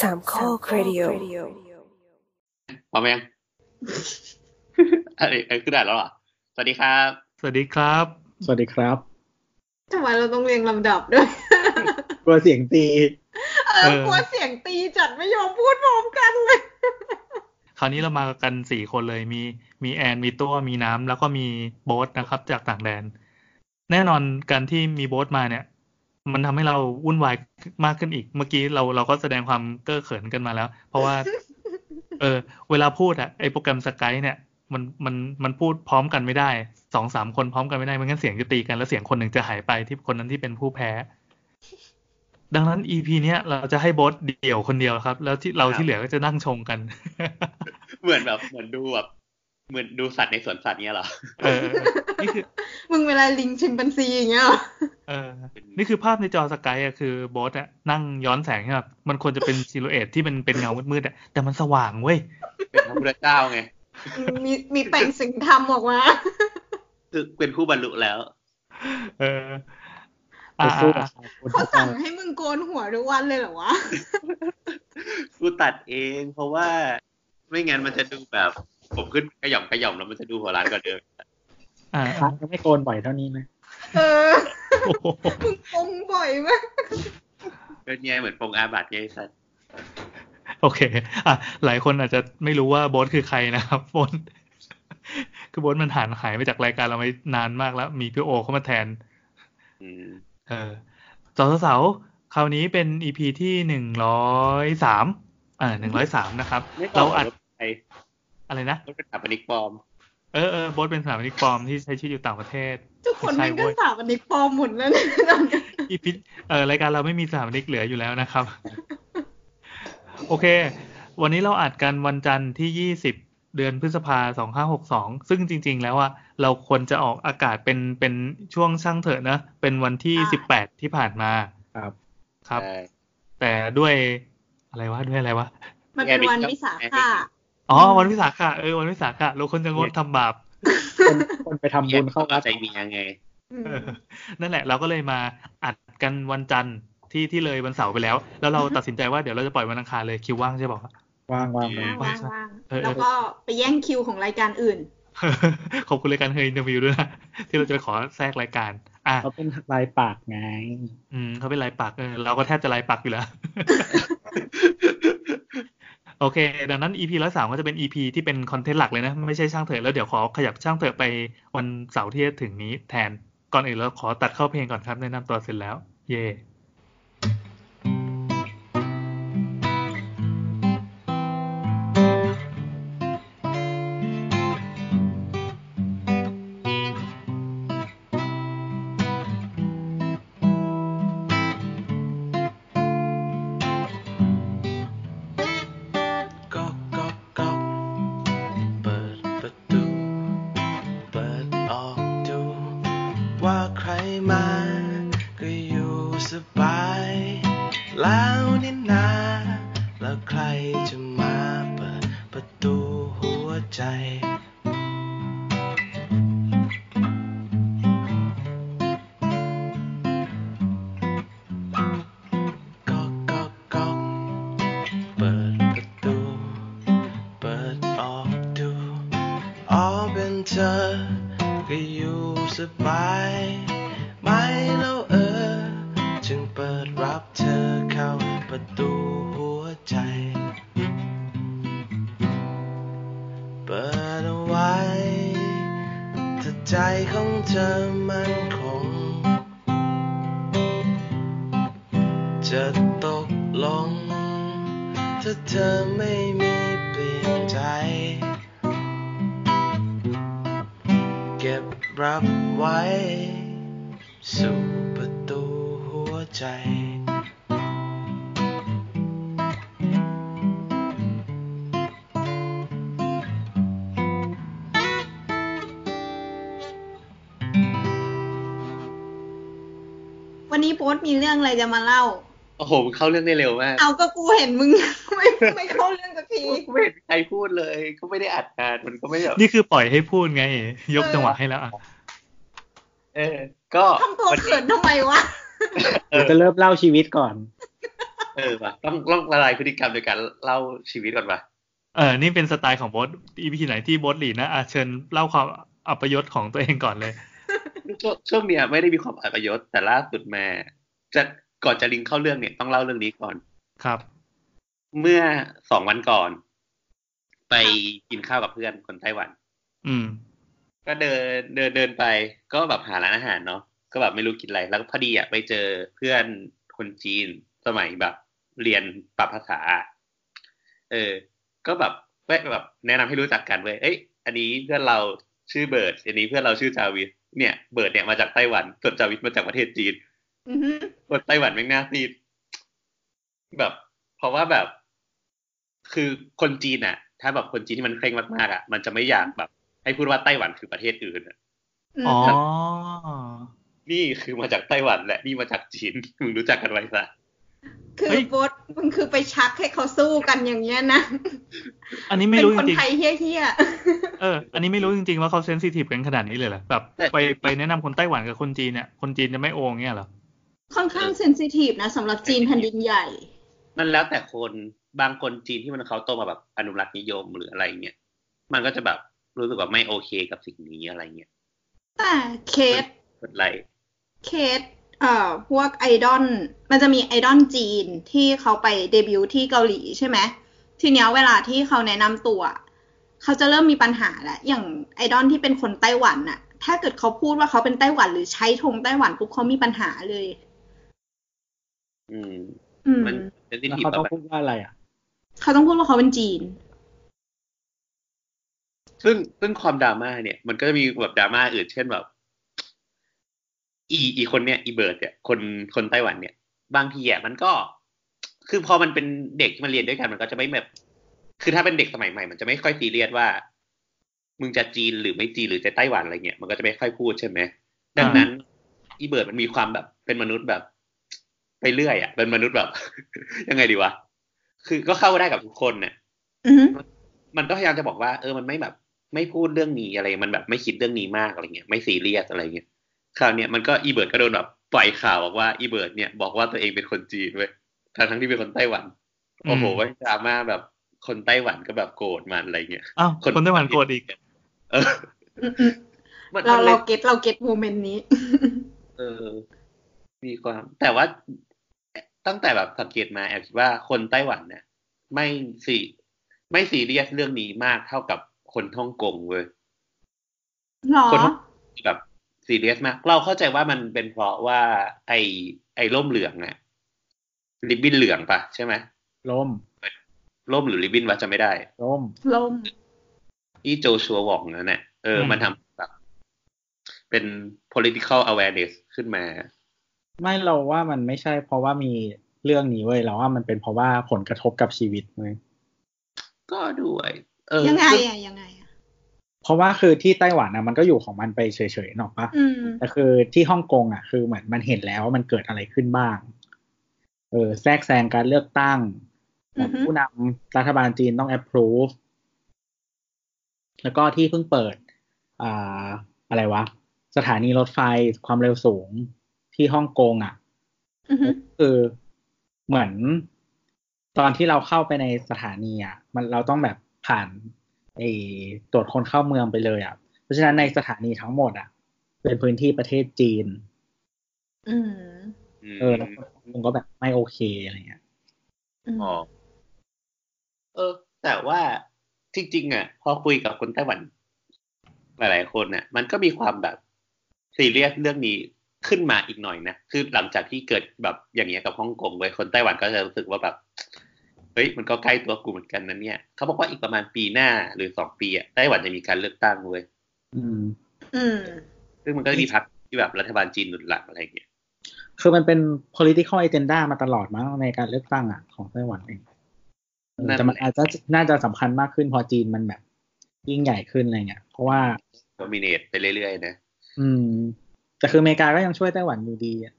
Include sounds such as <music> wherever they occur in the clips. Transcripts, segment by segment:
สามข้อครดิโอ พร้อมยัง <laughs> อะไรเอ้ยคือได้แล้วเหรอ สวัสดีครับ สวัสดีครับ สวัสดีครับ ทำไมเราต้องเรียงลำดับด้วย <laughs> กลัวเสียงตี เอ เอ อ อ กลัวเสียงตีจัดไม่ยอมพูดพร้อมกันเลย คราวนี้เรามากันสี่คนเลยมีมีแอน มีตัวมีน้ำแล้วก็มีโบ๊ทนะครับ จากต่างแดน แน่นอนการที่มีโบ๊ทมาเนี่ย มันทำให้เราวุ่นวายมากขึ้นอีก เมื่อกี้เราเราก็แสดงความเก้อเขินกันมาแล้ว เพราะว่า เออ เวลาพูดอะไอโปรแกรมสกายเนี่ย มันมันมันพูดพร้อมกันไม่ได้สองสามคนพร้อมกันไม่ได้ไม่งั้นเสียงจะตีกันแล้วเสียงคนหนึ่งจะหายไปที่คนนั้นที่เป็นผู้แพ้ ดังนั้น EP เนี้ยเราจะให้โบ๊ทเดี่ยวคนเดียวครับ แล้วที่เรา ครับ ที่เหลือก็จะนั่งชงกัน เหมือนแบบเหมือนดูแบบเหมือนดูสัตว์ในสวนสัตว์เนี้ยเหรอ เออนี่คือ มึงเวลาลิงชิมปันซีอย่างเงี้ยเหรอ เออนี่คือภาพในจอสกายอะคือโบอสอะนั่งย้อนแสงใช่ไหมมันควรจะเป็นซิลูเอตที่มันเป็นเงามืดๆอะแต่มันสว่างเว้ย เป็นพระพุทธเจ้าไง มีมีแปลงสิงธรรมออกมา คือเป็นผู้บรรลุแล้ว เออ ไป อ่ะ สู้กับชาวคน เขา ทุก สั่ ท่าง ให้มึงโกนหัวทุกวันเลยเหรอวะ กูตัดเอง เพราะว่าไม่งั้นมันจะดูแบบ ผมขึ้นกระหย่อมกระหย่อมแล้วมันจะดูหัวร้านกว่าเดิม อ่ะ ครั้ อ่ะ งยังไม่โกนบ่อยเท่านี้นะ เออ โอ้โห มึงปงบ่อยมาก เป็นไงเหมือนปรงอาบัติไงไอ้สัตว์ <laughs> โอเค อ่ะหลายคนอาจจะไม่รู้ว่าโบอสคือใครนะครับ <laughs> โบอสคือโบอสมันหานหายไปจากรายการเราไปนานมากแล้ว มีพี่โอเข้ามาแทน อืม เออสาวสาวๆคราวนี้เป็นอีพีที่หนึ่งร้อยสามอ่าหนึ่งร้อยสามนะครับ ไม่ต เรา อบ อัด ว่าไอ้ อะไรนะ รถเป็นสถาปนิกปลอม เออเออโบทเป็นสถาปนิกปลอมที่ใช้ชื่ออยู่ต่างประเทศ ทุกคนแมันไม่ใช่ ก็ เว้ย สาบันนี้ปลอมหมดแล้วเนี่ยตอนนี้ อีพิเออรายการเราไม่มีสถาปนิกเหลืออยู่แล้วนะครับ <laughs> โอเค วันนี้เราอัดกันวันจันทร์ที่ยี่สิบเดือนพฤษภาสองห้าหกสองซึ่งจริง ๆ แล้วอะเราควรจะออกอากาศเป็นเป็นช่วงช่างเถอะนะ เป็นวันที่ อ่า สิบแปดที่ผ่านมา ครับ ครับ ใช่ แต่ด้วยอะไรวะด้วยอะไรวะ มันเป็นวันวิสาขะ อ๋อวันวิสาขะเออวันวิสาขะเราควรจะงดทำบาป คนคนไปทำบุญเข้าวัด ใจเมียไง อืม เออ <laughs> นั่นแหละเราก็เลยมาอัดกันวันจันทร์ที่ที่เลยวันเสาร์ไปแล้ว แล้วเราตัดสินใจว่าเดี๋ยวเราจะปล่อยวันอังคารเลยคิวว่างใช่ป่าว ว่างว่าง เออ ว่างว่างว่าง เออเออ แล้วก็ไปแย่งคิวของรายการอื่น <laughs> ขอบคุณรายการเฮยอินเตอร์วิวด้วยนะ ที่เราจะไปขอแทรกรายการ อ่ะ เขาเป็นลายปากไง อืมเขาเป็นลายปักเออเราก็แทบจะลายปักอยู่แล้ว <laughs> โอเค ดังนั้น EP ร้อยสามก็จะเป็น EP ที่เป็นคอนเทนต์หลักเลยนะ ไม่ใช่ช่างเถอะแล้วเดี๋ยวขอขยับช่างเถอะไปวันเสาร์ที่จะถึงนี้แทนก่อนอื่นเราขอตัดเข้าเพลงก่อนครับแนะนำตัวเสร็จแล้ว เย่ ก๊อกก๊อกก๊อกเปิดประตู เปิดออกดู ว่าใครมา ก็อยู่สบาย แล้วนี่นา แล้วใครจะมาเปิดประตูหัวใจ ก๊อกก๊อกก๊อก เปิดประตู เปิดออกดู อ๋อเป็นเธอ ก็อยู่สบาย ไม่แล้วเออ จึงเปิดรับเธอเข้าประตูหัวใจ เปิดเอาไว้ถ้าใจของเธอมันคง จะตกลง ถ้าเธอไม่มีเปลี่ยนใจ เก็บรับไว้ สู่ประตูหัวใจ วันนี้โป๊ตมีเรื่องอะไรจะมาเล่า โอ้โหมันเข้าเรื่องได้เร็วมาก เอาก็กูเห็นมึง <laughs> ไม่ไม่เข้าเรื่องสักที ไม่เห็นใครพูดเลยก็ไม่ได้อัดนานมันก็ไม่แบบ นี่คือปล่อยให้พูดไง ยกจังหวะให้แล้วอ่ะ เออ ก็ ทำตัวเขินทำไมวะ เอ เดี๋ยว อ จะเริ่มเล่าชีวิตก่อน เออว่ะต้องต้องละลายพฤติกรรมโดยการเล่าชีวิตก่อนว่ะ เออนี่เป็นสไตล์ของโบสอีพีไหนที่โบสหลีนะอาเชิญเล่าความอัปยศของตัวเองก่อนเลย ช่วงช่วงเนี้ยไม่ได้มีความอัปยศแต่ล่าสุดมาจะก่อนจะลิงก์เข้าเรื่องเนี่ยต้องเล่าเรื่องนี้ก่อน ครับ เมื่อสองวันก่อน ไปกินข้าวกับเพื่อนคนไต้หวัน อืม ก็เดินเดินเดินไป ก็แบบหาร้านอาหารเนาะก็แบบไม่รู้กินอะไรแล้วพอดีอ่ะไปเจอเพื่อนคนจีนสมัยแบบ เรียนปรับภาษา เออ ก็แบบแวะแบบแนะนำให้รู้จักกันเว้ยเอ้ยอันนี้เพื่อนเราชื่อเบิร์ดอันนี้เพื่อนเราชื่อจาวิสเนี่ยเบิร์ดเนี่ยมาจากไต้หวันส่วนจาวิสมาจากประเทศจีน อือหือ คนไต้หวันแม่งน่าซีดแบบ เพราะว่าแบบ คือคนจีนอะถ้าแบบคนจีนที่มันเคร่งมากๆอะมันจะไม่อยากแบบ ให้พูดว่าไต้หวันคือประเทศอื่นอะ อืม อ๋อ นี่คือมาจากไต้หวันแหละนี่มาจากจีน มึงรู้จักกันไว้ซะ คือ เฮ้ย โบสมึงคือไปชักให้เขาสู้กันอย่างเงี้ยนะ อันนี้ เป็ ไม่ น รู้ คน จริง ไทยเฮี้ย ๆเออ อันนี้ไม่รู้จริงๆว่าเขาเซนซิทีฟกันขนาดนี้เลยเหรอแบบไปไปแนะนำคนไต้หวันกับคนจีนเนี่ยคนจีนจะไม่โอเงี้ยเหรอ ๆ ค่อนข้างเซนซิทีฟนะสำหรับจีนแผ่นดินใหญ่ มันแล้วแต่คนบางคนจีนที่มันเขาโตมาแบบอนุรักษ์นิยมหรืออะไรเงี้ยมันก็จะแบบรู้สึกว่าไม่โอเคกับสิ่งนี้อะไรเงี้ย แต่เคส อะไร เคสเอ่อพวกไอดอลมันจะมีไอดอลจีนที่เขาไปเดบิวต์ที่เกาหลีใช่ไหมทีเนี้ยเวลาที่เขาแนะนำตัว เขาจะเริ่มมีปัญหาแล้วอย่างไอดอลที่เป็นคนไต้หวันน่ะ ถ้าเกิดเขาพูดว่าเขาเป็นไต้หวัน หรือใช้ธงไต้หวันปุ๊บเขามีปัญหาเลย อืม อืม มันเป็นสิ่ง แล้ว ที่ เขา แบ ต้อง บ พูดว่าอะไรอ่ะ เขาต้องพูดว่าเขาเป็นจีน ซึ่งซึ่งความดราม่าเนี่ย มันก็จะมีแบบดราม่าอื่นเช่นแบบ อีอีคนเนี่ยอีเบิร์ดเนี่ยคนคนไต้หวันเนี่ย บางทีอ่ะมันก็ คือพอมันเป็นเด็กที่มันเรียนด้วยกันมันก็จะไม่แบบ คือถ้าเป็นเด็กสมัยใหม่ มันจะไม่ค่อยซีเรียสว่า มึงจะจีนหรือไม่จีนหรือจะไต้หวันอะไรเงี้ยมันก็จะไม่ค่อยพูดใช่ไหมดังนั้น อีเบิร์ดมันมีความแบบ เป็นมนุษย์แบบ ไปเรื่อยอ่ะเป็นมนุษย์แบบ <laughs> ยังไงดีวะคือก็เข้าได้กับทุกคนเนี่ย อือฮึ มันก็พยายามจะบอกว่าเออมันไม่แบบไม่พูดเรื่องนี้อะไรมันแบบไม่คิดเรื่องนี้มากอะไรเงี้ยไม่ซีเรียสอะไรเงี้ยคราวเนี้ยมันก็อีเบิร์ดก็โดนแบบปล่อยข่าวบอกว่าอีเบิร์ดเนี่ยบอกว่าตัวเองเป็นคนจีนเว้ยทั้งทั้งๆที่เป็นคนไต้หวันโอ้โหไว้ยดราม่าแบบคนไต้หวันก็แบบโกรธมันอะไรเงี้ย <laughs> อ้าว คน คนไต้หวันโกรธอีก เออ อืมอืม มัน เรา มันเล เรา ย เก็ตเราเก็ตโมเมนต์นี้ เออ มีความ แต่ว่าตั้งแต่แบบสังเกตมาแอบคิดว่าคนไต้หวันเนี่ยไม่สีไม่ซีเรียสเรื่องนี้มากเท่ากับคนฮ่องกงเว้ย หรอ คนแบบซีเรียสมาก เราเข้าใจว่ามันเป็นเพราะว่าไอ้ไอ้ร่มเหลืองอะริบบิ้นเหลืองปะใช่ไหม ล่ม ร่มหรือริบบิ้นวะจะไม่ได้ ล่ม ลม ที่โจชัวหวองนั่นแหละเอออ ม มันทำแบบ เป็น political awareness ขึ้นมา ไม่เราว่ามันไม่ใช่เพราะว่ามีเรื่องนี้เว้ยเราว่ามันเป็นเพราะว่าผลกระทบกับชีวิตมึง ก็ด้วย เออ ยังไง คือ อะยังไงอะ เพราะว่าคือที่ไต้หวันนะมันก็อยู่ของมันไปเฉยๆหนกออกปะ อืม แต่คือที่ฮ่องกงอ่ะคือเหมือนมันเห็นแล้วว่ามันเกิดอะไรขึ้นบ้าง เออแทรกแซงการเลือกตั้ง อือฮึ ผู้นำรัฐบาลจีนต้อง approve แล้วก็ที่เพิ่งเปิด อ่าอะไรวะ สถานีรถไฟความเร็วสูงที่ฮ่องกงอ่ะ อือฮึ คือเหมือนตอนที่เราเข้าไปในสถานีอ่ะมันเราต้องแบบผ่านไอ้ตรวจคนเข้าเมืองไปเลยอ่ะ เพราะฉะนั้นในสถานีทั้งหมดอ่ะ เป็นพื้นที่ประเทศจีน อืม ม เออแล้วผมก็แบบไม่โอเคอะไรเงี้ย อืม อ๋อเออ แต่ว่าจริงๆอ่ะ พอคุยกับคนไต้หวัน หลายๆคนน่ะ มันก็มีความแบบซีเรียสเรื่องนี้ขึ้นมาอีกหน่อยนะ คือหลังจากที่เกิดแบบอย่างเงี้ยกับฮ่องกงเลยคนไต้หวันก็จะรู้สึกว่าแบบ เฮ้ย มันก็ใกล้ตัวกูเหมือนกันนะเนี่ย เขาบอกว่าอีกประมาณปีหน้าหรือสองปีอ่ะไต้หวันจะมีการเลือกตั้งเว้ย อืม อืม ซึ่งมันก็จะมีพรรคที่แบบรัฐบาลจีนหนุนหลังอะไรอย่างเงี้ย คือมันเป็น political agenda มาตลอดมั้งในการเลือกตั้งอ่ะของไต้หวันเองเออ นั่นแหละ แต่มันอาจจะน่าจะสำคัญมากขึ้นพอจีนมันแบบ ยิ่งใหญ่ขึ้นอะไรเงี้ยเพราะว่า โดมิเนตไปเรื่อยๆนะ อืม แต่คืออเมริกาก็ยังช่วยไต้หวันอยู่ดีอ่ะ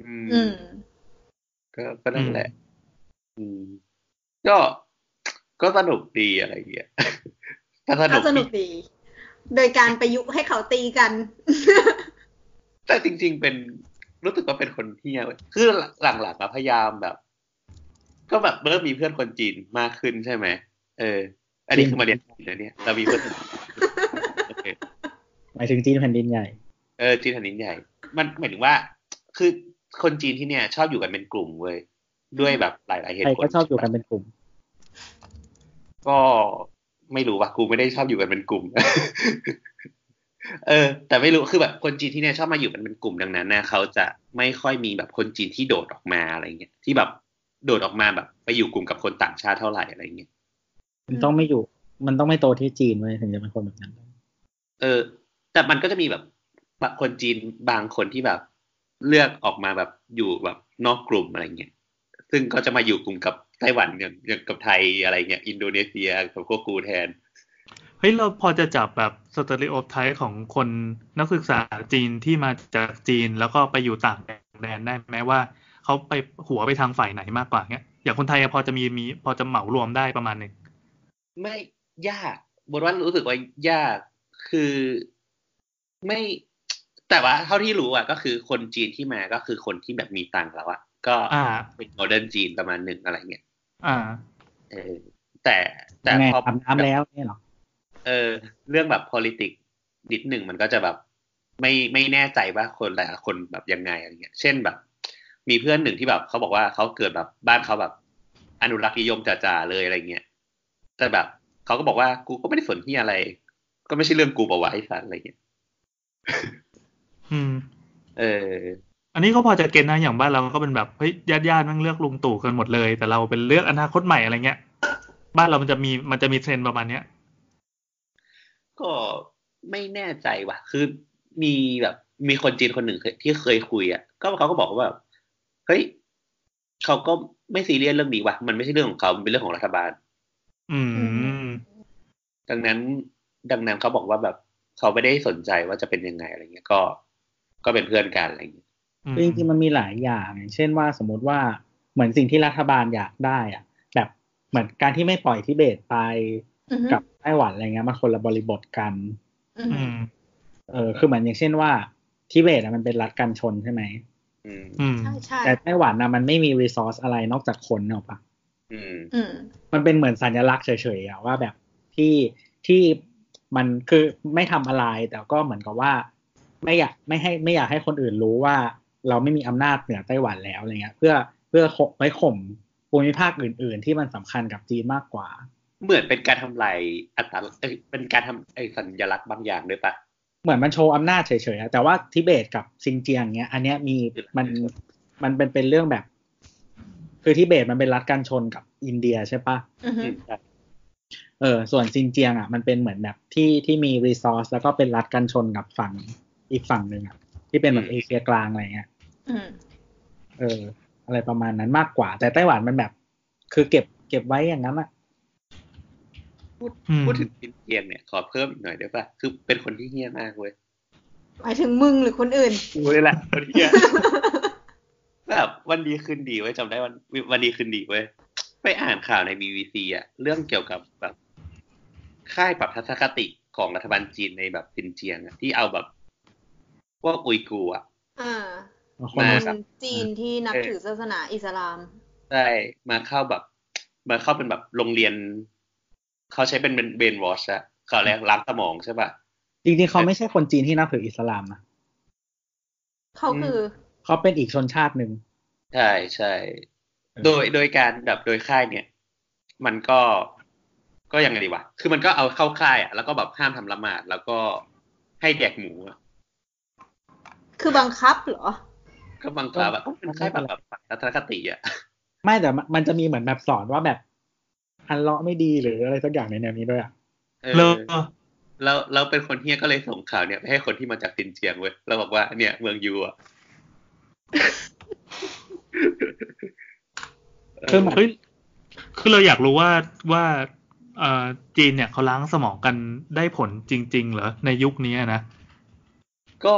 อื อื ม ม ก็ก็นั่นแหละ อืม ก็ก็สนุกดีอะไรอย่างเงี้ย <laughs> ก็ส ก็ นุก สนุกดีดีโดยการประยุกต์ให้เขาตีกัน แต่จริง ๆ เป็นรู้สึกว่าเป็นคนเที่ยวคือหลังๆอะพยายามแบบ ก็แบบเริ่มมีเพื่อนคนจีนมากขึ้นใช่ไหมเออ อันนี้คือมาเรียนจีนนะเนี่ยเรามีเพื่อน <laughs> โอเค หมายถึงจีนแผ่นดินใหญ่ เออจีนแผ่นดินใหญ่ มันหมายถึงว่า คือคนจีนที่เนี่ย ชอบอยู่กันเป็นกลุ่มเว้ยด้วยแบบหลายๆเห ใค ตุ ร ผล ก็ชอบอยู่กันเป็นกลุ่ม ก็ไม่รู้ว่ะกูไม่ได้ชอบอยู่กันเป็นกลุ่ม <laughs> เออ แต่ไม่รู้คือแบบคนจีนที่เนี่ยชอบมาอยู่กันเป็นกลุ่มดังนั้นนะเขาจะไม่ค่อยมีแบบคนจีนที่โดดออกมาอะไรเงี้ยที่แบบโดดออกมาแบบ ไปอยู่กลุ่มกับคนต่างชาติเท่าไหร่อะไรเงี้ย มันต้องไม่อยู่ มันต้องไม่โตที่จีนเว้ยถึงจะเป็นคนแบบนั้น เออ แต่มันก็จะมีแบบบางคนจีนบางคนที่แบบเลือกออกมาแบบอยู่แบบนอกกลุ่มอะไรเงี้ย ซึ่งก็จะมาอยู่กลุ่มกับไต้หวันอย่างอย่างกับไทยอะไรเงี้ย อินโดนีเซียกับพวกกูแทน เฮ้ยเราพอจะจับแบบสเตอริโอไทป์ของคนนักศึกษาจีนที่มาจากจีนแล้วก็ไปอยู่ต่างแดนได้ไหมว่าเขาไปหัวไปทางฝ่ายไหนมากกว่าเงี้ยอย่างคนไทยอะพอจะมีมีพอจะเหมารวมได้ประมาณหนึ่ง ไม่ยากบทว่ารู้สึกว่ายากคือไม่ แต่ว่าเท่าที่รู้อ่ะ ก็คือคนจีนที่มาก็คือคนที่แบบมีตังค์แล้วอ่ะก็ อ่า เป็นโมเดิร์นจีนประมาณหนึ่งอะไรเงี้ย อ่า เออ แต่แต่ ยังไง พอ อาบน้ำแล้วเนี่ยเหรอ เออเรื่องแบบ politics นิดหนึ่งมันก็จะแบบ ไม่ไม่แน่ใจว่าคนแต่ละคนแบบยังไงอะไรเงี้ย เช่นแบบ มีเพื่อนหนึ่งที่แบบเขาบอกว่าเขาเกิดแบบบ้านเขาแบบ อนุรักษ์นิยมจ๋าๆเลยอะไรเงี้ยแต่แบบเขาก็บอกว่ากูก็ไม่ได้สนที่อะไร ก็ไม่ใช่เรื่องกูปะวะไอ้สัสอะไรเงี้ย อืม เออ อันนี้ก็พอจะเกณฑ์นะอย่างบ้านเราก็เป็นแบบเฮ้ยญาติญาติๆแมันเลือกลุงตู่กันหมดเลย แต่เราเป็นเลือกอนาคตใหม่อะไรเงี้ย บ้านเรามันจะมีมันจะมีเทรนด์ประมาณเนี้ย ก็ไม่แน่ใจว่ะ คือมีแบบมีคนจีนคนหนึ่งเคยที่เคยคุยอ่ะ ก็เขาก็บอกว่าแบบเฮ้ยเขาก็ไม่ซีเรียสเรื่องนี้ว่ะ มันไม่ใช่เรื่องของเขา มันเป็นเรื่องของรัฐบาล อืม ดังนั้น ดังนั้นเขาบอกว่าแบบเขาไม่ได้สนใจว่าจะเป็นยังไงอะไรเงี้ย ก็ ก็เป็นเพื่อนกันอะไรเงี้ย คือจริงๆมันมีหลายอย่างอย่างเช่นว่าสมมติว่าเหมือนสิ่งที่รัฐบาลอยากได้อะแบบเหมือนการที่ไม่ปล่อยทิเบตไป อือฮึ กับไต้หวันอะไรเงี้ยมันคนละบริบทกัน อือฮึ อืม เออคือเหมือนอย่างเช่นว่าทิเบตอะมันเป็นรัฐกันชนใช่ไหม อืม อืม ใช่ใช่ แต่ไต้หวันอะมันไม่มีรีซอสอะไรนอกจากคนเนกอะปะ อืม อืม มันเป็นเหมือนสัญลักษณ์เฉยๆอะว่าแบบที่ที่มันคือไม่ทำอะไรแต่ก็เหมือนกับว่า ไม่อยากไม่ให้ไม่อยากให้คนอื่นรู้ว่า เราไม่มีอำนาจเหนือไต้หวันแล้วอะไรเงี้ย เพื่อเพื่อข่มไว้ข่มภูมิภาคอื่น ๆ ที่มันสำคัญกับจีนมากกว่า เหมือนเป็นการทำลายอัตราเอ้ยเป็นการทำไอ้สัญลักษณ์บางอย่างด้วยปะ เหมือนมันโชว์อำนาจเฉยๆอะแต่ว่าทิเบตกับซินเจียงเนี้ย อันเนี้ยมีมันมันเป็นเป็นเรื่องแบบ คือทิเบตมันเป็นรัฐการชนกับอินเดียใช่ปะ อือฮึ เออส่วนซินเจียงอ่ะมันเป็นเหมือนแบบที่ที่มีรีซอสแล้วก็เป็นรัฐการชนกับฝั่งอีกฝั่งหนึ่งอ่ะที่เป็นแบบ อืม เอเชียกลางอะไรเงี้ย อืม เออ อะไรประมาณนั้นมากกว่า แต่ไต้หวันมันแบบ คือเก็บเก็บไว้อย่างนั้นอะ พูด อืม พูดถึงซินเจียงเนี่ย ขอเพิ่มอีกหน่อยได้ปะคือเป็นคนที่เฮี้ยมากเว้ย หมายถึงมึงหรือคนอื่น กูนี่แหละคนเฮี้ย แบบวันดีคืนดีไว้ยจำได้วันวันดีคืนดีไว้ยไปอ่านข่าวใน BBC อะเรื่องเกี่ยวกับแบบค่ายปรับทัศนคติของรัฐบาลจีนในแบบซินเจียงอะที่เอาแบบพวกอุยกูร์อะ อ่า ค คน น มา จีนที่นับถือศาสนาอิสลาม ได้มาเข้าแบบมาเข้าเป็นแบบโรงเรียน เขาใช้เป็นเบนวอชอะเขาเรียกล้างสมองใช่ป่ะ จริงๆเขาไม่ใช่คนจีนที่นับถืออิสลามนะ เขาคือ เขาเป็นอีกชนชาติหนึ่ง ใช่ใช่ เออ โดยโดยการแบบโดยค่ายเนี่ย มันก็ก็ยังไงดีวะ คือมันก็เอาเข้าค่ายอะแล้วก็แบบห้ามทำละหมาด แล้วก็ให้แดกหมูอะ คือบังคับเหรอ ก็บังคับอะก็เป็นค่ายแบบแบบทัศนคติอะ ไม่แต่มันมันจะมีเหมือนแบบสอนว่าแบบ อันเลาะไม่ดีหรืออะไรสักอย่างในแนวนี้ด้วยอ่ะ เออ เลิก แล้วเราเป็นคนเฮียก็เลยส่งข่าวเนี่ยไปให้คนที่มาจากซินเจียงเว้ยเราบอกว่าเนี่ยเมืองยูอ่ะ คือ <laughs> เหมือน เฮ้ยคือเราอยากรู้ว่าว่าเอ่อจีนเนี่ยเขาล้างสมองกันได้ผลจริง ๆ เหรอ ในยุคนี้นะ ก็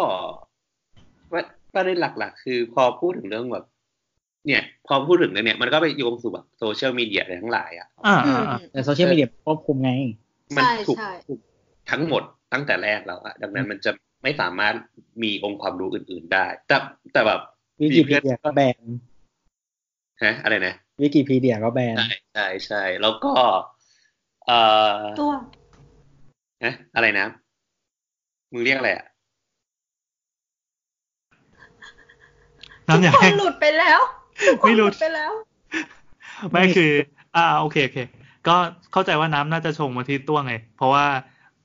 ว่าประเด็นหลักๆ คือพอพูดถึงเรื่องแบบ เนี่ย พอพูดถึงเรื่องเนี่ยมันก็ไปโยงสู่แบบโซเชียลมีเดียอะไรทั้งหลายอ่ะ อ่า อืม อ่าอ่า แต่โซเชียลมีเดียควบคุมไง มั ใช่ ถูก ใช่ ถูกทั้งหมดตั้งแต่แรกแล้วอะดังนั้นมันจะไม่สามารถมีองค์ความรู้อื่น ๆได้ แต่แต่แบบ วิกิพีเดียก็แบน ฮะอะไรนะ วิกิพีเดียก็แบน ใช่ใช่ใช่แล้วก็ เอ่อ ตัว นะอะไรนะ มึงเรียกอะไรอ่ะ ทุก น้ำยา ค แห้ น ง หลุดไปแล้วทุกคน ไม่ห ห ลุ ลุ ด ดไปแล้ว ไม่คือ อ่า โอเคโอเค ก็เข้าใจว่าน้ำน่าจะชงมาที่ตัวไง เพราะว่า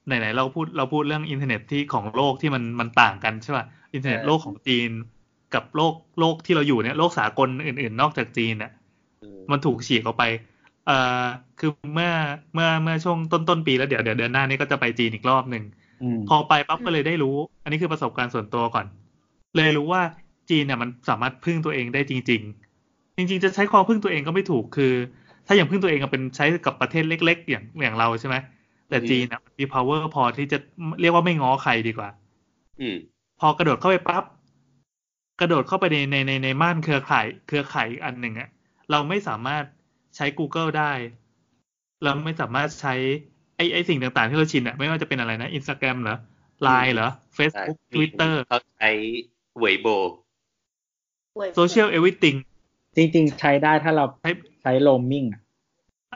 ไหนๆเราพูดเราพูดเรื่องอินเทอร์เน็ตที่ของโลกที่มันมันต่างกันใช่ป่ะ อินเทอร์เน็ต ใช่ โลกของจีนกับโลกโลกที่เราอยู่เนี่ยโลกสากลอื่น ๆ นอกจากจีนเนี่ย อืม มันถูกฉีกออกไป เอ่อ คือเมื่อเมื่อเมื่อช่วงต้นต้นปีแล้วเดี๋ยวเดี๋ยวเดือนหน้านี้ก็จะไปจีนอีกรอบหนึ่ง อืม พอไปปั๊บก็เลยได้รู้ อันนี้คือประสบการณ์ส่วนตัวก่อน เลยรู้ว่าจีนเนี่ยมันสามารถพึ่งตัวเองได้จริง ๆ จริง ๆ จะใช้ความพึ่งตัวเองก็ไม่ถูกคือ ถ้าอย่างพึ่งตัวเองก็เป็นใช้กับประเทศเล็ก ๆ อย่างอย่างเราใช่ไหมแต่จีนเนี่ยมันมี power พอที่จะเรียกว่าไม่ง้อใครดีกว่า อืม พอกระโดดเข้าไปปั๊บกระโดดเข้าไปในในในในม่านเครือข่าย เครือข่ายอีกอันหนึ่งอะเราไม่สามารถใช้ Google ได้ เราไม่สามารถใช้ไอไอสิ่งต่างๆ ที่เราชินอะไม่ว่าจะเป็นอะไรนะอินสตาแกรมเหรอไลน์เหรอ ใช่ Facebook มี Twitter เขาใช้เวยโบ Social Everything จริงๆใช้ได้ถ้าเรา ใช้ ใช้โลมมิ่ง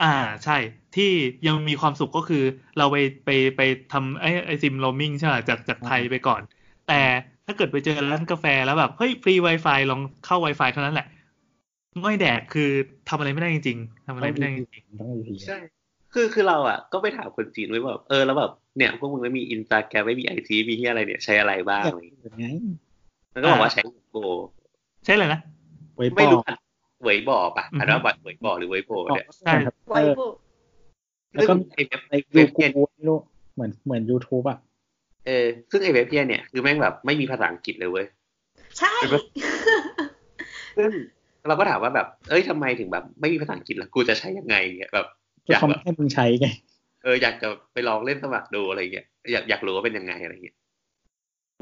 อ่าใช่ ที่ยังมีความสุขก็คือเราไปไปไปทำไอไอซิมโรมมิ่งใช่ไหมจากจากไทยไปก่อน แต่ถ้าเกิดไปเจอร้านกาแฟแล้วแบบ เฮ้ย ฟรี Wi-Fi ลองเข้า Wi-Fi เท่านั้นแหละง่อยแดกคือทำอะไรไม่ได้จริงๆทำอะไรไม่ได้จริง ต้องมีที ใช่ คือคือเราอ่ะ ก็ไปถามคนจีนไว้แบบเออแล้วแบบเนี่ยพวกมึงไม่มีอินสตาแกรมไม่มีไอซีมีที่อะไรเนี่ยใช้อะไรบ้างอะไรอย่างเงี้ย ไง มันก็บอกว่าใช้เวยโบ ๆใช่เลยนะ ไว้ป ไม่ อ รู้ ก อ่ะเวยบอป่ะอ่านว่าบัตรเวยบอหรือเวยโบเนี่ย ใช่ ไว้บุ แล้วก็ ซึ่งไอเว็บ ไอ้ยู เว็บ กู เนี่ย ไม่รู้เหมือนเหมือน YouTube อ่ะ เออซึ่งไอเว็บเนี่ยเนี่ยคือแม่งแบบไม่มีภาษาอังกฤษเลยเว้ย ใช่ เห็นปะ ซึ่งเราก็ถามว่าแบบ เอ้ยทำไมถึงแบบ ไม่มีภาษาอังกฤษล่ะกูจะใช้ยังไงเนี่ยแบบ ก็ อยาก เขา แบ ไม่ บ ให้มึงใช้ไง เอออยากจะไปลองเล่นสมัครดูอะไรเงี้ยอยากอยากรู้ว่าเป็นยังไงอะไรเงี้ย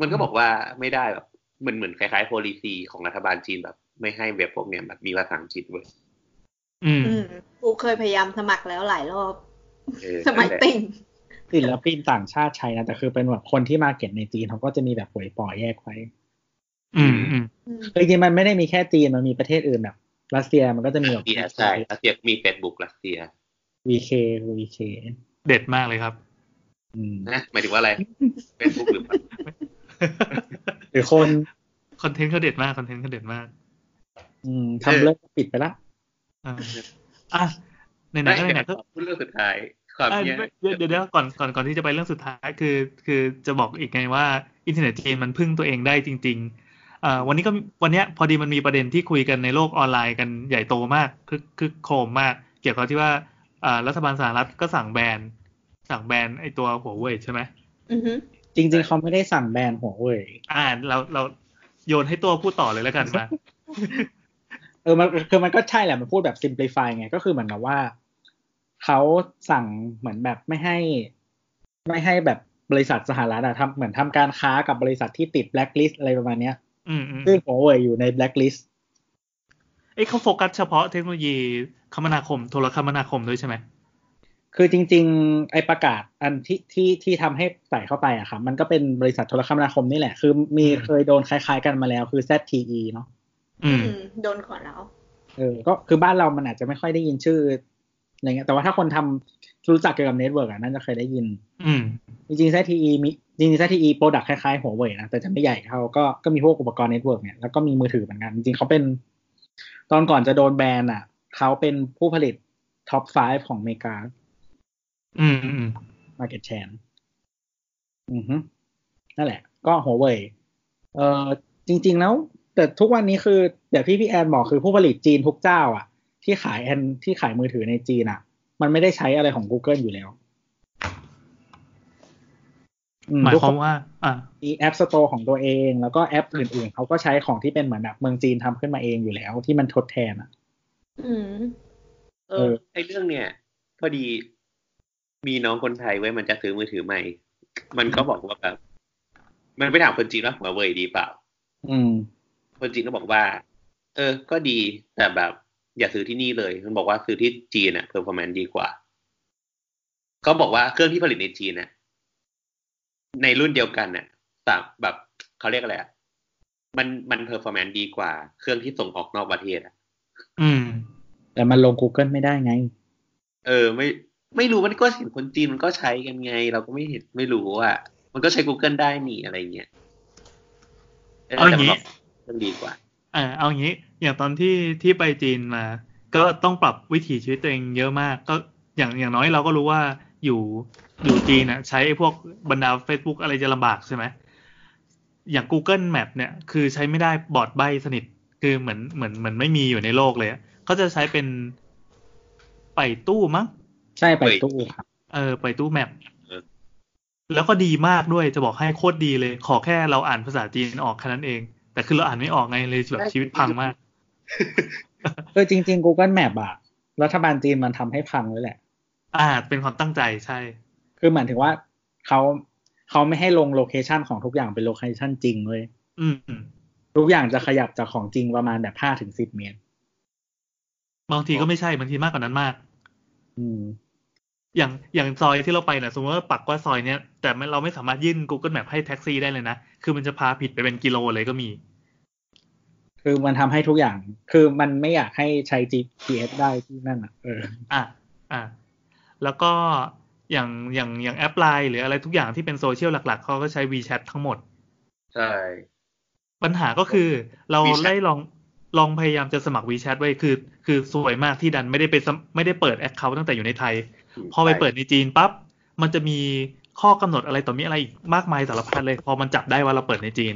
มันก็บอกว่าไม่ได้แบบเหมือนเหมือนคล้ายๆ policy ของรัฐบาลจีนแบบ ไม่ให้เว็บพวกเนี่ยแบบมีภาษาอังกฤษเว้ย อืม อืมกูเคยพยายามสมัครแล้วหลายรอบ เออ สมัย นั่นแหละ ติ่ง ศิลปินต่างชาติใช้นะ แต่คือเป็นแบบคนที่มาเก็ตในจีนเขาก็จะมีแบบหวยปอแยกไว้ อืมอืม อืม คือจริงๆมันไม่ได้มีแค่จีน มันมีประเทศอื่นแบบรัสเซียมันก็จะมีแบ รัส บ เซียใช่รัสเซียมีเฟซบุ๊กรัสเซีย VK VK เด็ดมากเลยครับ <laughs> อืม นะหมายถึงว่าอะไรเฟซบุ๊กหรือ หรือคน คอนเทนต์เขาเด็ดมากคอนเทนต์เขาเด็ดมาก อืมทำเลิกปิดไปละ อ่าอ่ะไหน ไม่ ๆก็ไหนๆก็ พูดเรื่องสุดท้ายความ เอ้ย เนี้ย เดี๋ยวเดี๋ยวเดี๋ยวก่อนก่อนก่อนที่จะไปเรื่องสุดท้ายคือคือจะบอกอีกไงว่าอินเทอร์เน็ตจีนมันพึ่งตัวเองได้จริงๆเอ่อวันนี้ก็วันเนี้ยพอดีมันมีประเด็นที่คุยกันในโลกออนไลน์กันใหญ่โตมากคึกคึกโครมมาก เกี่ยวกับที่ว่าเอ่อรัฐบาลสหรัฐก็สั่งแบนสั่งแบนไอตัวหัวเว่ยใช่ไหม อือหือ จริง ๆเขาไม่ได้สั่งแบนหัวเว่ย อ่าเราเราโยนให้ตัวพูดต่อเลยแล้วกัน <laughs> มา เออมันคือมันก็ใช่แหละ มันพูดแบบ simplify ไง ก็คือเหมือนกับว่า เขาสั่งเหมือนแบบไม่ให้ ไม่ให้แบบบริษัทสหรัฐอะทำเหมือนทำการค้ากับบริษัทที่ติด blacklist อะไรประมาณเนี้ย อืมอืม ซึ่งหัวเว่ยอยู่ใน blacklist เอ้ยเขาโฟกัสเฉพาะเทคโนโลยีคมนาคมโทรคมนาคมด้วยใช่ไหม คือจริง ๆ ไอประกาศอันที่ที่ที่ทำให้ใส่เข้าไปอะค่ะ มันก็เป็นบริษัทโทรคมนาคมนี่แหละ คือมีเคยโดนคล้ายๆกันมาแล้วคือ ZTE เนาะ อื อื ม มโดนก่อนแล้ว เออก็คือบ้านเรามันอาจจะไม่ค่อยได้ยินชื่ออะไรเงี้ยแต่ว่าถ้าคนทำรู้จักเกี่ยวกับเน็ตเวิร์กอะน่าจะเคยได้ยิน อืม จริงๆ ZTE มีจริงๆ ZTE โปรดักคล้ายๆหัวเว่ยนะ แต่จะไม่ใหญ่เท่าก็ก็มีพวกอุปกรณ์เน็ตเวิร์กเนี่ย แล้วก็มีมือถือเหมือนกัน จริงๆเขาเป็น ตอนก่อนจะโดนแบนอ่ะ เขาเป็นผู้ผลิตท็อป 5 ของอเมริกา อืมอืม Market Share อือฮึนั่นแหละ ก็หัวเว่ยเออจริง ๆ แล้ว แต่ทุกวันนี้คือแบบที่พี่แอนบอกคือผู้ผลิตจีนทุกเจ้า อ่ะ ที่ขายแอนที่ขายมือถือในจีนอ่ะ มันไม่ได้ใช้อะไรของ Google อยู่แล้วอื หมายความว่า อ่า มีแอปสโตร์ของตัวเอง แล้วก็แอปอื่นๆ เขาก็ใช้ของที่เป็นเหมือนแบบเมืองจีนทำขึ้นมาเองอยู่แล้วที่มันทดแทนอ่ะ อืม เออไอเรื่องเนี่ย พอดีมีน้องคนไทยไว้ยมันจะซื้อมือถือใหม่ มันก็บอกว่าแบบมันไปถามคนจีนว่าหัวเว่ยดีเปล่า อืม คนจีนก็บอกว่า เออ ก็ดีแต่แบบ อย่าซื้อที่นี่เลย มันบอกว่าซื้อที่จีนอะเพอร์ฟอร์แมนดีกว่า ก็บอกว่าเครื่องที่ผลิตในจีนอะในรุ่นเดียวกันน่ะแต่แบบเขาเรียกอะไรอะมันมันเพอร์ฟอร์แมนดีกว่า เครื่องที่ส่งออกนอกประเทศอะ อืม แต่มันลง Google ไม่ได้ไง เออ ไม่ไม่รู้มันก็เห็นคนจีนมันก็ใช้กันไง เราก็ไม่เห็นไม่รู้อ่ะมันก็ใช้ Google ได้นี่อะไรเงี้ย เอาอย่างงี้ นี้มันดีกว่า เออเอาอย่างนี้ อย่างตอนที่ที่ไปจีนมา ก็ต้องปรับวิถีชีวิตตัวเองเยอะมาก ก็อย่างอย่างน้อยเราก็รู้ว่าอยู่อยู่จีนนะใช้ไอ้พวกบรรดา Facebook อะไรจะลำบากใช่ไหมอย่าง Google Map เนี่ยคือใช้ไม่ได้บอดใบสนิท คือเหมือนเหมือนเหมือนไม่มีอยู่ในโลกเลยอะเขาจะใช้เป็นไปตู้มั้ง ใช่ไป เฮ้ย ตู้ครับ เออไปตู้แมป เออ แล้วก็ดีมากด้วยจะบอกให้โคตรดีเลย ขอแค่เราอ่านภาษาจีนออกแค่นั้นเอง แต่คือเราอ่านไม่ออกไงเลยแบบชีวิตพังมาก คือจริง ๆ Google Map อะรัฐบาลจีนมันทำให้พังเลยแหละ อ่า เป็นความตั้งใจใช่ คือหมายถึงว่าเขาเขาไม่ให้ลงโลเคชันของทุกอย่างเป็นโลเคชันจริงเลย อืม ทุกอย่างจะขยับจากของจริงประมาณแบบห้าถึงสิบเมตร บางทีก็ไม่ใช่บางทีมากกว่านั้นมาก อืม อย่างอย่างซอยที่เราไปเนี่ยสมมติว่าปักว่าซอยเนี้ยแต่มันเราไม่สามารถยื่น Google Map ให้แท็กซี่ได้เลยนะ คือมันจะพาผิดไปเป็นกิโลเลยก็มี คือมันทำให้ทุกอย่าง คือมันไม่อยากให้ใช้ GPS ได้ที่นั่นอ่ะ เออ อ่ะอ่ะแล้วก็อย่างอย่างอย่างแอปไลน์หรืออะไรทุกอย่างที่เป็นโซเชียลหลักๆเขาก็ใช้ WeChat ทั้งหมด ใช่ ปัญหาก็คือเรา WeChat ได้ลองลองพยายามจะสมัคร WeChat ไว้คือ คือสวยมากที่ดันไม่ได้ไปสมไม่ได้เปิด Account ตั้งแต่อยู่ในไทย พอไปเปิดในจีนปั๊บมันจะมีข้อกำหนดอะไรต่อมีอะไรอีกมากมายสารพัดเลย พอมันจับได้ว่าเราเปิดในจีน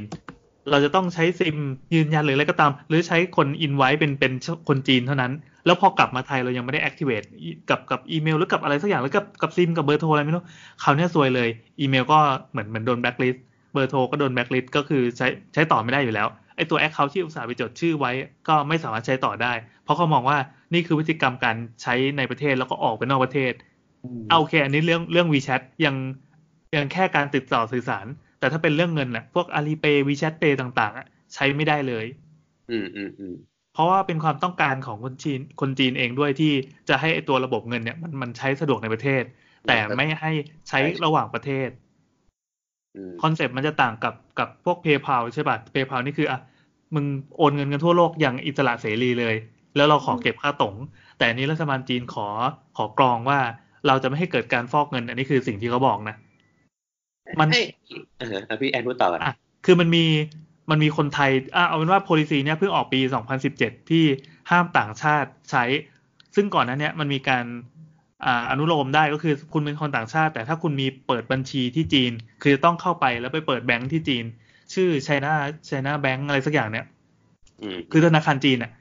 เราจะต้องใช้ซิมยืนยันหรืออะไรก็ตาม หรือใช้คนอินไว้เป็นเป็นคนจีนเท่านั้น แล้วพอกลับมาไทยเรายังไม่ได้ activate อีกับกับอีเมลหรือกับอะไรสักอย่างหรือกับกับซิมกับเบอร์โทรอะไรไม่รู้คราวเนี้ยซวยเลย อีเมลก็เหมือนเหมือนโดน blacklist เบอร์โทรก็โดน blacklist ก็คือใช้ใช้ต่อไม่ได้อยู่แล้วไอตัว account ที่อุตส่าห์ไปจดชื่อไว้ก็ไม่สามารถใช้ต่อได้ เพราะเขามองว่านี่คือพฤติกรรมการใช้ในประเทศแล้วก็ออกไปนอกประเทศ เอาโอเค อันนี้เรื่องเรื่อง WeChat ยังยังแค่การติดต่อสื่อสาร แต่ถ้าเป็นเรื่องเงินน่ะพวก Alipay WeChat Pay ต่างๆอะใช้ไม่ได้เลย อืมอืมอืม เพราะว่าเป็นความต้องการของคนจีนคนจีนเองด้วยที่จะให้ไอ้ตัวระบบเงินเนี่ยมันมันใช้สะดวกในประเทศ แต่ไม่ให้ใช้ระหว่างประเทศ อืม คอนเซปต์มันจะต่างกับกับพวก PayPal ใช่ป่ะ PayPal นี่คืออ่ะมึงโอนเงินกันทั่วโลกอย่างอิสระเสรีเลย แล้วเราขอเก็บค่าตรง แต่อันนี้รัฐบาลจีนขอขอกรองว่าเราจะไม่ให้เกิดการฟอกเงิน อันนี้คือสิ่งที่เขาบอกนะ มัน เอ้ยเออเอาพี่แอนพูดต่อกัน อ่ะคือมันมีมันมีคนไทยอ่ะเอาเป็นว่า policy เนี่ยเพิ่งออกปี 2017 ที่ห้ามต่างชาติใช้ ซึ่งก่อนหนั้นเนี่ยมันมีการอ่าอนุโลมได้ก็คือคุณเป็นคนต่างชาติ แต่ถ้าคุณมีเปิดบัญชีที่จีน คือจะต้องเข้าไปแล้วไปเปิดแบงก์ที่จีน ชื่อ China China Bank อะไรสักอย่างเนี่ย อืม คือธนาคารจีนอ่ะ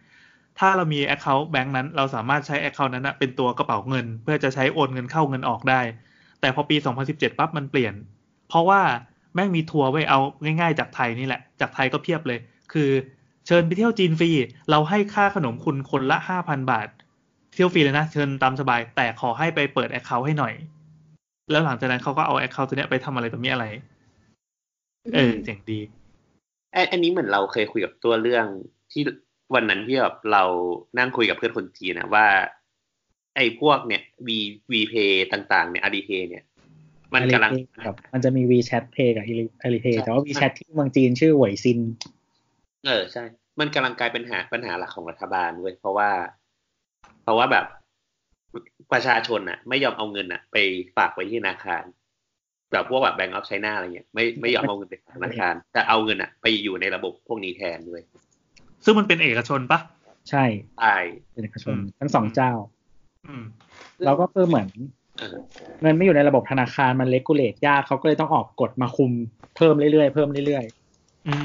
ถ้าเรามี Account แบงก์นั้น เราสามารถใช้ Account นั้นนะเป็นตัวกระเป๋าเงิน เพื่อจะใช้โอนเงินเข้าเงินออกได้ แต่พอปี 2017 ปั๊บมันเปลี่ยน เพราะว่าแม่งมีทัวร์ไว้ยเอาง่ายๆจากไทยนี่แหละ จากไทยก็เพียบเลย คือเชิญไปเที่ยวจีนฟรี เราให้ค่าขนมคุณคนละ 5,000 บาท เที่ยวฟรีเลยนะ เชิญตามสบาย แต่ขอให้ไปเปิด Account ให้หน่อย แล้วหลังจากนั้นเขาก็เอา Account ตัวเนี้ยไปทำอะไรต่อมีอะไร เออเจ๋งดี แอนอันนี้เหมือนเราเคยคุยกับตัวเรื่องที่วันนั้นที่แบบเรานั่งคุยกับเพื่อนคนจีนนะว่า ไอ้พวกเนี่ยวีวีเพต่างๆเนี่ยอาดีเพเนี่ย มันกำลัง Alipay กับมันจะมี WeChat Pay กับ Alipay ใช่ แต่ว่า WeChat ที่เมืองจีนชื่อหวยซิน เออใช่ มันกำลังกลายเป็นหาปัญหาหลักของรัฐบาลเว้ยเพราะว่า เพราะว่าแบบประชาชนน่ะ ไม่ยอมเอาเงินน่ะ ไปฝากไว้ที่ธนาคารแบบพวกแบบแบงก์ออฟไชน่าอะไรเงี้ยไม่ไม่ยอมเอาเงินไปฝากธนาคารแต่เอาเงินน่ะ ไปอยู่ในระบบพวกนี้แทนเลย ซึ่งมันเป็นเอกชนปะ ใช่ ตาย เป็นเอกชน อืม ทั้งสองเจ้า อืม แล้วก็คือเหมือน เออ เงินไม่อยู่ในระบบธนาคารมันเลกูเลตยากเขาก็เลยต้องออกกฎมาคุมเพิ่มเรื่อยๆเพิ่มเรื่อยๆ อื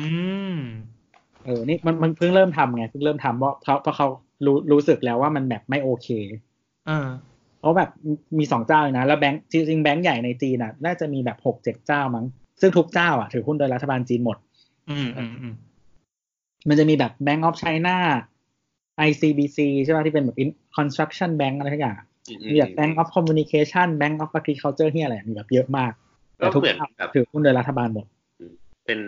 ม เออ นี่มันมันเพิ่งเริ่มทำไง เพิ่งเริ่มทำเพราะเขาเพราะเขารู้รู้สึกแล้วว่ามันแบบไม่โอเค เออ เพราะแบบมีมีสองเจ้าเลยนะ แล้วแบงค์จริงๆแบงค์ใหญ่ในจีนน่ะ น่าจะมีแบบหกเจ็ดเจ้ามั้ง ซึ่งทุกเจ้าอ่ะถือหุ้นโดยรัฐบาลจีนหมด อืมอืมอืม มันจะมีแบบ Bank of China ICBC ใช่ป่ะที่เป็นแบบ in- construction bank อะไรทุกอย่างอะมีแบบ Bank of Communication Bank of Agriculture ที่อะไรอะมีแบบเยอะมาก ก็ แต่ทุก เหมือน เจ้า แบบ ถือหุ้นโดยรัฐบาลหมด เป็น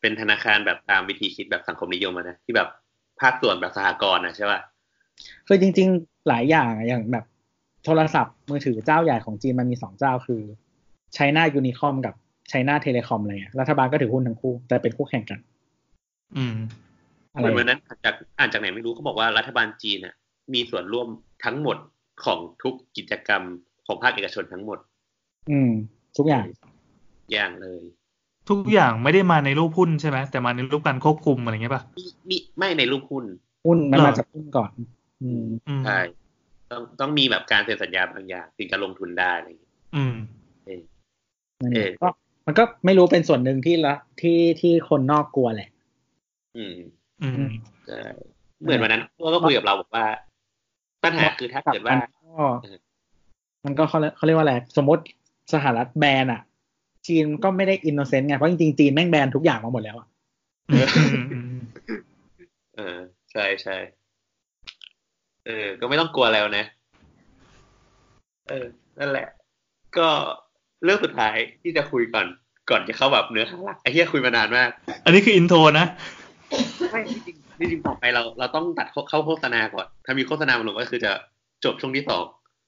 เป็นธนาคารแบบตามวิธีคิดแบบสังคมนิยมอะนะที่แบบภาคส่วนแบบสหกรณ์นะใช่ป่ะ คือจริงๆ หลายอย่างอะอย่างแบบโทรศัพท์มือถือเจ้าใหญ่ของจีนมันมีสองเจ้าคือ China Unicom กับ China Telecom อะไรเงี้ยรัฐบาลก็ถือหุ้นทั้งคู่ แต่เป็นคู่แข่งกัน อืม อะ เห ไร มือนวันนั้นอ่านจากอ่านจากไหนไม่รู้เขาบอกว่ารัฐบาลจีนอ่ะ มีส่วนร่วมทั้งหมดของทุกกิจกรรมของภาคเอกชนทั้งหมด อืม ทุกอย่าง อย่างเลย ทุกอย่างไม่ได้มาในรูปหุ้นใช่ไหมแต่มาในรูปการควบคุมอะไรเงี้ยป่ะ มีมีไม่ในรูปหุ้น หุ้นมัน เหรอ มาจากหุ้นก่อน อืม อืม ใช่ ต้องต้องมีแบบการเซ็นสัญญาบางอย่างถึงจะลงทุนได้อะไรอย่างเงี้ย อืม นั่น เอ เอ อ งก็มันก็ไม่รู้เป็นส่วนหนึ่งที่ละที่ที่คนนอกกลัวแหละ อืม อืม ใช่เหมือนวันนั้นเขาก็คุยกับเราบอกว่า ปัญหาคือถ้าเกิดว่า ก็มันก็เขาเรียกเขาเรียกว่าอะไร สมมติสหรัฐแบนอ่ะ จีนก็ไม่ได้อินโนเซนต์ไง เพราะจริงๆ จีนแม่งแบนทุกอย่างมาหมดแล้วอ่ะ อืมอืม เออ ใช่ใช่เออ ก็ไม่ต้องกลัวแล้วนะ เออ นั่นแหละ ก็เรื่องสุดท้ายที่จะคุยก่อน ก่อนจะเข้าแบบเนื้อหาหลักไอ้เหี้ยคุยมานานมาก อันนี้คืออินโทรนะ ไม่จริงๆจริงๆต่อไปเราเราต้องตัดเข้าเข้าโฆษณาก่อน ถ้ามีโฆษณามาลงก็คือจะจบช่วงที่สอง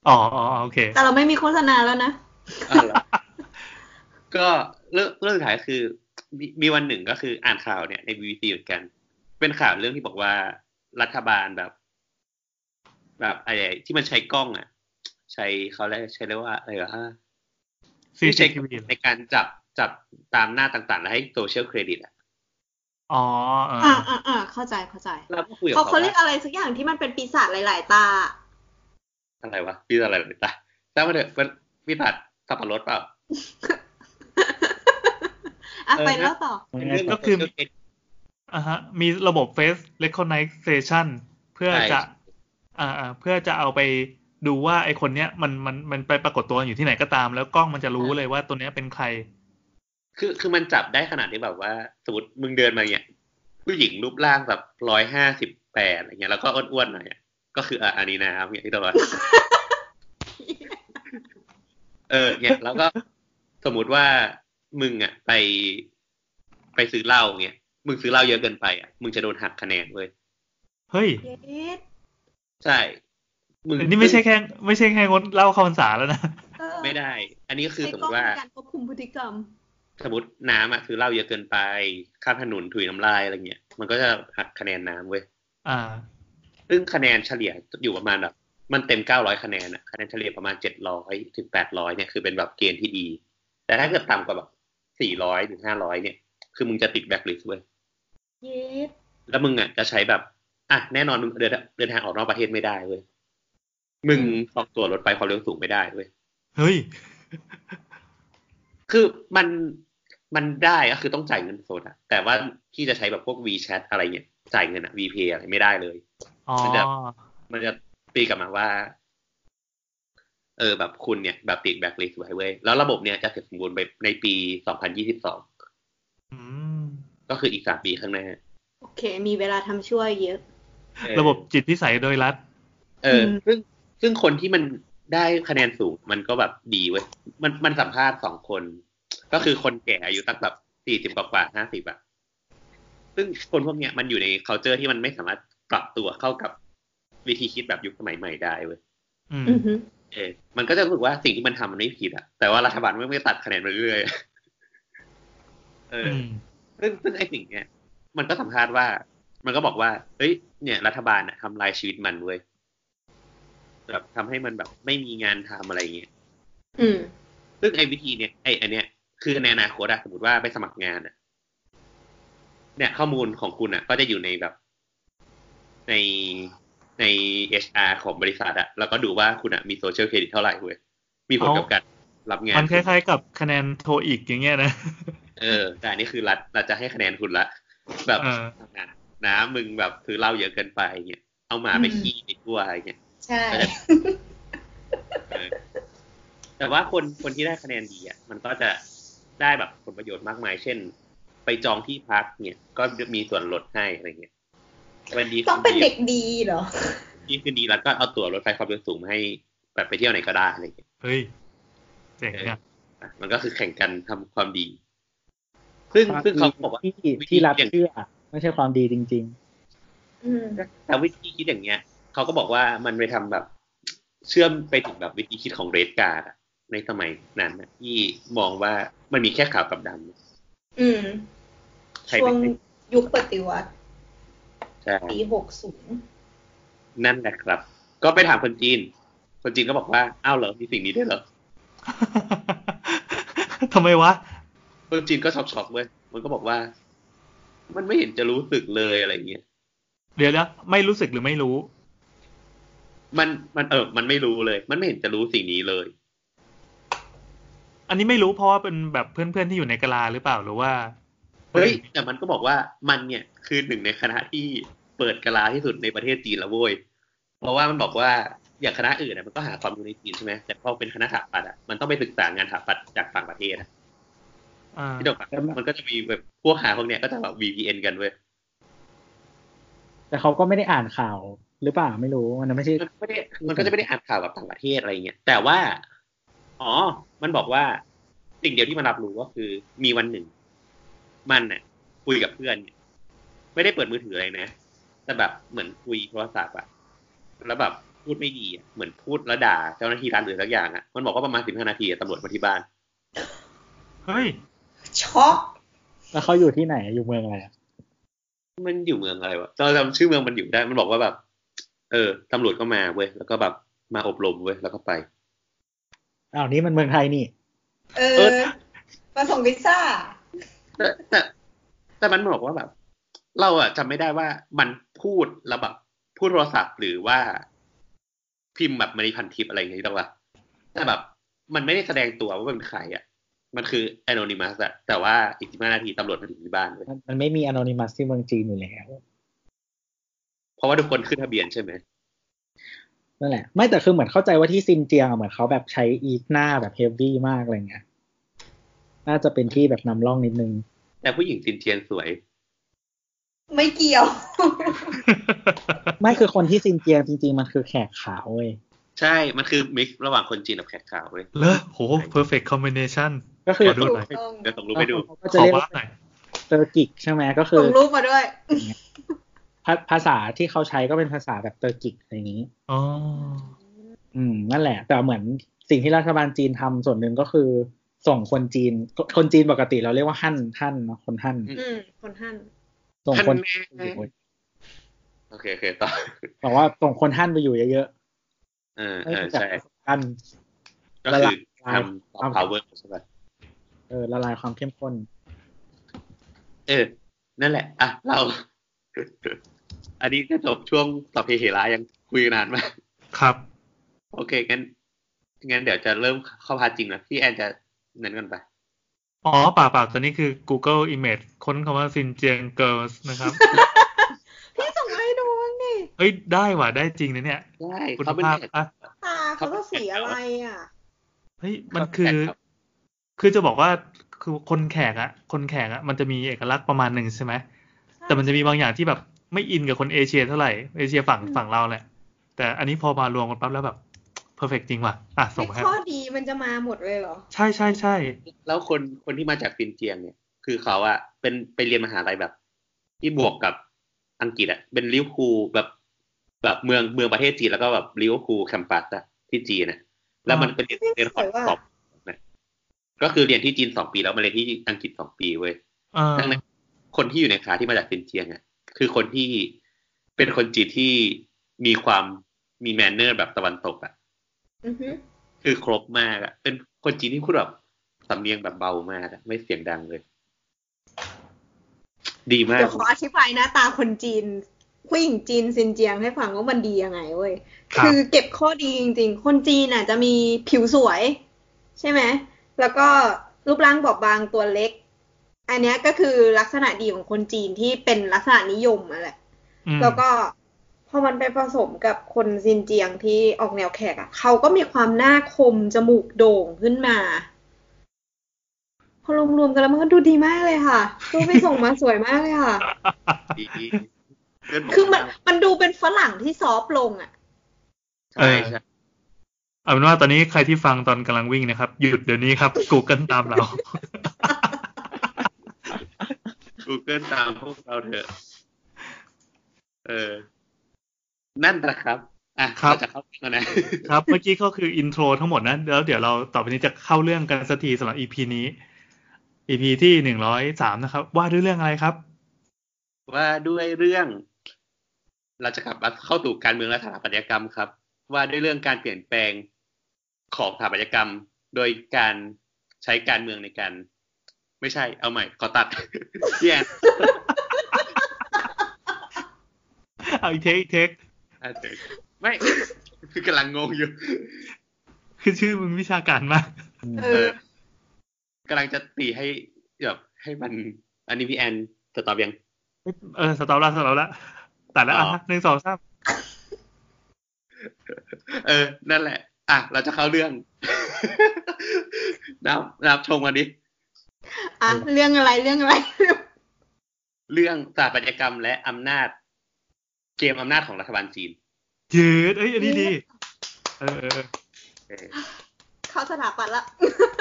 อ๋ออ๋อโอเค แต่เราไม่มีโฆษณาแล้วนะ เอาล่ะ <laughs> ก็เรื่องเรื่องสุดท้ายคือมีมีวันหนึ่งก็คืออ่านข่าวเนี่ยในบีบีซีเหมือนกัน เป็นข่าวเรื่องที่บอกว่ารัฐบาลแบบ แบบอะไรที่มันใช้กล้องอ่ะ ใช้เขาเรียกใช้เรียกว่าอะไรเหรอฮะ CCTV ในการจับจับตามหน้าต่างๆ แล้วให้โซเชียลเครดิตอ่ะ อ๋อเออ อ่าอ่าอ่าเข้าใจเข้าใจ แล้วก็คุยกับ เขา เขา เขาเรียก ว่า อะไรสักอย่างที่มันเป็นปีศาจหลาย ๆ ตา <laughs> อะไรวะพี่อะไรหรือตาทราบมาเถอะมันพี่ตัดสับปะรดเปล่า อ่ะ เออ ไปแล้วต่อ เป็นเรื่องขง social credit อ่ะฮะ มีระบบ face recognition เพื่อ ใช่ จะ อ่าอ่าเพื่อจะเอาไปดูว่าไอคนเนี้ยมันมันมันไปปรากฏตัวอยู่ที่ไหนก็ตาม แล้วกล้องมันจะรู้เลยว่าตัวเนี้ยเป็นใคร คือคือมันจับได้ขนาดที่แบบว่า สมมติมึงเดินมาเนี่ยผู้หญิงรูปร่างแบบร้อยห้าสิบแปดอะไรเงี้ยแล้วก็อ้วนๆหน่อยอะก็คืออ่ะอันนี้นะครับเนี่ยที่ตลอดเออเนี่ยแล้วก็สมมติว่ามึงอ่ะไปไปซื้อเหล้าเนี่ยมึงซื้อเหล้าเยอะเกินไปอ่ะมึงจะโดนหักคะแนนเว้ย เฮ้ย เยส ใช่ อันนี่ไม่ใช่แค่ไม่ใช่แค่งดเหล่าเข้าพรรษาแล้วนะ เออ ไม่ได้ อันนี้ก็คือ ใช้ สม ก ม ล้อง ติว่า ในการควบคุมพฤติกรรม สมมติน้ำอ่ะซื้อเหล้าเยอะเกินไปข้ามถนนถุยน้ำลายอะไรเงี้ยมันก็จะหักคะแนนน้ำเว้ย อ่า ซึ่งคะแนนเฉลี่ยอยู่ประมาณแบบมันเต็ม 900 คะแนนอะคะแนนเฉลี่ยประมาณ 700 ถึง 800 เนี่ยคือเป็นแบบเกณฑ์ที่ดี แต่ถ้าเกิดต่ำกว่าแบบ 400 ถึง 500 เนี่ย คือมึงจะติดแบ็คลิสต์เว้ย เยส แล้วมึงอ่ะจะใช้แบบ อ่ะ แน่นอนมึงเดินเดินทางออกนอกประเทศไม่ได้เว้ย มึงออกตัวรถไฟความเร็วสูงไม่ได้เว้ย เฮ้ย คือมันมันได้ก็คือต้องจ่ายเงินสดอะแต่ว่าที่จะใช้แบบพวก WeChat อะไรเนี่ยจ่ายเงินอะ VPay อะไรไม่ได้เลย อ๋อ มันจะ มันจะตีกลับมาว่า เออแบบคุณเนี่ยแบบติดแบ็คลิสต์ไว้เว้ย แล้วระบบเนี่ยจะเสร็จสมบูรณ์ไปในปี 2022 อืม ก็คืออีกสามปีข้างหน้า โอเค มีเวลาทำชั่วเยอะ เออ ระบบจิตพิสัยโดยรัฐ เออ อืม ซึ่งซึ่งคนที่มันได้คะแนนสูงมันก็แบบดีเว้ย มันมันสัมภาษณ์สองคน ก็คือคนแก่อายุตั้งแบบสี่สิบกว่าห้าสิบอะซึ่งคนพวกเนี้ยมันอยู่ใน c u l t u r e ที่มันไม่สามารถปรับตัวเข้ากับวิธีคิดแบบยุคสมัยใหม่ได้เว้ย อืม อือฮึ เออมันก็จะรู้สึกว่าสิ่งที่มันทำมันไม่ผิดอะแต่ว่ารัฐบาลไม่ไม่ตัดคะแนน <laughs> ไปเรื่อยๆเออ อื อ ม ซึ่งซึ่งไอ้สิ่งเนี้ยมันก็สัมภาษณ์ว่า มันก็บอกว่า เฮ้ย เนี่ยรัฐบาลอะทำลายชีวิตมันเว้ย แบบทำให้มันแบบไม่มีงานทำอะไรอย่างเงี้ย อืม ซึ่งไอ้วิธีเนี้ยไอ้อันเนี้ย คือในอนาคตอะสมมติว่าไปสมัครงานอะเนี่ยข้อมูลของคุณอะก็จะอยู่ในแบบ ในในเอชอาของบริษัทอะแล้วก็ดูว่าคุณอะมีโซเชียลเครดิตเท่าไหร่เว้ยมีผลกับ เอ้า การรับงาน มันคล้ายๆกับคะแนนโทอีกอย่างเงี้ยนะ <laughs> เออ แต่อันนี้คือรัฐเราจะให้คะแนนคุณละ แบบ เออ นะนะมึงแบบถือเหล้าเยอะเกินไปเงี้ยเอาหมาไป อืม ขี้ไปทั่วอะไรเงี้ย ใช่ ก็จะ เออแต่ว่าคนคนที่ได้คะแนนดีอ่ะมันก็จะได้แบบผลประโยชน์มากมาย เช่น ไปจองที่พักเนี่ย ก็มีส่วนลดให้อะไรเงี้ยวันดี ต้องเป็นเด็กดีเหรอ ดีคืนดีแล้วก็เอาตั๋วรถไฟความเร็วสูงมาให้แบบไปเที่ยวไหนก็ได้อะไรเงี้ย เฮ้ย เจ๋งอะ อ่ะมันก็คือแข่งกันทำความดี ซึ่งซึ่งเขาบอกว่า ที่ที่รับเชื่อ ไม่ใช่ความดีจริง อืม แต่วิธีคิดอย่างเงี้ยเขาก็บอกว่ามันไปทำแบบ เชื่อมไปถึงแบบวิธีคิดของเรดการ์ดในสมัยนั้นน่ะที่มองว่ามันมีแค่ขาวกับด อืม ำใคร ช่ว ไม่ ง ใช่ ยุคปฏิวัติ ใช่ ปีหกศูนย์ นั่นแหละครับ ก็ไปถามคนจีน คนจีนก็บอกว่าอ้าวเหรอมีสิ่งนี้ด้วยเหรอ <laughs> ทำไมวะ คนจีนก็ช็อกๆเว้ยมันก็บอกว่า มันไม่เห็นจะรู้สึกเลยอะไรอย่างเงี้ย เดี๋ยวนะไม่รู้สึกหรือไม่รู้ มันมันเออมันไม่รู้เลย มันไม่เห็นจะรู้สิ่งนี้เลย อันนี้ไม่รู้เพราะว่าเป็นแบบเพื่อนๆที่อยู่ในกะลาหรือเปล่าหรือว่า เฮ้ยแต่มันก็บอกว่ามันเนี่ยคือหนึ่งในคณะที่เปิดกะลาที่สุดในประเทศจีนแล้วเว้ยเพราะว่ามันบอกว่าอย่างคณะอื่นนะมันก็หาความรู้ในจีนใช่ไหมแต่พอเป็นคณะสถาปัตย์อ่ะมันต้องไปศึกษางานสถาปัตย์จากต่างประเทศอะ อ่า ที่ดอกอะมันก็จะมีแบบพวกหาพวกเนี้ยก็จะแบบ VPN กันเว้ย แต่เขาก็ไม่ได้อ่านข่าวหรือเปล่าไม่รู้มันไม่ใช่ มันก็ไม่ได้มันก็จะไม่ได้อ่านข่าวกับต่างประเทศอะไรเงี้ยแต่ว่าอ๋อ มันบอกว่าสิ่งเดียวที่มันรับรู้ก็คือมีวันหนึ่ง มันน่ะ คุยกับเพื่อนเนี่ยไม่ได้เปิดมือถืออะไรนะแต่แบบเหมือนคุยโทรศัพท์อะแล้วแบบพูดไม่ดีอะเหมือนพูดแล้วด่าเจ้าหน้าที่รัฐหรือสักอย่างอะมันบอกว่าประมาณสิบห้านาทีอะตำรวจมาที่บ้าน เฮ้ย <laughs> ช็อก แล้วเขาอยู่ที่ไหนอยู่เมืองอะไรอะ มันอยู่เมืองอะไรวะเราจำชื่อเมืองมันอยู่ได้ มันบอกว่าแบบ เออตำรวจก็มาเว้ย แล้วก็แบบมาอบรมเว้ย แล้วก็ไป อ้าวนี่มันเมืองไทยนี่ เอ เอ อ อ ประสงค์พิซซ่า แต่แต่แต่มันบอกว่าแบบ เราอะจำไม่ได้ว่ามันพูดแล้วแบบพูดโทรศัพท์หรือว่าพิมพ์แบบมณีพันทิปอะไรอย่างเงี้ยหรอวะแต่แบบ มันไม่ได้แสดงตัวว่าเป็นใครอะมันคือ anonymous อะแต่ว่าอีกสิบห้านาทีตำรวจมาถึงที่บ้านเว้ย มันมันไม่มีอนอนิมัสที่เมืองจีนอยู่แล้ว เพราะว่าทุกคนขึ้นทะเบียนใช่ไหม นั่นแหละ ไม่แต่คือเหมือนเข้าใจว่าที่ซินเจียงอะเหมือนเขาแบบใช้อีทหน้าแบบเฮฟวี่มากอะไรเงี้ยน่าจะเป็นที่แบบนำร่องนิดนึง แต่ผู้หญิงซินเทียนสวย ไม่เกี่ยว ไม่คือคนที่ซินเจียงจริงๆ มันคือแขกขาวเว้ย ใช่ มันคือมิกซ์ระหว่างคนจีนกับแขกขาวเว้ย เลอโห perfect combination ก็คือ ขอดู ถูก หน่อย ต้อง เดี๋ยวส่งรูปไปดู เขาก็ ข จะ อ เรียก ว่า ว่า หน่อย เตอร์กิกใช่ไหมก็คือ ส่งรูปมาด้วย ภาภาษาที่เขาใช้ก็เป็นภาษาแบบเตอร์กิกอะไรอย่างนี้ อ๋อ อืมนั่นแหละ แต่เหมือนสิ่งที่รัฐบาลจีนทำส่วนหนึ่งก็คือส่งคนจีน คนจีนปกติเราเรียกว่าฮั่นท่านเนอะคนฮั่น อืมคนท่าน ส่งคน ฮั่นแน่ โอเค โอเค ต่อ บอกว่าส่งคนฮั่นไปอยู่เยอะ เออ ๆ เออ แบบ ใช่ กัน ก็คือทำ ละลาย ทำ power ใช่ปะ เออละลายความเข้มข้น เออ นั่นแหละ อ่ะ เรา <laughs> อันนี้ก็จบช่วงต่อเพเหระยังคุยนานมาก <laughs> ครับ โอเค งั้น งั้นเดี๋ยวจะเริ่มเข้าพาร์ทจริงนะพี่แอนจะนั้นกันไป อ๋อเปล่าเปล่าตอนนี้คือ Google Image ค้นคำว่าซินเจียง girls นะครับ พี่ส่งมาให้ดูบ้างดิ เฮ้ย ได้ว่ะ ได้จริงนะเนี่ย ได้ คุณ เขาเป็น ภาพ แขก อ่ะ ตาเขาก็สีอะไรอ่ะ เฮ้ย มันคือ ครับ คือจะบอกว่า คือคนแขกอะคนแขกอะมันจะมีเอกลักษณ์ประมาณหนึ่งใช่ไหม แต่มันจะมีบางอย่างที่แบบไม่อินกับคนเอเชียเท่าไหร่ เอเชียฝั่ง อืม ฝั่งเราแหละ แต่อันนี้พอมารวมกันปั๊บแล้วแบบ perfect จริงว่ะ อ่ะ ส่ ไม่ งมาให้ ข้อดีมันจะมาหมดเลยเหรอ ใช่ใช่ใช่ แล้วคน คนที่มาจากฟินเจียงเนี่ย คือเขาอะเป็นไปเรียนมหาลัยแบบ ที่บวกกับอังกฤษอะเป็นลิเวอร์พูลแบบ แบบเมือง เมืองประเทศจีนแล้วก็แบบลิเวอร์พูลแคมปัสอะที่จีนนะแล้วมันเป็นเรียนเรียนขอ สวยว่ะ สอบนะก็คือเรียนที่จีนสองปีแล้วมาเรียนที่อังกฤษสองปีเว้ย อ่า ดังนั้นคนที่อยู่ในคลาสที่มาจากฟินเจียงอ่ะคือคนที่เป็นคนจีนที่มีความมีแมนเนอร์แบบตะวันตกอ่ะ อือฮึ คือครบมากอ่ะเป็นคนจีนที่พูดแบบสำเนียงแบบเบามากอะไม่เสียงดังเลย ดีมาก เดี๋ยวขออธิบายหน้าตาคนจีนผู้หญิงจีนซินเจียงให้ฟังว่ามันดียังไงเว้ย รับ คือเก็บข้อดีจริงๆ คนจีนน่ะจะมีผิวสวย ใช่ไหม แล้วก็รูปร่างบอบบางตัวเล็ก อันเนี้ยก็คือลักษณะดีของคนจีนที่เป็นลักษณะนิยมอะแหละ ม แล้วก็พอมันไปผสมกับคนซินเจียงที่ออกแนวแขกอะเขาก็มีความหน้าคมจมูกโด่งขึ้นมา พอรวมๆกันแล้วมันก็ดูดีมากเลยค่ะรูปไปส่งมาสวยมากเลยค่ะ ดีเพื่อนผม คือมันมันดูเป็นฝรั่งที่ซอฟต์ลงอะ ใช่ใช่ เอาเป็นว่าตอนนี้ใครที่ฟังตอนกำลังวิ่งนะครับ หยุดเดี๋ยวนี้ครับ Google ตามเรา กูเกิลตามพวกเราเถอะเออ นั่นแหละครับ อ่ะ ครับ เาจะเข้าเรื่องแล้วนะ ครับ เมื่อกี้ก็คืออินโทรทั้งหมดนะ แล้วเดี๋ยวเราต่อไปนี้จะเข้าเรื่องกันสักทีสำหรับ EP นี้ EP ที่หนึ่งร้อยสามนะครับ ว่าด้วยเรื่องอะไรครับ ว่าด้วยเรื่อง เราจะกลับมาเข้าสู่การเมืองและสถาปัตยกรรมครับ ว่าด้วยเรื่องการเปลี่ยนแปลงของสถาปัตยกรรม โดยการใช้การเมืองในการ ไม่ใช่เอาใหม่ขอตัด <laughs> แย่ เอาอีกเทคอีกเทค อาจจะไม่ คือกำลังงงอยู่ คือชื่อมึงวิชาการมาก เอ เอ อ อกำลังจะตีให้แบบให้มัน อันนี้พี่แอนจะตอบยัง เออสต็อปละสต็อปละตัดแล้วอ่ะ อ๋อ หนึ่งสองสาม เออ นั่นแหละ อ่ะ เราจะเข้าเรื่อง <laughs> นับนับชงวันนี้ อ่ะเรื่องอะไรเรื่องอะไร <laughs> เรื่องสถาปัตยกรรมและอำนาจ เกมอำนาจของรัฐบาลจีน ยืดเอ้ยอันนี้ดีเออเออเออ เออ เข้าสถาปัตย์ละ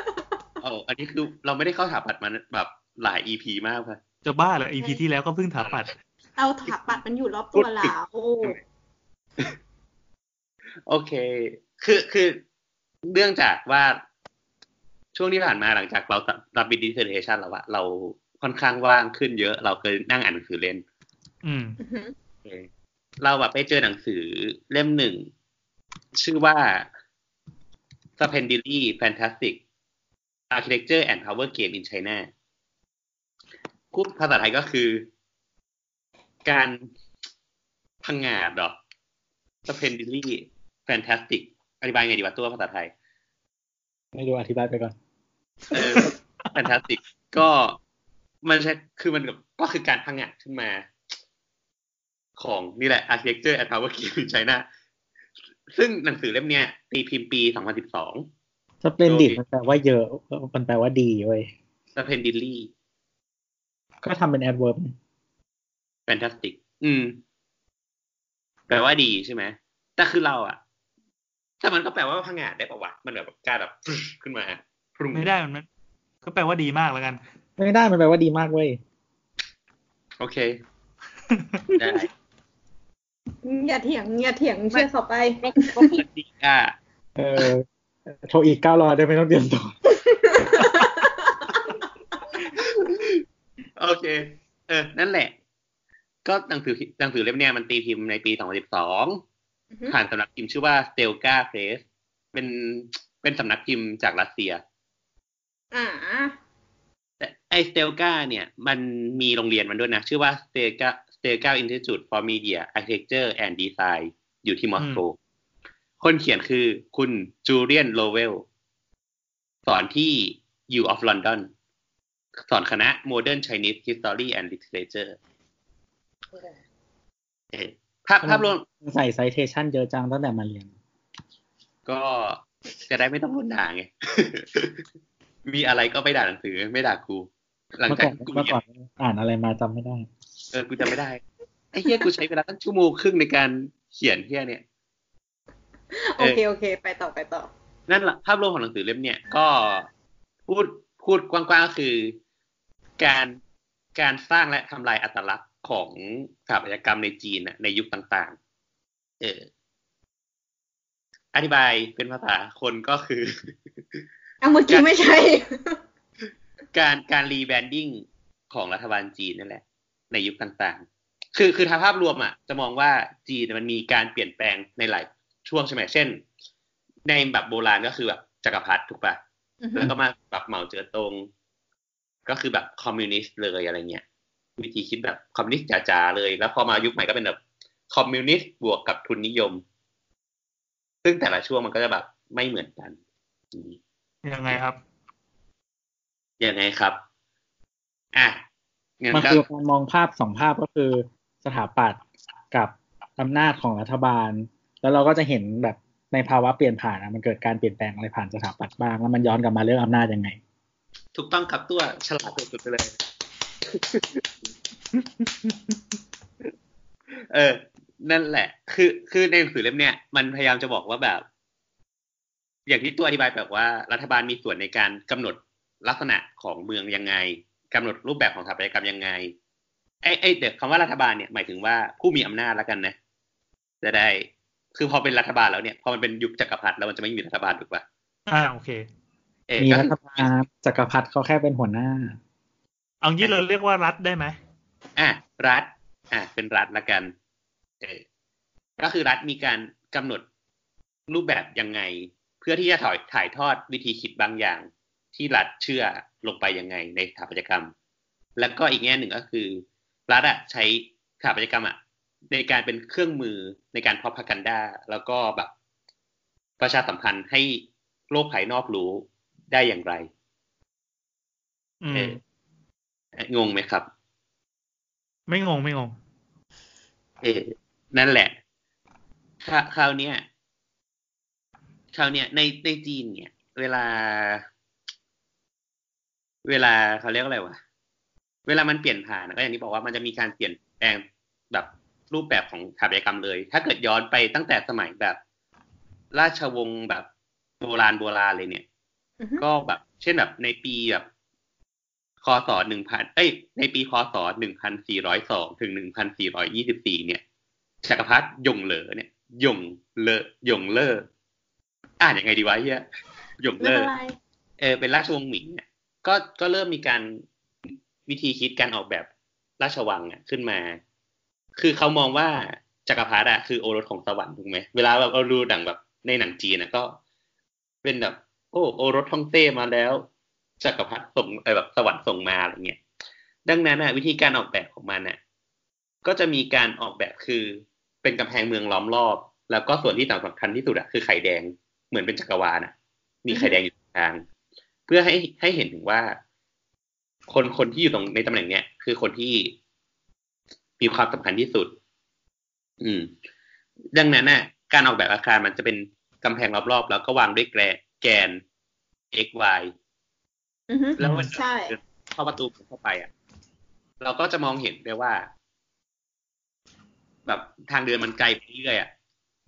<laughs> เอาอันนี้คือเราไม่ได้เข้าสถาปัตย์มาแบบหลายอีพีมากค่ะ จะบ้าเหรออีพีที่แล้วก็เพิ่งถาปัด เอาสถาปัตย์มันอยู่รอบตัวเราโอ้ โอเค คือคือเรื่องจากว่าช่วงที่ผ่านมาหลังจากเรารับบิดดิเทอร์เทชันแล้วอะเราค่อนข้างว่างขึ้นเยอะ เราเคยนั่งอ่านหนังสือเล่น อืม อื้อหือ เราแบบไปเจอหนังสือเล่มหนึ่ง ชื่อว่า s p e n d i l y Fantastic Architecture and Power Game in China พูดภาษาไทยก็คือ การพังงาดเหรอ s p e n d i l y Fantastic อธิบายไงดีวะตัวภาษาไทย ไม่รู้อธิบายไปก่อน เออ Fantastic ก็มันใช่คือมันแบบก็คือการพังงะขึ้นมา ของนี่แหละ Architecture and Power Game in China ซึ่งหนังสือเล่มเนี้ยตีพิมพ์ปี 2012 สเปนดิดมันแปลว่าเยอะมันแปลว่าดีเว้ย s p e n d i l y ก็ทำเป็นแอดเวิร์บ Fantastic อืม แปลว่าดีใช่ไหม แต่คือเราอะแต่มันก็แปลว่าพังงะได้ปะวะ มันแบบการแบบ ขึ้นมา ไม่ได้มันมันก็แปลว่าดีมากแล้วกัน ไม่ได้มันแปลว่าดีมากเว้ย โอ <laughs> เค ได้ อย่าเถียงอย่าเถียงเชื่อเขาไป ก็เปิดดีอ่ะ เออโทรอีกเก้าร้อยได้ไม่ต้องเตรียมตัว โอเค เออ นั่นแหละ ก็หนังสือหนังสือเล่มเนี้ยมันตีพิมพ์ในปี 2012 ผ่านสำนักพิมพ์ชื่อว่า Stelka Press เป็นเป็นสำนักพิมพ์จากรัสเซีย อ่า แต่ไอ Stelka เนี่ย มันมีโรงเรียนมันด้วยนะ ชื่อว่า Stelka Stelka Institute for Media Architecture and Design อยู่ที่มอสโก คนเขียนคือคุณจูเลียนโลเวล สอนที่ U of London สอนคณะ Modern Chinese History and Literature เอ่อภาพภาพรวม ใส่ไซเทชันเยอะจังตั้งแต่มาเรียน ก็จะได้ไม่ต้องโดนด่าไง <laughs> มีอะไรก็ไปด่าหนังสือไม่ด่ากู หลัง เมื่อ จาก ก่อน กู เมื่อ เรีย ก่อน นอ่านอะไรมาจำไม่ได้ เออกูจะไม่ได้ ไอ้เฮียกูใช้เวลาตั้งชั่วโมงครึ่งในการเขียนเฮียเนี่ย โอเค โอเค ไปต่อไปต่อ นั่นแหละภาพรวมของหนังสือเล่มเนี่ยก็พูดพูดกว้างๆก็คือ การการสร้างและทำลายอัตลักษณ์ของสถาปัตยกรรมในจีนน่ะในยุคต่างๆ เออ อธิบายเป็นภาษาคนก็คือ เอาเมื่อกี้ไม่ใช่ การการรีแบรนดิ้งของรัฐบาลจีนนั่นแหละ ในยุคต่างๆ คือคือถ้าภาพรวมอ่ะ จะมองว่าจีนมันมีการเปลี่ยนแปลงในหลายช่วงใช่ไหมเช่น ในแบบโบราณก็คือแบบจักรพรรดิถูกปะ อือหื แล้ อ วก็มาแบบเหมาเจ๋อตง ก็คือแบบคอมมิวนิสต์เลยอะไรเงี้ย วิธีคิดแบบคอมมิวนิสต์จ๋าๆเลย แล้วพอมายุคใหม่ก็เป็นแบบคอมมิวนิสต์บวกกับทุนนิยม ซึ่งแต่ละช่วงมันก็จะแบบไม่เหมือนกัน ยังไงครับ ยังไงครับ อ่ะงั้น มัน ก็ คือการมองภาพสองภาพก็คือสถาปัตย์กับอำนาจของรัฐบาล แล้วเราก็จะเห็นแบบในภาวะเปลี่ยนผ่านอะมันเกิดการเปลี่ยนแปลงอะไรผ่านสถาปัตย์บ้างแล้วมันย้อนกลับมาเรื่องอำนาจยังไง ถูกต้องครับตัวฉลาดสุดๆไปเลย <laughs> เออ นั่นแหละ คือ คือในหนังสือเล่มเนี้ยมันพยายามจะบอกว่าแบบ อย่างที่ตัวอธิบายแบบว่ารัฐบาลมีส่วนในการกำหนดลักษณะของเมืองยังไงกำหนดรูปแบบของสถาปัตยกรรมยังไง ไอ้ไอ้เดี๋ยวคำว่ารัฐบาลเนี่ยหมายถึงว่าผู้มีอำนาจแล้วกันนะ จะได้ คือพอเป็นรัฐบาลแล้วเนี่ย พอมันเป็นยุคจักรพรรดิแล้วมันจะไม่มีรัฐบาลถูกปะ อ่าโอเค เออ มี ก็ รั คือ ฐบาลจักรพรรดิเขาแค่เป็นหัวหน้า เอางี้เราเรียกว่ารัฐได้ไหม อ่ะรัฐ อ่ะเป็นรัฐละกัน เออก็คือรัฐมีการกำหนดรูปแบบยังไง เพื่อที่จะถ่ายถ่ายทอดวิธีคิดบางอย่าง ที่รัฐเชื่อลงไปยังไงในสถาปัตยกรรม แล้วก็อีกแง่หนึ่งก็คือ รัฐอะใช้สถาปัตยกรรมอะในการเป็นเครื่องมือในการพอพักันดาแล้วก็แบบประชาสัมพันธ์ให้โลกภายนอกรู้ได้อย่างไร อืม เออ งงไหมครับ ไม่งงไม่งง เออ นั่นแหละคราคราวเนี้ยคราวเนี้ยในในจีนเนี่ย เวลา เวลาเขาเรียกอะไรวะ เวลามันเปลี่ยนผ่านอะก็อย่างที่บอกว่ามันจะมีการเปลี่ยนแปลงแบบรูปแบบของสถาปัตยกรรมเลย ถ้าเกิดย้อนไปตั้งแต่สมัยแบบ ราชวงศ์แบบโบราณโบราณเลยเนี่ย อือฮึ ก็แบบ เช่นแบบในปีแบบคศหนึ่งพันเอ้ย ในปีคศหนึ่งพันสี่ร้อยสองถึงหนึ่งพันสี่ร้อยี่สิบสี่เนี่ยจักรพรรดิยงเหลอเนี่ยยงเลอยงเลออ่านยังไงดีวะเฮียยง ไม่ เล เป็ อ นไร เออเป็นราชวงศ์หมิงเนี่ยก็ก็เริ่มมีการวิธีคิดการออกแบบราชวังอ่ะขึ้นมา คือเขามองว่าจักรพรรดิอะคือโอรสของสวรรค์ถูกไหมเวลาแบบเราดูดังแบบในหนังจีนนะก็ เป็นแบบ โอ้โอรสท่องเต้มาแล้วจักรพรรดิส่งเออแบบสวรรค์ส่งมาอะไรเงี้ยดังนั้นอ่ะวิธีการออกแบบของมันอ่ะก็จะมีการออกแบบคือเป็นกำแพงเมืองล้อมรอบ แล้วก็ส่วนที่สำคัญที่สุดอ่ะคือไข่แดงเหมือนเป็นจักรวาลอ่ะ มีไข่แดงอยู่ตรงกลาง เพื่อให้ให้เห็นถึงว่า คนคนที่อยู่ตรงในตำแหน่งเนี้ยคือคนที่มีความสำคัญที่สุด อืม ดังนั้นน่ะ การออกแบบอาคารมันจะเป็นกำแพงรอบๆ แล้วก็วางด้วยแกรแกน x y อือฮึ แล้วมัน ใช่ เข้าประตูเข้าไปอ่ะ เราก็จะมองเห็นได้ว่า แบบทางเดินมันไกลไปเรื่อยอ่ะ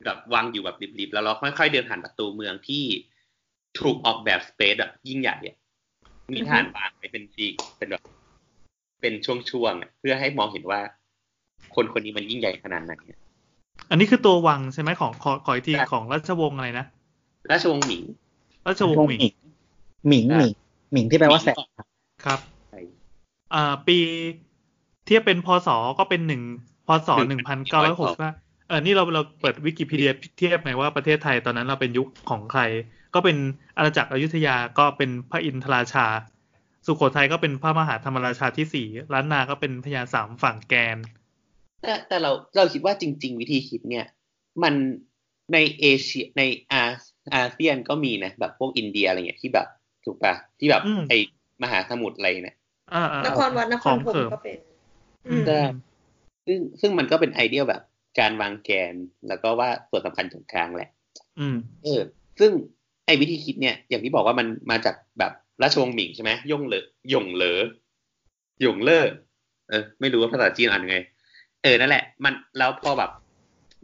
แบบวางอยู่แบบริบๆ แล้วเราค่อยๆเดินผ่านประตูเมืองที่ถูกออกแบบสเปซแบบยิ่งใหญ่อ่ะมีฐานวางไปเป็นปีกเป็นแบบเป็นช่วงๆอะเพื่อให้มองเห็นว่า คนคนนี้มันยิ่งใหญ่ขนาดไหนอะ อันนี้คือตัววังใช่ไหมของขอขออีกที ใช่ ของราชวงศ์อะไรนะ ราชวงศ์หมิง ราชวงศ์หมิง หมิงหมิงหมิงที่แปลว่า หมิ แส ง งครับ ครับ ใช่ อ่าปีเทียบเป็นพศก็เป็นหนึ่งพศ ห ห นึ่ นึ่ ง ง พั พั น น เก้าร้เก้าร้ อหกอย ยหก สิบ เออนี่เราเราเปิดวิกิพีเดียเทียบไงว่าประเทศไทยตอนนั้นเราเป็นยุคของใคร ก็เป็นอาณาจักรอยุธยาก็เป็นพระอินทราชา สุโขทัยก็เป็นพระมหาธรรมราชาที่สี่ล้านนาก็เป็นพญาสามฝั่งแกน แต่แต่เราเราคิดว่าจริง ๆ วิธีคิดเนี่ย มันในเอเชียในอาอาเซียนก็มีนะแบบพวกอินเดียอะไรเงี้ยที่แบบถูกปะที่แบบ อืม ไอมหาสมุทรอะไรเนี่ย อ่าอ่า นครวัดนครผม ของเสริม ก็เป็น อืม ได้ ซึ่งซึ่งมันก็เป็นไอเดียแบบการวางแกนแล้วก็ว่าส่วนสำคัญตรงกลางแหละ อืม เออ ซึ่งไอวิธีคิดเนี่ย อย่างที่บอกว่ามันมาจากแบบราชวงศ์หมิงใช่ไหมย่งเหลอยงเหลอยงเลอเออ ไม่รู้ว่าภาษาจีนอ่านยังไง เออนั่นแหละ มันแล้วพอแบบ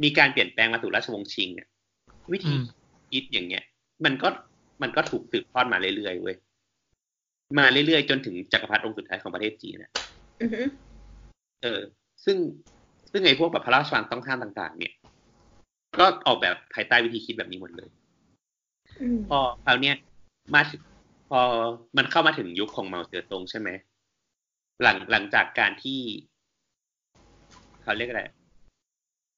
มีการเปลี่ยนแปลงมาสู่ราชวงศ์ชิงเนี่ยวิธี อืม คิดอย่างเงี้ย มันก็มันก็ถูกสืบทอดมาเรื่อยๆเว้ยมาเรื่อยๆจนถึงจักรพรรดิองค์สุดท้ายของประเทศจีนนะ อือหือ เออ ซึ่งซึ่งไอ้พวกแบบพระราชวังต้องห้ามต่าง ๆ เนี่ย ก็ออกแบบภายใต้วิธีคิดแบบนี้หมดเลย อืม พอคราวเนี้ยมาถึงพอมันเข้ามาถึงยุคของเหมาเจ๋อตงใช่ไหมหลังหลังจากการที่ เขาเรียกอะไร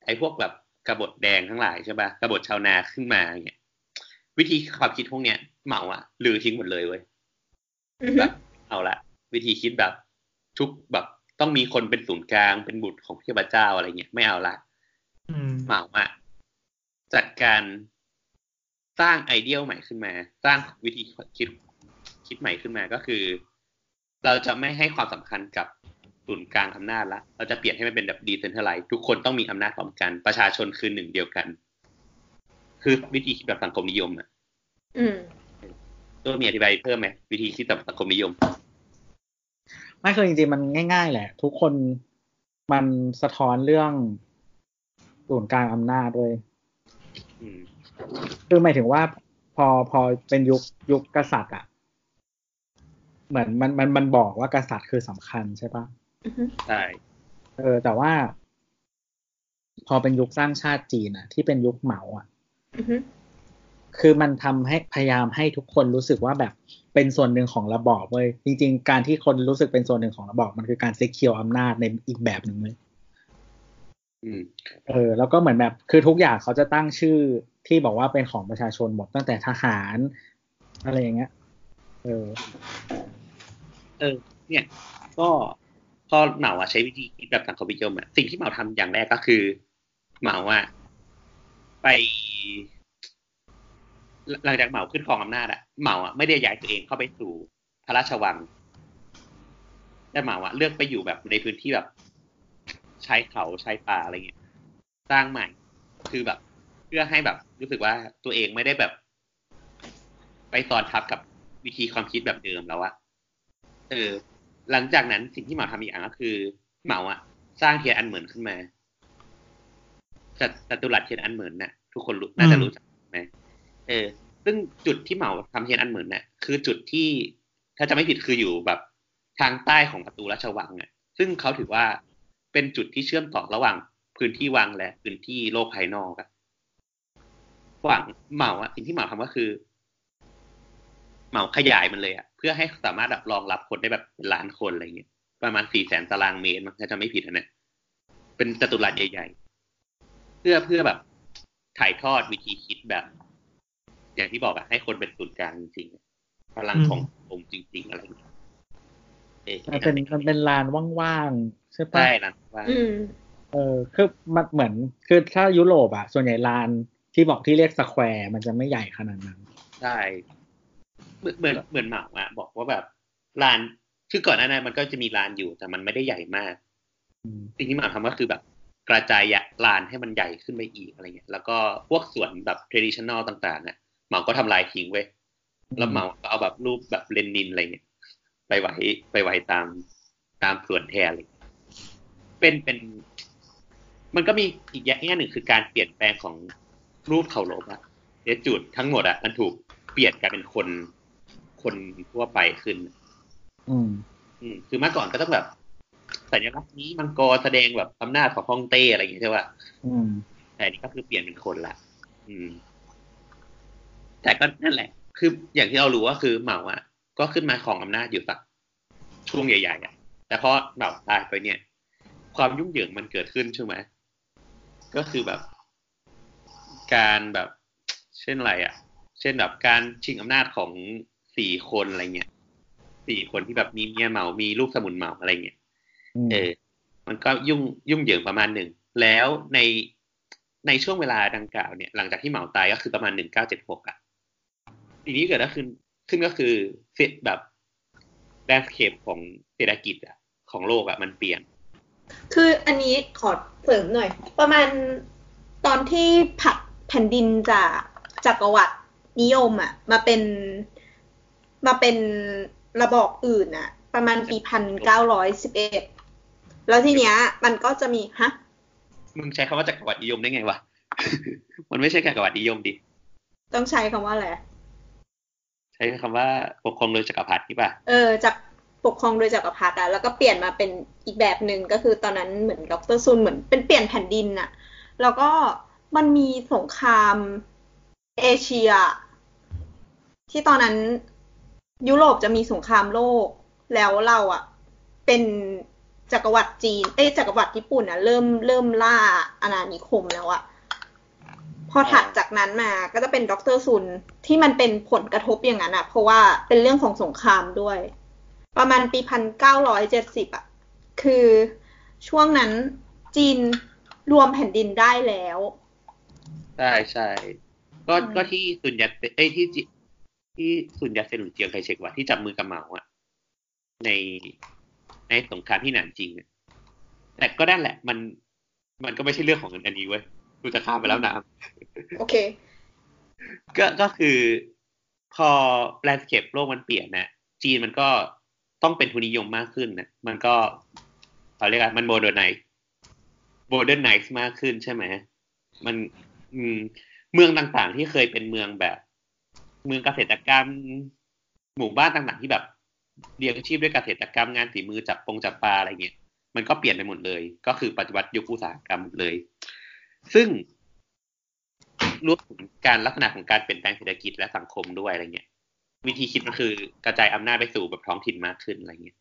ไอ้พวกแบบกบฏแดงทั้งหลายใช่ปะกบฏชาวนาขึ้นมาอย่างเงี้ยวิธีความคิดพวกเนี้ยเหมาอะลือทิ้งหมดเลยเว้ย อือหือ เอาละวิธีคิดแบบทุกแบบต้องมีคนเป็นศูนย์กลางเป็นบุตรของเทพเจ้าอะไรเงี้ยไม่เอาละ อืม เหมาอะจัดการสร้างไอเดียใหม่ขึ้นมา สร้างวิธีคิดคิดใหม่ขึ้นมาก็คือ เราจะไม่ให้ความสำคัญกับศูนย์กลางอำนาจละเราจะเปลี่ยนให้มันเป็นแบบดีเซนท r a ไลซ์ทุกคนต้องมีอำนาจพร้อมกัน ประชาชนคือหนึ่งเดียวกัน คือวิธีคิดแบบสังคมนิยมอะ อืม ตัวมีอธิบายเพิ่มไหมวิธีคิดแบบสังคมนิยม ไม่คือจริงๆมันง่าย ๆ แหละ ทุกคนมันสะท้อนเรื่องศูนย์กลางอำนาจด้วย อืม คือหมายถึงว่าพอพอเป็นยุคยุคกษัตริย์อ่ะ เหมือนมันมันมันบอกว่ากษัตริย์คือสำคัญใช่ปะ อือหือ ใช่ เออ แต่ว่า พอเป็นยุคสร้างชาติจีนอ่ะ ที่เป็นยุคเหมาอ่ะ อือหือ คือมันทำให้พยายามให้ทุกคนรู้สึกว่าแบบเป็นส่วนหนึ่งของระบอบเว้ยจริง ๆ การที่คนรู้สึกเป็นส่วนหนึ่งของระบอบมันคือการเซ็กเคียวอำนาจในอีกแบบหนึ่งเลย อืม เออแล้วก็เหมือนแบบคือทุกอย่างเขาจะตั้งชื่อที่บอกว่าเป็นของประชาชนหมดตั้งแต่ทหารอะไรอย่างเงี้ยเออ เออ เนี่ย ก็พอเหมาอะใช้วิธีคิดแบบสังคมนิยมอะสิ่งที่เหมาทำอย่างแรกก็คือ เหมาอะไป หลังจากเหมาขึ้นครองอำนาจอะเหมาอะไม่ได้ย้ายตัวเองเข้าไปสู่พระราชวัง แต่เหมาอะเลือกไปอยู่แบบในพื้นที่แบบชายเขาชายป่าอะไรเงี้ยสร้างใหม่ คือแบบ เพื่อให้แบบ รู้สึกว่าตัวเองไม่ได้แบบ ไปสอนทับกับวิธีความคิดแบบเดิมแล้วอะ เออหลังจากนั้นสิ่งที่เหมาทำอีกอย่างก็คือ เหมาอะสร้างเทียนอันเหมือนขึ้นมาจัจตุรัสเทียนอันเหมือนน่ะ ทุกคนรู้น่าจะ อืม รู้จักไหมเออ ซึ่งจุดที่เหมาทำเทียนอันเหมือนน่ะ คือจุดที่ถ้าจะไม่ผิดคืออยู่แบบทางใต้ของประตูราชวังอ่ะ ซึ่งเขาถือว่าเป็นจุดที่เชื่อมต่อระหว่างพื้นที่วังและพื้นที่โลกภายนอกอะหวังเหมาอะสิ่งที่เหมาทำก็คือ เหมาขยายมันเลยอะเพื่อให้สามารถแบบรองรับคนได้แบบเป็นล้านคนอะไรเงี้ยประมาณสี่แสนตารางเมตรมั้งถ้าจะไม่ผิดนะเนี่ยเป็นจัตุรัสใหญ่ๆ เพื่อเพื่อแบบถ่ายทอดวิธีคิดแบบ อย่างที่บอกอะให้คนเป็นศูนย์กลางจริงๆพลังขององค์จริง ๆ อะไรเงี้ยเออ มันเป็นมันเป็นลานว่างๆใช่ปะ ใช่นะว่า อืม เออคือมันเหมือนคือถ้ายุโรปอะส่วนใหญ่ลานที่บอกที่เรียกสแควร์มันจะไม่ใหญ่ขนาดนั้น ได้ เหมือนเหมือนเหมือนหมากอะบอกว่าแบบร้านคือก่อนหน้านั้นมันก็จะมีร้านอยู่ แต่มันไม่ได้ใหญ่มาก อืม สิ่งที่หมากทำก็คือแบบ กระจายร้านให้มันใหญ่ขึ้นไปอีกอะไรเงี้ยแล้วก็พวกสวนแบบ traditional ต่างๆน่ะหมาก็ทำลายทิ้งเว้ยแล้วหมาก็เอาแบบรูปแบบเลนินอะไรเงี้ยไปไว้ไปไว้ตามตามสวนแทนเลยเป็นเป็น มันก็มีอีกอย่างหนึ่งคือการเปลี่ยนแปลงของรูปเขาลบอะ เอจูดทั้งหมดอะมันถูกเปลี่ยนกลายเป็นคนคนทั่วไปขึ้น อืม อืมคือเมื่อก่อนก็ต้องแบบ สัญลักษณ์นี้มังกรแสดงแบบอำนาจของฮ่องเต้อะไรอย่างเงี้ยใช่ป่ะ อืม แต่อันนี้ก็คือเปลี่ยนเป็นคนละอืม แต่ก็นั่นแหละ คืออย่างที่เรารู้ว่าคือเหมาอะก็ขึ้นมาของอำนาจอยู่สักช่วงใหญ่ๆอะแต่พอเหมาตายไปเนี่ย ความยุ่งเหยิงมันเกิดขึ้นใช่ไหมก็คือแบบ การแบบ เช่นอะไรอะเช่นแบบการชิงอำนาจของสี่คนอะไรเงี้ยสี่คนที่แบบมีเมียเหมามีลูกสมุนเหมาอะไรเงี้ย อืม เออ มันก็ยุ่งยุ่งเหยิงประมาณหนึ่ง แล้วในในช่วงเวลาดังกล่าวเนี่ย หลังจากที่เหมาตายก็คือประมาณหนึ่งเก้าเจ็ดหกอะสิ่งที่เกิดก็คือขึ้นก็คือเสร็จแบบแลนด์เคปของเศรษฐกิจอะของโลกอะมันเปลี่ยน คืออันนี้ขอเสริมหน่อย ประมาณตอนที่ผลักแผ่นดินจากจักรวรรดินิยมอะมาเป็นมาเป็นระบอบอื่นอะประมาณปีพันเก้าร้อยสิบเอ็ดแล้วทีเนี้ยมันก็จะมีฮะ มึงใช้คำว่าจักรวรรดินิยมได้ไงวะ <laughs> มันไม่ใช่จักรวรรดินิยมดิ ต้องใช้คำว่าอะไร ใช้คำว่าปกครองโดยจักรพรรดิป่ะ เออจากปกครองโดยจักรพรรดิอะแล้วก็เปลี่ยนมาเป็นอีกแบบหนึ่งก็คือตอนนั้นเหมือนดรซุนเหมือนเป็นเปลี่ยนแผ่นดินอะแล้วก็มันมีสงครามเอเชีย ที่ตอนนั้นยุโรปจะมีสงครามโลก แล้วเราอะเป็นจักรวรรดิจีน เอ้ยจักรวรรดิญี่ปุ่นอะเริ่มเริ่มล่าอาณานิคมแล้วอะพอถัดจากนั้นมาก็จะเป็นด็อกเตอร์ซุนที่มันเป็นผลกระทบอย่างนั้นอะเพราะว่าเป็นเรื่องของสงครามด้วย ประมาณปีพันเก้าร้อยเจ็ดสิบอะคือช่วงนั้นจีนรวมแผ่นดินได้แล้ว ใช่ใช่ ก็ อืม ก็ที่สุญญาเซเอ้ยที่จิที่สุญญาเซนหลุนเจียงไคเชกวะที่จับมือกับเหมาอะในในสงครามที่หนานจริงอะแต่ก็นั่นแหละ มันมันก็ไม่ใช่เรื่องของเงินอันนี้เว้ยกูจะข้ามไปแล้วนะ โอเค ก็ก็คือพอแลนด์สเคปโลกมันเปลี่ยนนะจีนมันก็ต้องเป็นทุนนิยมมากขึ้นนะมันก็เขาเรียกอะไรมันโมเดิร์นไนซ์โมเดิร์นไนซ์มากขึ้นใช่ไหมมันอืมเมืองต่างๆ ที่เคยเป็นเมืองแบบ เมืองเกษตรกรรม หมู่บ้านต่างๆ ที่แบบเรียงชีพด้วยเกษตรกรรมงานฝีมือจับปงจับปลาอะไรเงี้ย มันก็เปลี่ยนไปหมดเลย ก็คือปฏิวัติยุคอุตสาหกรรมหมดเลย ซึ่ง รวมถึงการลักษณะของการเปลี่ยนแปลงเศรษฐกิจและสังคมด้วยอะไรเงี้ย วิธีคิดมันคือกระจายอำนาจไปสู่แบบท้องถิ่นมากขึ้นอะไรเงี้ย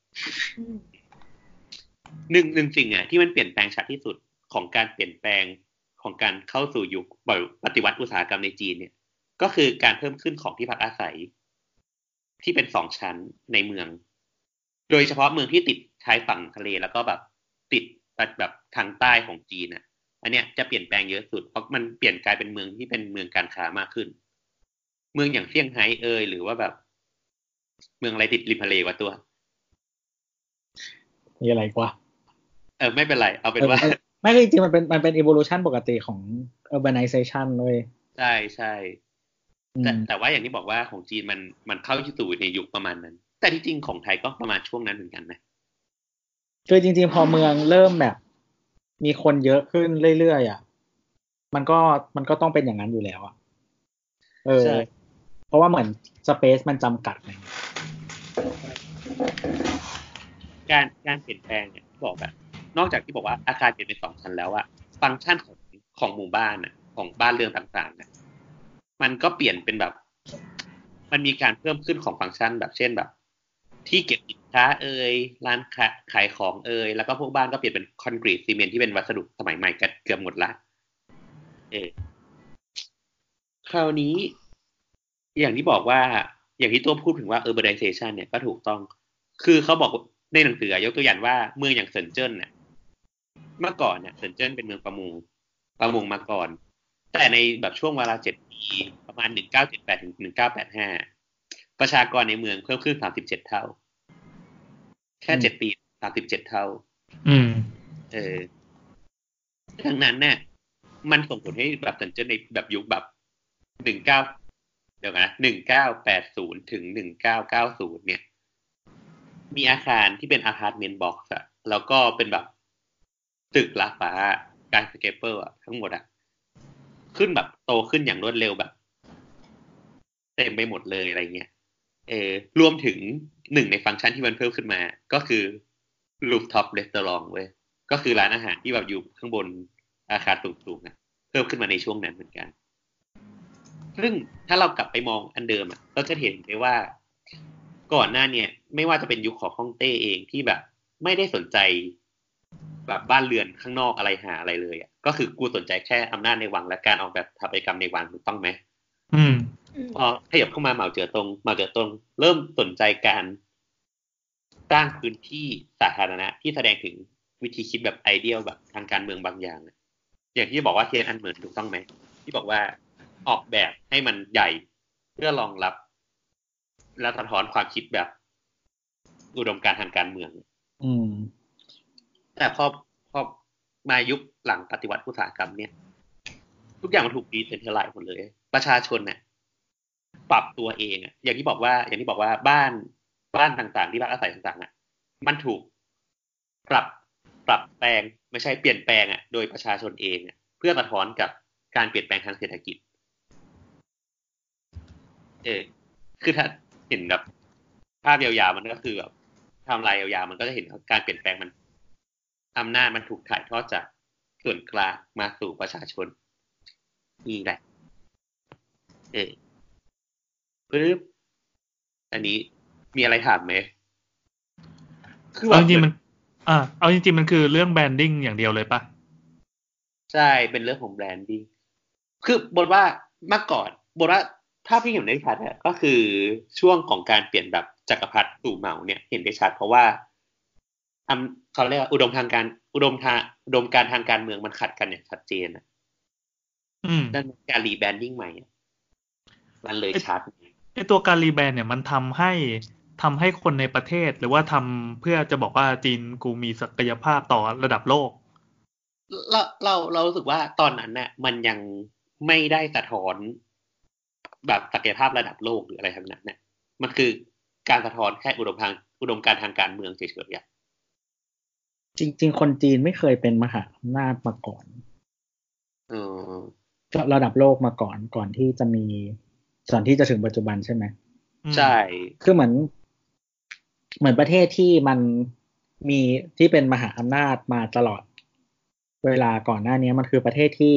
หนึ่งหนึ่งสิ่งอ่ะที่มันเปลี่ยนแปลงชัดที่สุด ของการเปลี่ยนแปลงของการเข้าสู่ยุคปฏิวัติอุตสาหกรรมในจีนเนี่ย ก็คือการเพิ่มขึ้นของที่พักอาศัย ที่เป็นสองชั้นในเมือง โดยเฉพาะเมืองที่ติดชายฝั่งทะเลแล้วก็แบบติดแบบทางใต้ของจีนอ่ะ อันเนี้ยจะเปลี่ยนแปลงเยอะสุดเพราะมันเปลี่ยนกลายเป็นเมืองที่เป็นเมืองการค้ามากขึ้น เมืองอย่างเซี่ยงไฮ้เอยหรือว่าแบบ เมืองอะไรติดริมทะเลวะตัว มีอะไรกว่า เออไม่เป็นไร เอาเป็นว่า ไม่คือจริงๆมันเป็นมันเป็น evolution ปกติของ urbanization เว้ย ใช่ใช่ อื แต่ ม แต่ว่าอย่างที่บอกว่าของจีนมันมันเข้าสู่ในยุคประมาณนั้น แต่ที่จริงของไทยก็ประมาณช่วงนั้นเหมือนกันนะ คือจริง ๆ พอเมืองเริ่มแบบ มีคนเยอะขึ้นเรื่อยๆอ่ะมันก็มันก็ต้องเป็นอย่างนั้นอยู่แล้วอ่ะเออ ใช่ เพราะว่าเหมือน space มันจำกัดไง การการเปลี่ยนแปลงเนี่ยที่บอกแบบนอกจากที่บอกว่าอาคารเปลี่ยนเป็นสองชั้นแล้วอะฟังก์ชันของของหมู่บ้านอะของบ้านเรือนต่างๆเนี่ยมันก็เปลี่ยนเป็นแบบ มันมีการเพิ่มขึ้นของฟังก์ชันแบบเช่นแบบ ที่เก็บสินค้าเอ่ยร้านขาขายของเอ่ยแล้วก็พวกบ้านก็เปลี่ยนเป็นคอนกรีตซีเมนต์ที่เป็นวัสดุสมัยใหม่กันเกือบหมดละ เออคราวนี้ อย่างที่บอกว่า อย่างที่ตัวพูดถึงว่า urbanization เนี่ยก็ถูกต้อง คือเขาบอกในหนังสืออะยกตัวอย่างว่าเมืองอย่างเซินเจิ้นเนี่ยเมื่อก่อนเนี่ยเซินเจิ้นเป็นเมืองประมงประมงมาก่อน แต่ในแบบช่วงเวลาเจ็ดปีประมาณหนึ่งเก้าเจ็ดแปดถึงหนึ่งเก้าแปดห้าประชากรในเมืองเพิ่มขึ้นสามสิบเจ็ดเท่า แค่เจ็ดปีสามสิบเจ็ดเท่า อืม เออดังนั้นเนี่ยมันส่งผลให้แบบสัญจรในแบบยุคแบบหนึ่งเก้าเดี๋ยวก่อนนะหนึ่งเก้าแปดศูนย์ถึงหนึ่งเก้าเก้าศูนย์เนี่ย มีอาคารที่เป็นอาพาร์ตเมนต์บ็อกซ์อะแล้วก็เป็นแบบตึกลาฟ้าการสเกปเปอร์อะทั้งหมดอะขึ้นแบบโตขึ้นอย่างรวดเร็วแบบ เต็มไปหมดเลยอะไรเงี้ย เออรวมถึงหนึ่งในฟังก์ชันที่มันเพิ่มขึ้นมา ก็คือ rooftop restaurant เว้ย ก็คือร้านอาหารที่แบบอยู่ข้างบนอาคารสูงๆนะเพิ่มขึ้นมาในช่วงนั้นเหมือนกัน ซึ่งถ้าเรากลับไปมองอันเดิมอะเราจะเห็นได้ว่า ก่อนหน้าเนี่ย ไม่ว่าจะเป็นยุคของฮ่องเต้เองที่แบบ ไม่ได้สนใจ แบบบ้านเรือนข้างนอกอะไรหาอะไรเลยอะก็คือกูสนใจแค่อำนาจในวังและการออกแบบสถาปัตยกรรมในวังถูกต้องไหม อืม พอขยับเข้ามาเหมาเจ๋อตงเหมาเจ๋อตงเริ่มสนใจการสร้างพื้นที่สาธารณะที่แสดงถึงวิธีคิดแบบไอเดียลแบบทางการเมืองบางอย่างอะอย่างที่บอกว่าเทียนอันเหมือนถูกต้องไหม ที่บอกว่าออกแบบให้มันใหญ่เพื่อรองรับ และสะท้อนความคิดแบบ อุดมการณ์ทางการเมือง อืม แต่พอพอมายุคหลังปฏิวัติอุตสาหกรรมเนี่ย ทุกอย่างมันถูกดีเซนเทลไลซ์หมดเลย ประชาชนเนี่ยปรับตัวเองอะอย่างที่บอกว่า อย่างที่บอกว่าบ้านบ้านต่างๆ ที่พักอาศัยต่างๆอ่ะ มันถูกปรับปรับแปลงไม่ใช่เปลี่ยนแปลงอ่ะโดยประชาชนเองอะเพื่อสะท้อนกับการเปลี่ยนแปลงทางเศรษฐกิจ เออคือถ้าเห็นแบบภาพยาวๆมันก็คือแบบไทำลายยาวๆมันก็จะเห็นว่าการเปลี่ยนแปลงมัน อำนาจมันถูกถ่ายทอดจากส่วนกลางมาสู่ประชาชนนี่แหละ เออปึ๊บอันนี้มีอะไรถามไหมคือ เอา ว่า จริงๆมัน อ่า เอาจริงๆมันคือเรื่องแบรนดิ้งอย่างเดียวเลยปะ ใช่เป็นเรื่องของแบรนดิ้งคือบทว่าเมื่อก่อนบทว่าถ้าพี่เห็นได้ชัดอะก็คือช่วงของการเปลี่ยนแบบจักรพรรดิสู่เหมาเนี่ย เห็นได้ชัดเพราะว่าอำเขาเรียกว่าอุดมทางการอุดมทางอุดมการณ์ทางการเมืองมันขัดกันอย่างชัดเจนอะ อืม ดังนั้นการรีแบรนดิ้งใหม่อะมันเลยชัด ไอตัวการรีแบรนด์เนี่ยมันทำให้ทำให้คนในประเทศ หรือว่าทำเพื่อจะบอกว่าจีนกูมีศักยภาพต่อระดับโลก เราเราเรารู้สึกว่าตอนนั้นน่ะ มันยังไม่ได้สะท้อน แบบศักยภาพระดับโลกหรืออะไรทั้งนั้นเนี่ยมันคือการสะท้อนแค่อุดมทางอุดมการณ์ทางการเมืองเฉยๆอะ จริง ๆ คนจีนไม่เคยเป็นมหาอำนาจมาก่อน เออ ก็ระดับโลกมาก่อนก่อนที่จะมีก่อนที่จะถึงปัจจุบันใช่ไหม อืม ใช่ คือเหมือน เหมือนประเทศที่มันมีที่เป็นมหาอำนาจมาตลอด เวลาก่อนหน้านี้มันคือประเทศที่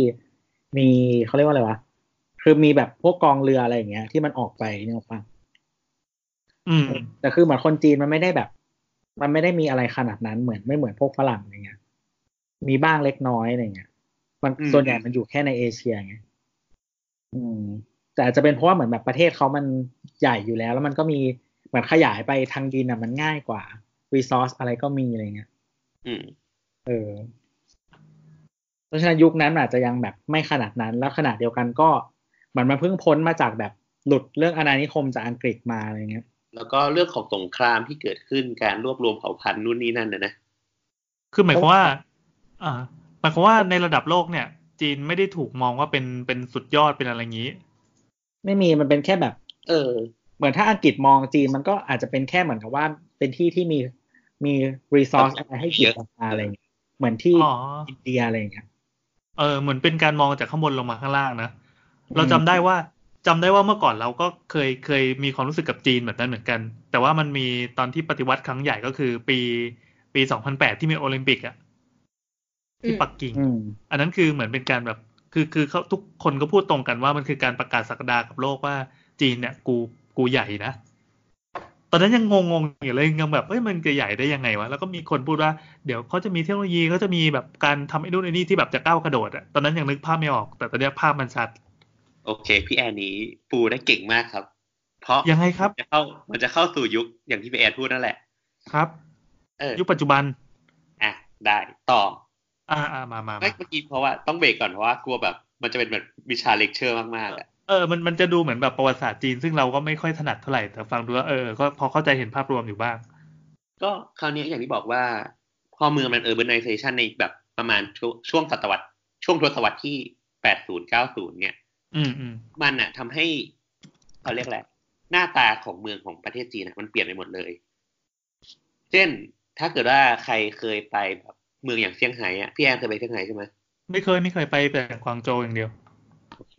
มีเขาเรียกว่าอะไรวะคือมีแบบพวกกองเรืออะไรอย่างเงี้ย ที่มันออกไปเนี่ยออกปะ อืม แต่คือเหมือนคนจีนมันไม่ได้แบบ มันไม่ได้มีอะไรขนาดนั้นเหมือนไม่เหมือนพวกฝรั่งอย่างเงี้ย มีบ้างเล็กน้อยอะไรเงี้ย มัน อืม ส่วนใหญ่มันอยู่แค่ในเอเชียไงอืม แต่อาจจะเป็นเพราะว่าเหมือนแบบประเทศเขามันใหญ่อยู่แล้ว แล้วมันก็มีเหมือนขยายไปทางดินอ่ะมันง่ายกว่ารีซอสอะไรก็มีอะไรเงี้ย อืม เออ เพราะฉะนั้นยุคนั้นอาจจะยังแบบไม่ขนาดนั้น แล้วขนาดเดียวกันก็เหมือนมันเพิ่งพ้นมาจากแบบหลุดเรื่องอาณานิคมจากอังกฤษมาอะไรเงี้ย แล้วก็เรื่องของสงครามที่เกิดขึ้นการรวบรวมเผ่าพันธุ์นู่นนี่นั่นนะนะ คือหมายความว่า อ่า หมายความว่าในระดับโลกเนี่ย จีนไม่ได้ถูกมองว่าเป็นเป็นสุดยอดเป็นอะไรอย่างนี้ ไม่มีมันเป็นแค่แบบ เออ เหมือนถ้าอังกฤษมองจีนมันก็อาจจะเป็นแค่เหมือนกับว่าเป็นที่ที่มีมีรีซอสอะไรให้เก็บมาอะไรอย่างเงี้ยเหมือนที่ อ๋อ อินเดียอะไรอย่างเงี้ย เออเหมือนเป็นการมองจากข้างบนลงมาข้างล่างนะ อืม เราจำได้ว่าจำได้ว่าเมื่อก่อนเราก็เคยเคยมีความรู้สึกกับจีนแบบนั้นเหมือนกัน แต่ว่ามันมีตอนที่ปฏิวัติครั้งใหญ่ก็คือปีปี 2008 ที่มีโอลิมปิกอะที่ปักกิ่ง อืม อันนั้นคือเหมือนเป็นการแบบคือคือเขาทุกคนก็พูดตรงกันว่ามันคือการประกาศศักดากับโลกว่าจีนเนี่ยกูกูใหญ่นะ ตอนนั้นยังงงๆอยู่เลยยังแบบเอ้ยมันจะใหญ่ได้ยังไงวะแล้วก็มีคนพูดว่าเดี๋ยวเขาจะมีเทคโนโลยีเขาจะมีแบบการทำไอ้นู่นไอ้นี่ที่แบบจะก้าวกระโดดอะตอนนั้นยังนึกภาพไม่ออก แต่ตอนเนี้ยภาพมันชัด โอเค พี่แอนนี้ปูได้เก่งมากครับ เพราะ ยังไงครับ มันจะเข้ามันจะเข้าสู่ยุคอย่างที่พี่แอนพูดนั่นแหละ ครับ เออ ยุคปัจจุบัน อ่ะได้ต่อ อ่าอ่ามามา ไม่ มา เมื่อกี้เพราะว่าต้องเบรกก่อนเพราะว่ากลัวแบบ มันจะเป็นแบบวิชาเลคเชอร์มากๆอ่ะ เออมันมันจะดูเหมือนแบบประวัติศาสตร์จีน ซึ่งเราก็ไม่ค่อยถนัดเท่าไหร่แต่ฟังดูแล้วเออก็พอเข้าใจเห็นภาพรวมอยู่บ้าง ก็คราวนี้อย่างที่บอกว่า พอเมืองมัน urbanization ในแบบประมาณช่วงช่วงศตวรรษช่วงทศวรรษที่ 80 90 เนี่ย อืมอืม มันอ่ะทำให้เขาเรียกแหละไรหน้าตาของเมืองของประเทศจีนอะมันเปลี่ยนไปหมดเลย เช่นถ้าเกิดว่าใครเคยไปแบบเมืองอย่างเซี่ยงไฮ้อะพี่แอนเคยไปเซี่ยงไฮ้ใช่ไหม ไม่เคยไม่เคยไปแต่กวางโจวอย่างเดียว โอเค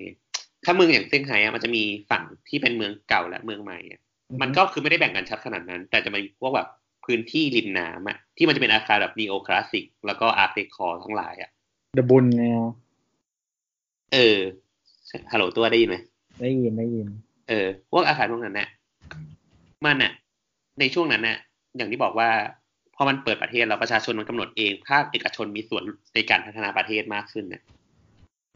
ถ้าเมืองอย่างเซี่ยงไฮ้อะมันจะมีฝั่งที่เป็นเมืองเก่าและเมืองใหม่อะมันก็คือไม่ได้แบ่งกันชัดขนาดนั้น แต่จะมีพวกแบบพื้นที่ริมน้ำอะที่มันจะเป็นอาคารแบบนีโอคลาสสิกแล้วก็อาร์ตเดคอทั้งหลายอะ เดอะบุญแนว เออฮัลโหลตัวได้ยินไหม ได้ยินได้ยิน เออพวกอาคารพวกนั้นน่ะมันน่ะ ในช่วงนั้นน่ะ อย่างที่บอกว่า พอมันเปิดประเทศแล้วประชาชนมันกำหนดเองภาคเอกชนมีส่วนในการพัฒนาประเทศมากขึ้นเนี่ย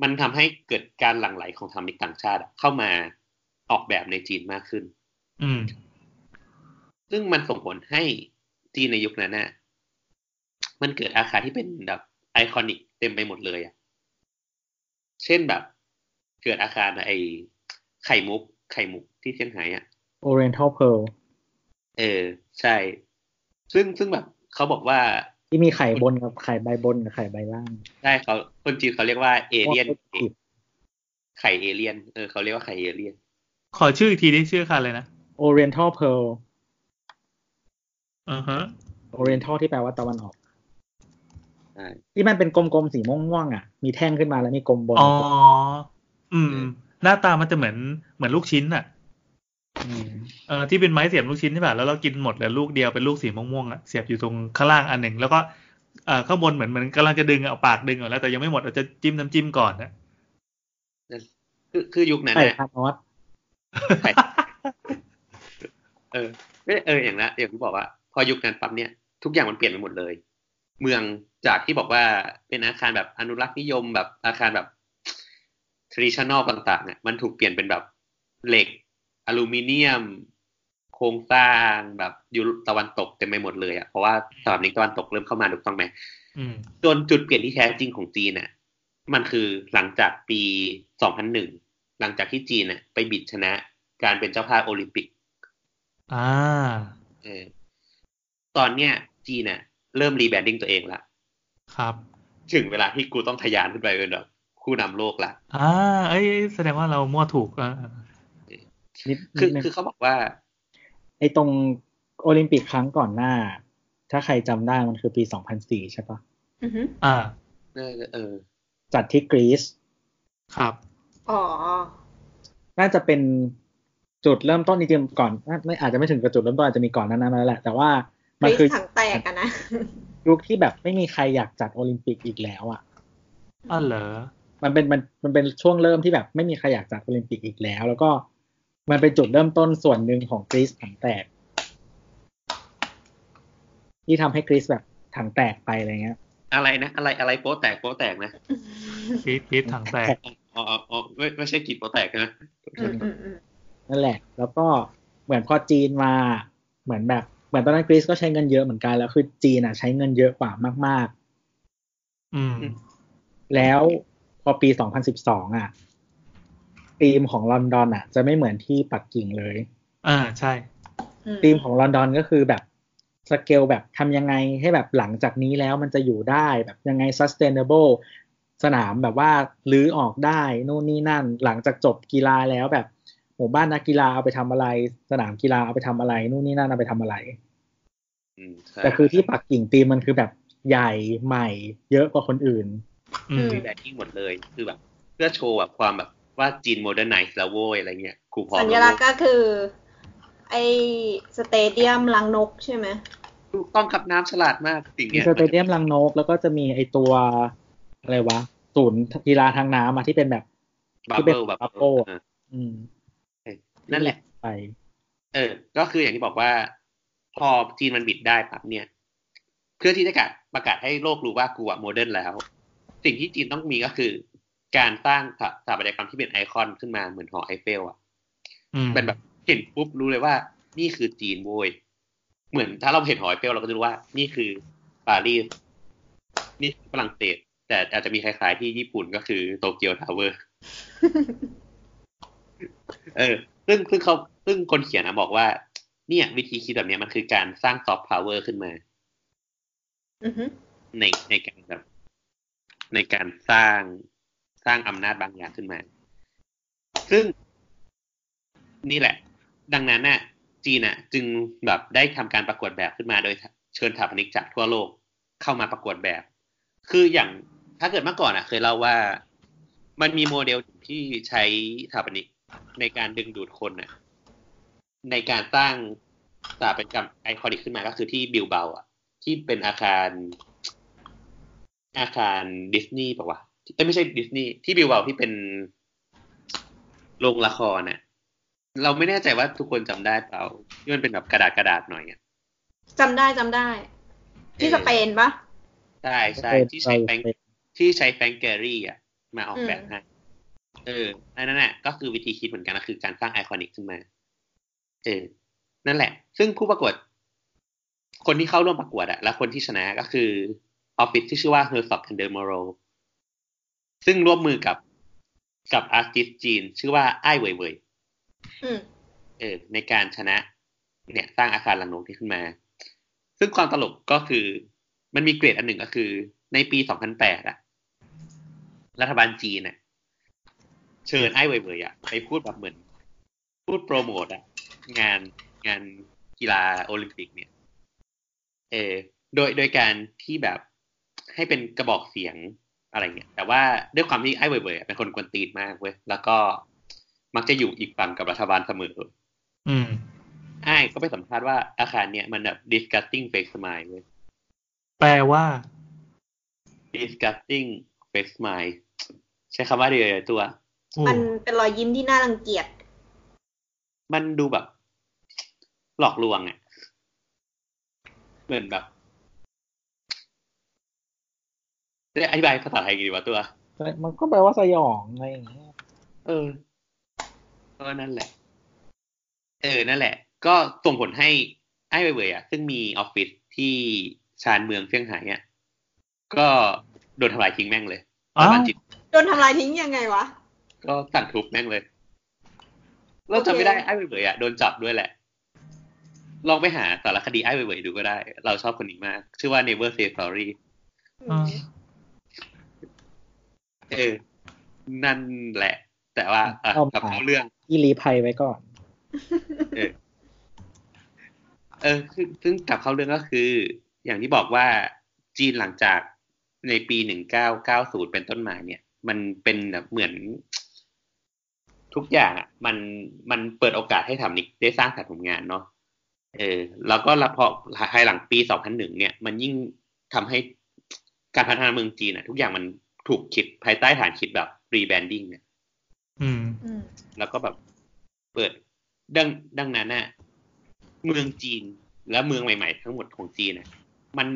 มันทำให้เกิดการหลั่งไหลของธรรมิกต่างชาติอะเข้ามาออกแบบในจีนมากขึ้น อืม ซึ่งมันส่งผลให้จีนในยุคนั้นน่ะมันเกิดอาคารที่เป็นแบบไอคอนิกเต็มไปหมดเลยอะเช่นแบบ เกิดอาคารไอไข่มุก ไข่มุกที่เซี่ยงไฮ้อะ Oriental Pearl เออใช่ ซึ่งซึ่งแบบเขาบอกว่า ที่มีไข่บนกับไข่ใบบนกับไข่ใบล่าง ใช่เขาคนจีนเขาเรียกว่าเอเลียน พวกอิฐ ไข่เอเลียนเออเขาเรียกว่าไข่เอเลียน ขอชื่ออีกทีได้ชื่ออาคารเลยนะ Oriental Pearl อือฮะ Oriental ที่แปลว่าตะวันออก ใช่ ที่มันเป็นกลมๆสีม่วงๆอ่ะ มีแท่งขึ้นมาแล้วมีกลมบน อ๋อ อืม หน้าตามันจะเหมือนเหมือนลูกชิ้นอ่ะ ม เออที่เป็นไม้เสียบลูกชิ้นใช่ป่ะแล้วเรากินหมดเหลือลูกเดียวเป็นลูกสีม่วงๆอ่ะเสียบอยู่ตรงข้างล่างอันหนึ่งแล้วก็เอ่อข้างบนเหมือนเหมือนกำลังจะดึงเอาปากดึงออกแล้วแต่ยังไม่หมดเราจะจิ้มน้ำจิ้มก่อนนะ คือคือยุคนั้น ไข่ นะ คานอส ไข่เออไม่เอออย่างละอย่างที่บอกว่า พอยุคนั้นปั๊บเนี่ยทุกอย่างมันเปลี่ยนไปหมดเลย เมืองจากที่บอกว่าเป็นอาคารแบบอนุรักษ์นิยมแบบอาคารแบบ traditional ต่างๆเนี่ยมันถูกเปลี่ยนเป็นแบบเหล็ก อลูมิเนียม โครงสร้างแบบยุโรปตะวันตกเต็มไปหมดเลยอะ่ะเพราะว่าสถาปนิกตะวันตกเริ่มเข้ามาถูกต้องไหม อืม จนจุดเปลี่ยนที่แท้จริงของจีนน่ะ มันคือหลังจากปี 2001 หลังจากที่จีนน่ะไปบิดชนะการเป็นเจ้าภาพโอลิมปิก อ่า เออ ตอนเนี้ยจีนน่ะเริ่มรีแบรนดิ้งตัวเองละ ครับ ถึงเวลาที่กูต้องทะยานขึ้นไปเป็นแบบผู้นำโลกละ อ่า เอ้ยแสดงว่าเรามั่วถูกอ่า นิด คือ นิดนึง คือเขาบอกว่า ไอตรงโอลิมปิกครั้งก่อนหน้า ถ้าใครจำได้มันคือปี 2004 ใช่ปะ อือหือ อ่า เออเออ จัดที่กรีซ ครับ อ๋อ น่าจะเป็นจุดเริ่มต้นจริงๆก่อนน่าไม่อาจจะไม่ถึงกับจุดเริ่มต้นอาจจะมีก่อนหนั้านมาแล้วแหละ แต่ว่ามัน รี คือ ถังแตกอะนะ ยุคที่แบบไม่มีใครอยากจัดโอลิมปิกอีกแล้วอ่ะ อ้าวเหรอ มันเป็นมันมันเป็นช่วงเริ่มที่แบบไม่มีใครอยากจัดโอลิมปิกอีกแล้ว แล้วก็มันเป็นจุดเริ่มต้นส่วนหนึ่งของกรีซถังแตก ที่ทำให้กรีซแบบถังแตกไปอะไรเงี้ย อะไรนะ อะไรอะไรโป๊แตกโป๊แตกนะ กรีดกรีดถังแตก อ๋ออ๋ออ๋อไม่ไม่ใช่กรีดโป๊แตกนะ อืมอืมอืม นั่นแหละ แล้วก็เหมือนพอจีนมา เหมือนแบบ เหมือนตอนนั้นกรีซก็ใช้เงินเยอะเหมือนกัน แล้วคือจีนอ่ะใช้เงินเยอะกว่ามาก อืม ๆ แล้วพอปี 2012 อ่ะธีมของลอนดอนอ่ะ จะไม่เหมือนที่ปักกิ่งเลย อ่าใช่ อืม ธีมของลอนดอนก็คือแบบสเกลแบบทำยังไงให้แบบหลังจากนี้แล้วมันจะอยู่ได้แบบยังไง sustainable สนามแบบว่ารื้อออกได้นู่นนี่นั่น หลังจากจบกีฬาแล้วแบบหมู่บ้านนักกีฬาเอาไปทำอะไร สนามกีฬาเอาไปทำอะไรนู่นนี่นั่นเอาไปทำอะไร อืมใช่ แต่คือที่ปักกิ่งธีมมันคือแบบใหญ่ใหม่ เยอะกว่าคนอื่น อืม รีแบรนดิ้งหมดเลยคือแบบเพื่อโชว์แบบความแบบว่าจีนโมเดิร์นไนซ์แล้วโว้ยอะไรเงี้ยครูพอ สัญลักษณ์ก็คือ ไอสเตเดียมลังนกใช่ไหม ถูกต้องกับน้ำฉลาดมากสิ่ง มี เนี้ย สเตเดียมลังนกแล้วก็จะมีไอตัวอะไรวะศูนย์กีฬาทางน้ำอะที่เป็นแบบ บั ที่ บ เป็น เบิลแบบ bubble อะ อืม นั่นแหละ ไป เออ ก็คืออย่างที่บอกว่า พอจีนมันบิดได้ปั๊บเนี่ย เพื่อที่จะประกาศประกาศให้โลกรู้ว่ากูอะโมเดิร์นแล้ว สิ่งที่จีนต้องมีก็คือ การสร้างสถาสถาปัตยกรรมที่เป็นไอคอนขึ้นมาเหมือนหอไอเฟลอะ อืม เป็นแบบเห็นปุ๊บรู้เลยว่านี่คือจีนโว้ยเหมือนถ้าเราเห็นหอไอเฟลเราก็จะรู้ว่า นี่คือปารีสนี่คือฝรั่งเศสแต่อาจจะมีคล้ายๆที่ญี่ปุ่นก็คือโตเกียวทาวเวอร์ <laughs> เออ ซึ่งซึ่งเขาซึ่งคนเขียนนะบอกว่า เนี่ย วิธีคิดแบบเนี้ยมันคือการสร้างซอฟต์พาวเวอร์ขึ้นมา อืม ในในการแบบ ในการสร้างสร้างอำนาจบางอย่างขึ้นมา ซึ่งนี่แหละ ดังนั้นน่ะ จีนน่ะ จึงแบบได้ทำการประกวดแบบขึ้นมาโดยเชิญสถาปนิกจากทั่วโลกเข้ามาประกวดแบบ คืออย่างถ้าเกิดเมื่อก่อนอ่ะ เคยเล่าว่ามันมีโมเดลที่ใช้สถาปนิกในการดึงดูดคนน่ะ ในการสร้างสถาปัตยกรรมไอคอนิกขึ้นมาก็คือที่บิลเบาอ่ะ ที่เป็นอาคาร อาคารดิสนีย์ป่าวะเอ้ยไม่ใช่ดิสนีย์ที่บิวเวลที่เป็นโรงละครน่ะ เราไม่แน่ใจว่าทุกคนจำได้เปล่า ที่มันเป็นแบบกระดาษกระดาษหน่อยอ่ะ จำได้จำได้ ที่สเปนปะ ใช่ใช่ที่ใช้แฟรงค์ที่ใช้แฟรงค์แกรี่อ่ะ มาออกแบบให้เอออันนั้นน่ะก็คือวิธีคิดเหมือนกันก็คือการสร้างไอคอนิกขึ้นมา เออ นั่นแหละ ซึ่งผู้ประกวด คนที่เข้าร่วมประกวดอะและคนที่ชนะก็คือออฟฟิศที่ชื่อว่า h e r z o g and de m o r o ซึ่งร่วมมือกับกับอาร์ติสจีน ชื่อว่าไอ้เว่ยเว่ย อืม เออ ในการชนะ เนี่ย สร้างอาคารหลังนกนี้ขึ้นมา ซึ่งความตลกก็คือ มันมีเกรดอันหนึ่งก็คือ ในปี 2008อะรัฐบาลจีนน่ะเชิญไอ้เว่ยเว่ยอะไปพูดแบบเหมือน พูดโปรโมทอะงานงานกีฬาโอลิมปิกเนี่ย เออโดยโดยการที่แบบให้เป็นกระบอกเสียงอะไรเงี้ย แต่ว่าด้วยความที่ไอ้เว่ยเว่ยอะเป็นคนกวนตีนมากเว้ย แล้วก็มักจะอยู่อีกฝั่งกับรัฐบาลเสมอ อืม ไอ้ก็ไปสัมภาษณ์ว่าอาคารเนี่ยมันแบบ disgusting fake smile เว้ย แปลว่า disgusting fake smile ใช้คำว่าเดียวๆตัว โอ้ มันเป็นรอยยิ้มที่น่ารังเกียจ มันดูแบบ หลอกลวงอะเหมือนแบบจะอธิบายภาษาไทยไงดีวะตัว มันก็แปลว่าสยองอะไรอย่างเงี้ย เออก็นั่นแหละ เออ นั่นแหละ ก็ส่งผลให้ไอ้เว่ยๆอ่ะ ซึ่งมีออฟฟิศที่ชานเมืองเซี่ยงไฮ้อ่ะ ก็โดนทำลายทิ้งแม่งเลย อ้าว บ้านจิต โดนทำลายทิ้งยังไงวะ ก็สั่งทุบแม่งเลย เราจำไม่ได้ไอ้เว่ยๆอ่ะ โดนจับด้วยแหละ ลองไปหาสารคดีไอ้เว่ยๆดูก็ได้ เราชอบคนนี้มาก ชื่อว่า Never Say Sorry อ่า เออ นั่นแหละ แต่ว่าอ่ะ เอา กลับ มา เขาเรื่อง ที่รีภัยไว้ก่อน เออซึ่งซึ่งกลับเข้าเรื่องก็คือ อย่างที่บอกว่าจีนหลังจากในปี 1990 เป็นต้นมาเนี่ย มันเป็นแบบเหมือน ทุกอย่างอ่ะ มันมันเปิดโอกาสให้ทำนิกได้สร้างสรรค์ผลงานเนาะเออ แล้วก็ละพอภายหลังปี 2001 เนี่ย มันยิ่งทำให้การพัฒนาเมืองจีนอ่ะ ทุกอย่างมันถูกคิดภายใต้ฐานคิดแบบรีแบรนดิ้งเนี่ย อืม อืม แล้วก็แบบเปิดดังดังนั้นน่ะเมืองจีนและเมืองใหม่ ๆ ทั้งหมดของจีนน่ะมัน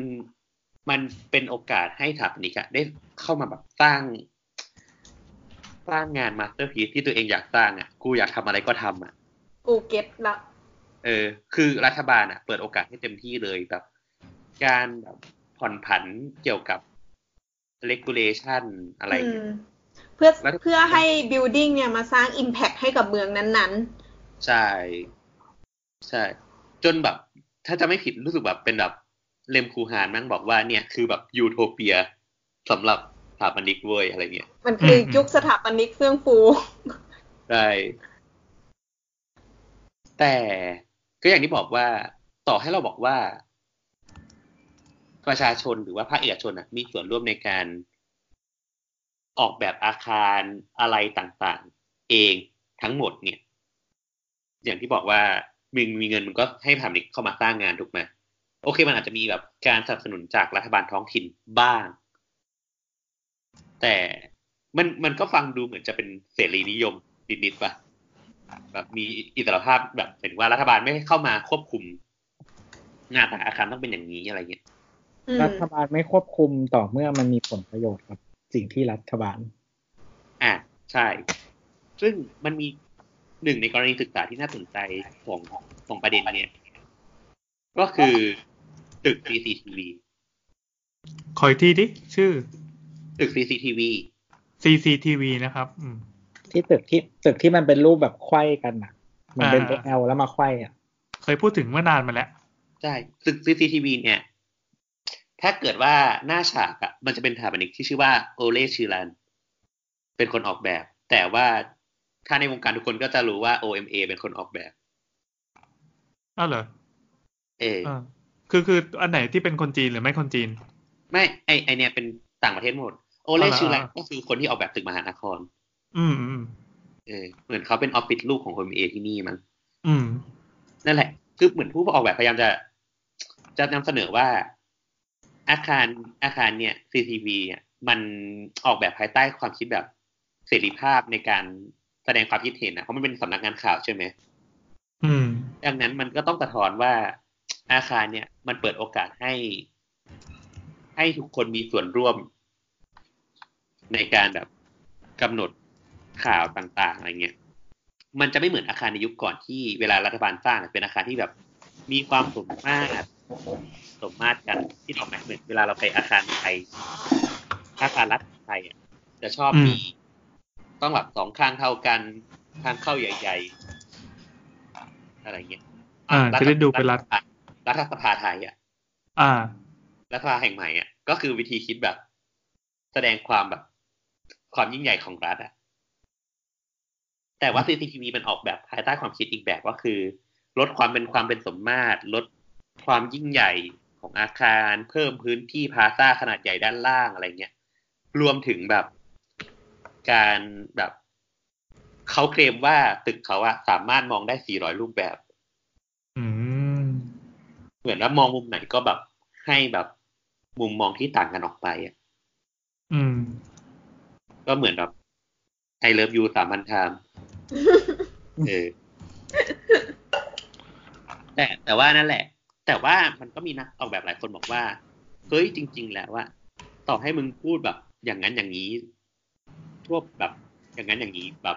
มันเป็นโอกาสให้สถาปนิกอะได้เข้ามาแบบสร้าง สร้างงานมาสเตอร์พีซที่ตัวเองอยากสร้างอะกูอยากทำอะไรก็ทำอะ กูเก็ตละ เออคือรัฐบาลอ่ะ เปิดโอกาสให้เต็มที่เลยแบบ การแบบผ่อนผันเกี่ยวกับ regulation อะไร อื เนี่ย มเพื่อ แล้ว เพื่อให้ building เนี่ยมาสร้าง impact ให้กับเมืองนั้น ใช่ ใช่ จนแบบ ถ้าจะไม่ผิดรู้สึกแบบเป็นแบบเลมคูฮานมั่งบอกว่าเนี่ยคือแบบยูโทเปียสำหรับสถาปนิกเว้ยอะไรเนี่ย ๆ มันคืออ ม ยุคสถาปนิกเฟื่องฟู ใช่แต่ก็อย่างที่บอกว่าต่อให้เราบอกว่า ประชาชนหรือว่าภาคเอกชนน่ะมีส่วนร่วมในการ ออกแบบอาคารอะไรต่างๆ เองทั้งหมดเนี่ย อย่างที่บอกว่ามึงมีเงินมึงก็ให้ผ่านนิกเข้ามาสร้างงานถูกไหมโอเคมันอาจจะมีแบบการสนับสนุนจากรัฐบาลท้องถิ่นบ้าง แต่มันมันก็ฟังดูเหมือนจะเป็นเสรีนิยมนิดๆป่ะแบบมีอิสรภาพแบบเห็นว่ารัฐบาลไม่ให้เข้ามาควบคุมหน้าตาอาคารต้องเป็นอย่างนี้อะไรเงี้ย อืม รัฐบาลไม่ควบคุมต่อเมื่อมันมีผลประโยชน์กับสิ่งที่รัฐบาล อ่ะใช่ ซึ่งมันมีหนึ่งในกรณีศึกษาที่น่าสนใจของของประเด็นเนี้ยก็คือตึก CCTV คอยที่ดิชื่อ ตึก CCTV CCTV นะครับอืม ที่ตึกที่ตึกที่มันเป็นรูปแบบไขว้กันอ่ะ มันเป็น อ่า ตัว L แล้วมาไขว้อ่ะ เคยพูดถึงเมื่อนานมาแล้ว ใช่ตึก CCTV เนี่ย ถ้าเกิดว่าหน้าฉากอะมันจะเป็นสถาปนิกที่ชื่อว่าโอเลชิรัน เป็นคนออกแบบ แต่ว่าถ้าในวงการทุกคนก็จะรู้ว่า OMA เป็นคนออกแบบ อ้าวเหรอ เออ อ่าคือคืออันไหนที่เป็นคนจีนหรือไม่คนจีน ไม่ไอไอเนี่ยเป็นต่างประเทศหมด โอเล อ๋อเหรอ ชิรันก็คือคนที่ออกแบบตึกมหานคร อืมอืม เออเหมือนเขาเป็นออฟฟิศลูกของคนเอที่นี่มั้ง อืม นั่นแหละ คือเหมือนผู้ออกแบบพยายามจะ จะนำเสนอว่า อาคารอาคารเนี่ย CCV เนี่ยมันออกแบบภายใต้ความคิดแบบเสรีภาพในการแสดงความคิดเห็นนะเพราะมันเป็นสำนักงานข่าวใช่ไหม อืม ดังนั้นมันก็ต้องสะท้อนว่าอาคารเนี่ย มันเปิดโอกาสให้ ให้ทุกคนมีส่วนร่วม ในการแบบกำหนดข่าวต่าง ๆ อะไรเงี้ย มันจะไม่เหมือนอาคารในยุคก่อนที่เวลารัฐบาลสร้างเนี่ยเป็นอาคารที่แบบมีความสมมาตรสมมาตรกันที่ออกแบบเหมือนเวลาเราไปอาคารไทยอาคารรัฐไทยอ่ะจะชอบมี อืม ต้องแบบสองข้างเท่ากันทางเข้าใหญ่ ๆ อะไรเงี้ย อ่าจะได้ดูเป็นรัฐ รัฐสภาไทยอ่ะ อ่า รัฐสภาแห่งใหม่อ่ะ ก็คือวิธีคิดแบบ แสดงความแบบ ความยิ่งใหญ่ของรัฐอ่ะ แต่ว่า CCTV มันออกแบบภายใต้ความคิดอีกแบบก็คือ ลดความเป็นความเป็นสมมาตร ลดความยิ่งใหญ่ของอาคาร เพิ่มพื้นที่พลาซ่าขนาดใหญ่ด้านล่างอะไรเงี้ย รวมถึงแบบการแบบเขาเคลมว่าตึกเขาอะสามารถมองได้ 400 รูปแบบ อืม เหมือนว่ามองมุมไหนก็แบบให้แบบมุมมองที่ต่างกันออกไปอ่ะ อืม ก็เหมือนแบบไอเลิฟยูสามัญทามเออแต่แต่ว่านั่นแหละ แต่ว่ามันก็มีนักออกแบบหลายคนบอกว่า เฮ้ยจริง ๆ แล้วว่า ต่อให้มึงพูดแบบ อย่างนั้นอย่างนี้ทั่วแบบ อย่างนั้นอย่างนี้แบบ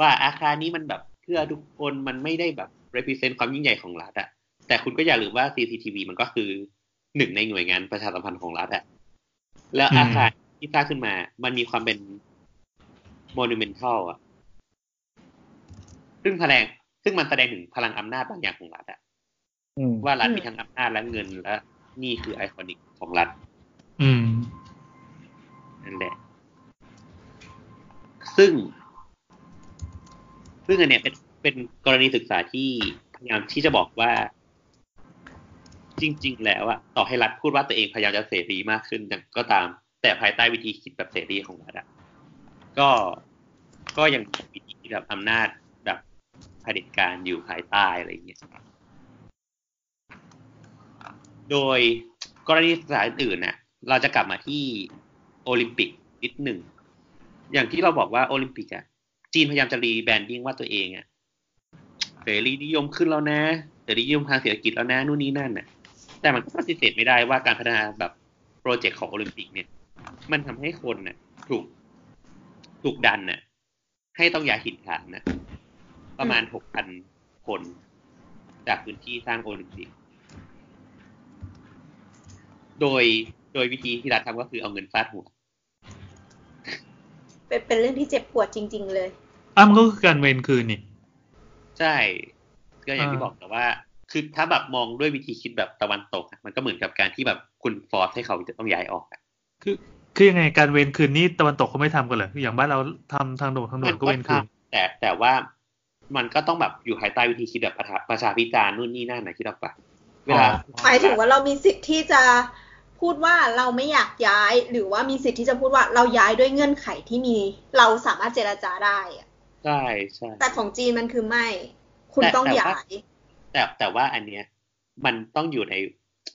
ว่าอาคารนี้มันแบบเพื่อทุกคนมันไม่ได้แบบ represent ความยิ่งใหญ่ของรัฐอะแต่คุณก็อย่าลืมว่า CCTV มันก็คือหนึ่งในหน่วยงานประชาสัมพันธ์ของรัฐอะแล้วอาคารที่สร้างขึ้นมา มันมีความเป็น monumental อะซึ่งแสดงซึ่งมันแสดงถึงพลังอำนาจบางอย่างของรัฐอะ อืม ว่ารัฐมีทั้งอำนาจและเงินและนี่คือไอคอนิกของรัฐ อืม นั่นแหละ ซึ่ง ซึ่งอันเนี้ยเป็นเป็นกรณีศึกษาที่พยายามที่จะบอกว่า จริง ๆ แล้วอะต่อให้รัฐพูดว่าตัวเองพยายามจะเสรีมากขึ้นก็ตาม แต่ภายใต้วิธีคิดแบบเสรีของรัฐอะก็ก็ยังมีวิธีแบบอำนาจแบบเผด็จการอยู่ภายใต้อะไรอย่างเงี้ย โดยกรณีศึกษาอื่นๆน่ะ เราจะกลับมาที่โอลิมปิกนิดหนึ่ง อย่างที่เราบอกว่าโอลิมปิกอ่ะ จีนพยายามจะรีแบรนดิ้งว่าตัวเองอ่ะเสรีนิยมขึ้นแล้วนะเสรีนิยมทางเศรษฐกิจแล้วนะนู่นนี่นั่นน่ะ แต่มันก็ปฏิเสธไม่ได้ว่าการพัฒนาแบบ โปรเจกต์ของโอลิมปิกเนี่ย มันทำให้คนน่ะ ถูก ถูกดันน่ะ ให้ต้องย้ายถิ่นฐานนะ ประมาณหกพันคน จากพื้นที่สร้างโอลิมปิก โดยโดยวิธีที่รัฐทำก็คือเอาเงินฟาดหัว เป็นเป็นเรื่องที่เจ็บปวดจริง ๆ เลย อ้ามันก็คือการเวรคืนนี่ ใช่ ก็อย่างที่ อ่า บอกแต่ว่า คือถ้าแบบมองด้วยวิธีคิดแบบตะวันตกอะมันก็เหมือนกับการที่แบบคุณฟอร์สให้เขาจะต้องย้ายออกอะ คือคือยังไงการเวรคืนนี่ตะวันตกเขาไม่ทำกันเหรออย่างบ้านเราทำทางด่วนทางด่วนก็เวรคืน แต่แต่ว่ามันก็ต้องแบบอยู่ภายใต้วิธีคิดแบบประชาประชาพิจารณ์นู่นนี่นั่นนะคิดออกปะเวลา หมายถึงว่าเรามีสิทธิ์ที่จะพูดว่าเราไม่อยากย้าย หรือว่ามีสิทธิ์ที่จะพูดว่าเราย้ายด้วยเงื่อนไขที่มี เราสามารถเจรจาได้อะ ใช่ใช่ แต่ของจีนมันคือไม่ คุณ แต่ ต้อง แต่ว่า ย้าย แต่แต่ว่าอันเนี้ย มันต้องอยู่ใน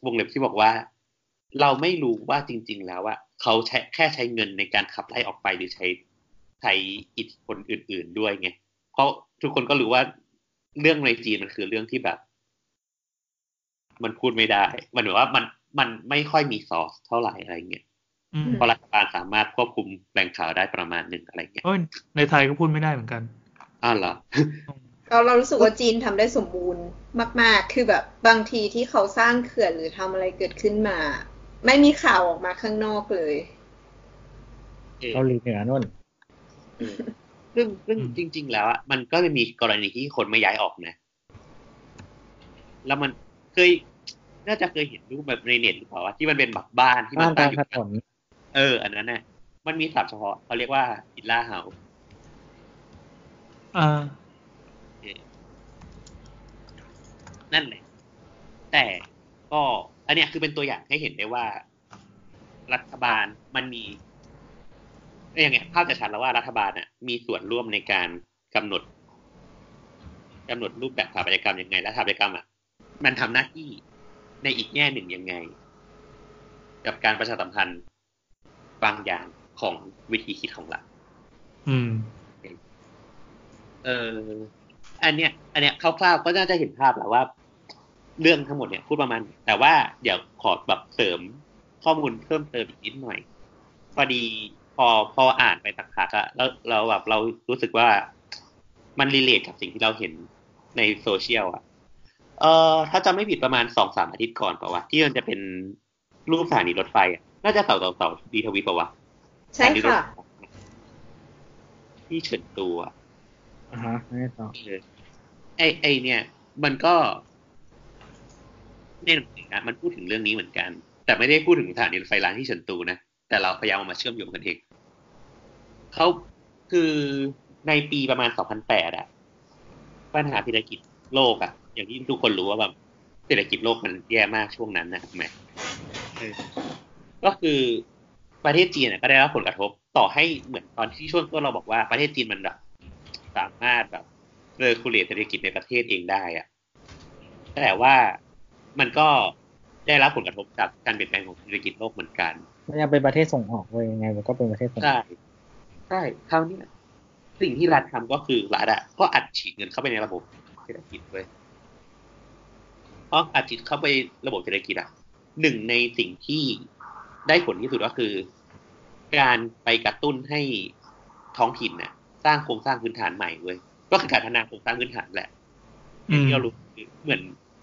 วงเล็บที่บอกว่า เราไม่รู้ว่าจริง ๆ แล้วว่าเขาใช้แค่ใช้เงินในการขับไล่ออกไปหรือใช้ใช้อิทธิพลอื่น ๆด้วยไงเพราะทุกคนก็รู้ว่าเรื่องในจีนมันคือเรื่องที่แบบ มันพูดไม่ได้ มันเหมือนว่ามันมันไม่ค่อยมีซอสเท่าไหร่อะไรเงี้ย อืม เพราะรัฐบาลสามารถควบคุมแหล่งข่าวได้ประมาณหนึ่งอะไรเงี้ย เอ้ยในไทยก็พูดไม่ได้เหมือนกัน อ้าวเหรอ เราเรารู้สึกว่าจีนทำได้สมบูรณ์มาก ๆ คือแบบบางทีที่เขาสร้างเขื่อนหรือทำอะไรเกิดขึ้นมา ไม่มีข่าวออกมาข้างนอกเลย เกาหลีเหนือนู่น ซึ่งซึ่ง อืม จริง ๆ แล้วอะมันก็จะมีกรณีที่คนไม่ย้ายออกนะ แล้วมันเคย น่าจะเคยเห็นรูปแบบในเน็ตหรือเปล่าวะที่มันเป็นแบบบ้านที่มั บ้าน น ตั้อยู่กาง รถ ข้าง นน เออ อันนั้นน่ะ มันมีศัพท์เฉพาะเขาเรียกว่าอิลล่าเฮา อ่า นั่นแหละ แต่ก็ อันเนี้ยคือเป็นตัวอย่างให้เห็นได้ว่า รัฐบาลมันมีเอ้ยอย่างเงี้ยภาพจะชัดแล้วว่ารัฐบาลน่ะ มีส่วนร่วมในการกำหนดกำหนดรูปแบบสถาปัตยกรรมยังไงและสถาปัตยกรรมอ่ะมันทำหน้าที่ในอีกแง่หนึ่งยังไง กับการประชาสัมพันธ์บางอย่างของวิธีคิดของรัฐ อืม เออ อันเนี้ย อันเนี้ยคร่าวๆก็น่าจะเห็นภาพแหละว่า เรื่องทั้งหมดเนี่ยพูดประมาณ แต่ว่าเดี๋ยวขอแบบเสริมข้อมูลเพิ่มเติมอีกนิดหน่อย พอดีพอพออ่านไปสักพักอะแล้วเราแบบเรารู้สึกว่ามันรีเลทกับสิ่งที่เราเห็นในโซเชียลอะเออถ้าจำไม่ผิดประมาณสองสามอาทิตย์ก่อนเปล่าวะที่มันจะเป็นรูปสถานีรถไฟอะน่าจะเสาเสาเสาดีทวีปะวะ ใช่ค่ะ สถานีรถไฟที่เฉินตัว อ่าฮะไม่ต่อ เออไอไอเนี่ย มันก็ในหนังสืออะมันพูดถึงเรื่องนี้เหมือนกัน แต่ไม่ได้พูดถึงสถานีรถไฟร้างที่เฉินตูนะแต่เราพยายามเอามาเชื่อมโยงกันเองเขาคือในปีประมาณ 2008อะปัญหาเศรษฐกิจโลกอะอย่างที่ทุกคนรู้ว่าแบบเศรษฐกิจโลกมันแย่มากช่วงนั้นนะถูกไหมเออก็คือประเทศจีนอะก็ได้รับผลกระทบต่อให้เหมือนตอนที่ช่วงต้นเราบอกว่าประเทศจีนมันแบบสามารถแบบ เรคูเลตเศรษฐกิจในประเทศเองได้อะแต่ว่ามันก็ได้รับผลกระทบจากการเปลี่ยนแปลงของเศรษฐกิจโลกเหมือนกัน มันยังเป็นประเทศส่งออกเว้ยยังไงมันก็เป็นประเทศส่งอ ใช่ อก ใช่คราวเนี้ยสิ่งที่รัฐทำก็คือรัฐอ่ะก็อัดฉีดเงินเข้าไปในระบบเศรษฐกิจเลยเพราะอัดฉีดเข้าไประบบเศรษฐกิจอ่ะหนึ่งในสิ่งที่ได้ผลที่สุดก็คือ การไปกระตุ้นให้ท้องถิ่นน่ะ สร้างโครงสร้างพื้นฐานใหม่เว้ยก็คือการพัฒนาโครงสร้างพื้นฐานแหละ อืม ที่เรารู้คือเหมือน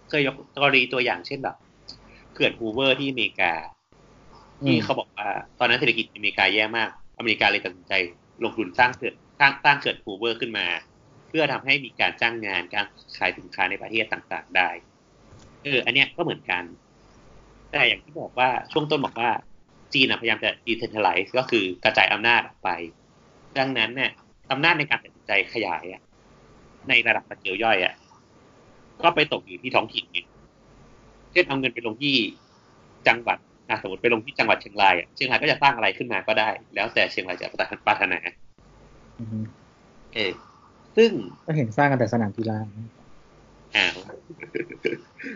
เคยยกกรณีตัวอย่างเช่นแบบเขื่อนฮูเวอร์ที่อเมริกา ที่เขาบอกว่าตอนนั้นเศรษฐกิจอเมริกาแย่มาก อเมริกาเลยตัดสินใจลงทุนสร้างเขื่อนสร้างสร้างเขื่อนฮูเวอร์ขึ้นมา เพื่อทำให้มีการจ้างงานการขายสินค้าในประเทศต่างๆได้ เออ อันเนี้ยก็เหมือนกัน แต่อย่างที่บอกว่าช่วงต้นบอกว่า จีนนะพยายามจะ decentralize ก็คือกระจายอำนาจออกไป ดังนั้นเนี่ยอำนาจในการตัดสินใจขยายอะในระดับสเกลย่อยอะก็ไปตกอยู่ที่ท้องถิ่นไงเช่นเอาเงินไปลงที่จังหวัดอ่ะสมมติไปลงที่จังหวัดเชียงรายอะเชียงรายก็จะสร้างอะไรขึ้นมาก็ได้ แล้วแต่เชียงรายจะปรารถนา อือฮึ เออ ซึ่ง ก็เห็นสร้างกันแต่สนามกีฬา อ้าว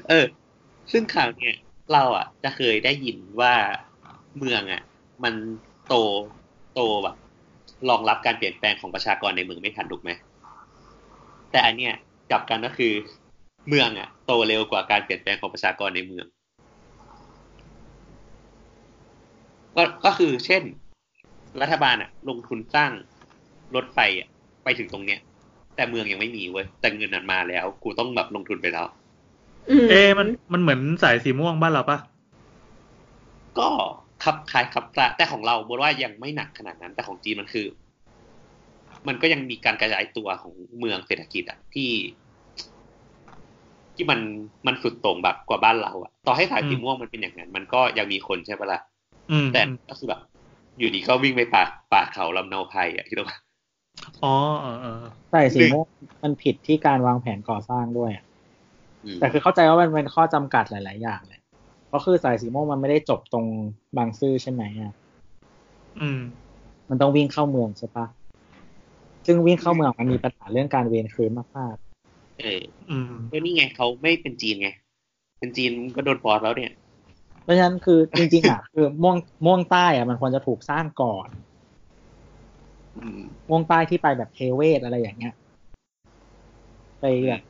เออ ซึ่งข่าวเนี่ย เราอ่ะ จะเคยได้ยินว่าเมืองอ่ะ มันโตโตแบบรองรับการเปลี่ยนแปลงของประชากรในเมืองไม่ทันถูกไหมแต่อันเนี้ยกลับกันก็คือ เมืองอ่ะ โตเร็วกว่าการเปลี่ยนแปลงของประชากรในเมือง ก็ก็คือเช่น รัฐบาลอะลงทุนสร้างรถไฟอะไปถึงตรงเนี้ย แต่เมืองยังไม่มีเว้ยแต่เงินนั้นมาแล้ว กูต้องแบบลงทุนไปแล้ว อืม เอะมันมันเหมือนสายสีม่วงบ้านเราปะ ก็ขับคล้ายขับคละแต่ของเราบนว่ายังไม่หนักขนาดนั้น แต่ของจีนมันคือ มันก็ยังมีการกระจายตัวของเมืองเศรษฐกิจอะที่ ที่มันมันสุดโต่งแบบกว่าบ้านเราอะต่อให้สายสีม่วงมันเป็นอย่างนั้น มันก็ยังมีคนใช่ปะล่ะ อืม แต่ก็คือแบบ อยู่ดีก็วิ่งไปป่าป่าเขาลำเนาไพรอะที่เรา อ๋อเออเออ ใส่สี หรือ ม่วงมันผิดที่การวางแผนก่อสร้างด้วยอะ อืม แต่คือเข้าใจว่ามันเป็นข้อจำกัดหลาย ๆ อย่างเลยก็คือสายสีม่วงมันไม่ได้จบตรงบางซื่อใช่ไหมอะ อืม มันต้องวิ่งเข้าเมืองใช่ปะซึ่งวิ่งเข้าเมืองมันมีปัญหาเรื่องการเวรคืนมาก เออ อืม ก็นี่ไงเขาไม่เป็นจีนไง เป็นจีนก็โดนฟอร์สแล้วเนี่ย ๆเพราะฉะนั้นคือจริง ๆ อ่ะ <coughs> คือม่วงม่วงใต้อ่ะมันควรจะถูกสร้างก่อน อืม ม่วงใต้ที่ไปแบบเทเวศอะไรอย่างเงี้ย ไปแบบ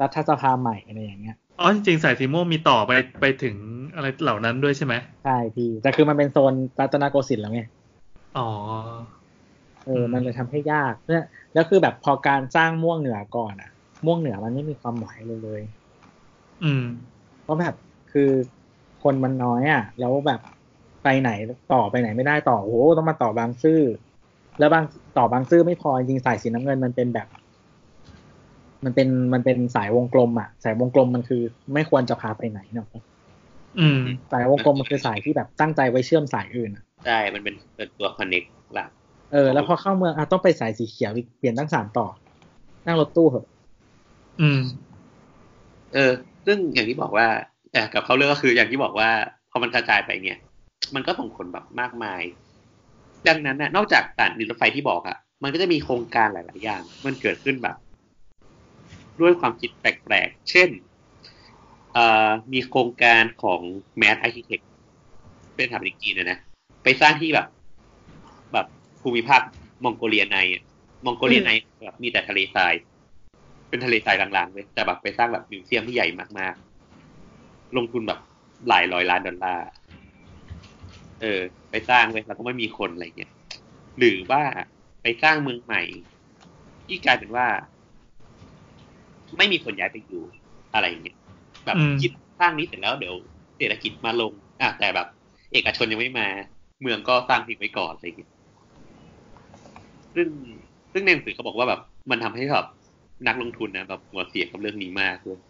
รัฐสภาใหม่อะไรอย่างเงี้ย อ๋อจริงๆสายสีม่วงมีต่อไปไปถึงอะไรเหล่านั้นด้วยใช่ไหม ใช่พี่ แต่คือมันเป็นโซนรัตนโกสินทร์แล้วไง อ๋อ เออ อืม มันเลยทำให้ยากเนี่ยแล้วคือแบบพอการสร้างม่วงเหนือก่อนอ่ะ ม่วงเหนือมันไม่มีความหมายเลยเลย อืม เพราะแบบคือคนมันน้อยอ่ะ แล้วแบบไปไหนต่อไปไหนไม่ได้ต่อโอ้โหต้องมาต่อบางซื่อ แล้วบางต่อบางซื่อไม่พอจริงๆสายสีน้ำเงินมันเป็นแบบ มันเป็นมันเป็นสายวงกลมอ่ะ สายวงกลมมันคือ ไม่ควรจะพาไปไหนเนาะ อืม สายวงกลมมันคือสายที่แบบตั้งใจไว้เชื่อมสายอื่นอะ ใช่ มันเป็นเป็นตัวคอนเน็กหลัก เออแล้วพอเข้าเมืองอ่ะต้องไปสายสีเขียวอีกเปลี่ยนตั้งสามต่อ นั่งรถตู้เหอะ อืม เออ ซึ่งอย่างที่บอกว่าเอ่อกับเขาเรื่องก็คืออย่างที่บอกว่า พอมันกระจายไปเนี่ย มันก็ส่งผลแบบมากมาย ดังนั้นนะนอกจากการดินรถไฟที่บอกอะ่ะ มันก็จะมีโครงการหลาย ๆ อย่าง มันเกิดขึ้นแบบ ด้วยความคิดแปลก ๆ เช่นเอ่อมีโครงการของ Mad Architect เป็นสถาปนิกจีนนะนะ ไปสร้างที่แบบ แบบภูมิภาคมองโกเลียในอะมองโกเลียในแบบมีแต่ทะเลทราย เป็นทะเลทรายลางๆเลยแต่แบบไปสร้างแบบมิวเซียมที่ใหญ่มากๆ ลงทุนแบบหลายร้อยล้านดอลลาร์ เออ ไปสร้างเลยแล้วก็ไม่มีคนอะไรเงี้ย หรือว่าไปสร้างเมืองใหม่ ที่กลายเป็นว่า ไม่มีคนย้ายไปอยู่อะไรเงี้ย แบบ อืม คิดสร้างนี้เสร็จแล้วเดี๋ยวเศรษฐกิจมาลง อ่ะแต่แบบ เอกชนยังไม่มา เมืองก็สร้างทิ้งไว้ก่อนอะไรเงี้ย ซึ่งซึ่งในหนังสือเขาบอกว่าแบบ มันทำให้แบบนักลงทุนนะแบบหัวเสียกับเรื่องนี้มากเลย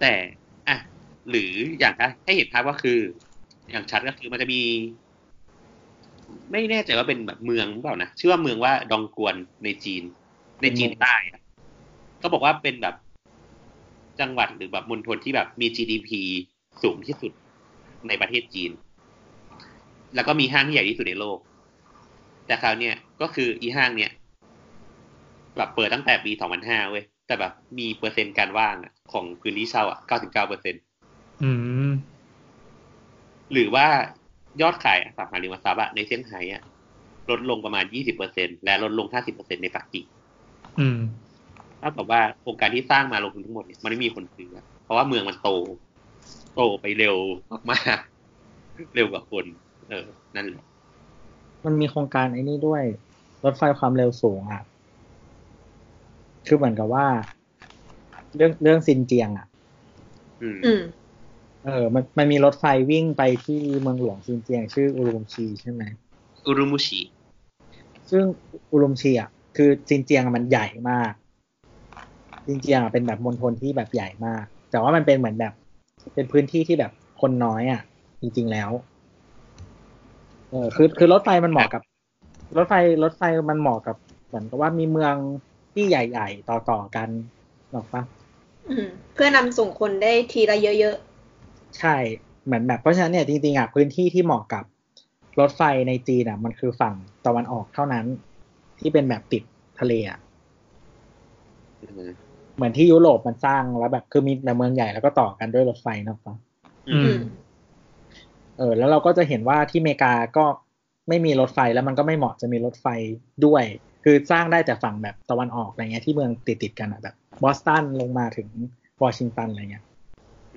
แต่อ่ะหรืออย่างถ้าให้เห็นภาพก็คือ อย่างชัดก็คือมันจะมี ไม่แน่ใจว่าเป็นแบบเมืองหรือเปล่านะชื่อว่าเมืองว่าดองกวนในจีน ในจีนใต้อะเขาบอกว่าเป็นแบบจังหวัดหรือแบบมณฑลที่แบบมี GDP สูงที่สุดในประเทศจีน แล้วก็มีห้างที่ใหญ่ที่สุดในโลก แต่คราวเนี้ยก็คืออีห้างเนี่ย แบบเปิดตั้งแต่ปี 2005 เว้ย แต่แบบมีเปอร์เซ็นต์การว่างอะของพื้นที่เช่าอ่ะ 99เปอร์เซ็น อืม หรือว่ายอดขายอสังหาริมทรัพย์อะในเซี่ยงไฮ้อะลดลงประมาณ 20เปอร์เซ็นและลดลง 50เปอร์เซ็นในปักกิ่ง อืม เท่ากับว่าโครงการที่สร้างมาลงทุนทั้งหมดเนี่ยมันไม่มีคนซื้ออะเพราะว่าเมืองมันโต โตไปเร็วมาก <laughs> ๆเร็วกว่าคน เออ นั่นแหละ มันมีโครงการไอ้นี่ด้วย รถไฟความเร็วสูงอ่ะ คือเหมือนกับว่า เรื่องเรื่องซินเจียงอ่ะ อืม อืม เออ มันมันมีรถไฟวิ่งไปที่เมืองหลวงซินเจียง ชื่ออุรุมชีใช่ไหม อุรุมุชิ ซึ่งอุรุมชีอ่ะคือซินเจียงอะมันใหญ่มากซินเจียงอะเป็นแบบมณฑลที่แบบใหญ่มาก แต่ว่ามันเป็นเหมือนแบบ เป็นพื้นที่ที่แบบคนน้อยอ่ะ จริง ๆแล้ว เออคือคือรถไฟมันเหมาะกับ รถไฟรถไฟมันเหมาะกับเหมือนกับว่ามีเมืองที่ใหญ่ๆต่อๆกันหรอกปะ อืม เพื่อนำส่งคนได้ทีละเยอะ ใช่เหมือนแบบเพราะฉะนั้นเนี่ยจริงๆอ่ะพื้นที่ที่เหมาะกับรถไฟในจีนอ่ะ มันคือฝั่งตะวันออกเท่านั้น ที่เป็นแบบติดทะเลอ่ะ อืม เหมือนที่ยุโรปมันสร้างแล้วแบบคือมีแต่เมืองใหญ่แล้วก็ต่อกันด้วยรถไฟเนาะปะ ๆ อื อื ม ม เออแล้วเราก็จะเห็นว่าที่อเมริกาก็ไม่มีรถไฟแล้วมันก็ไม่เหมาะจะมีรถไฟด้วย คือสร้างได้แต่ฝั่งแบบตะวันออกอะไรเงี้ยที่เมืองติดติดๆกันอะแบบบอสตันลงมาถึงวอชิงตันอะไรเงี้ย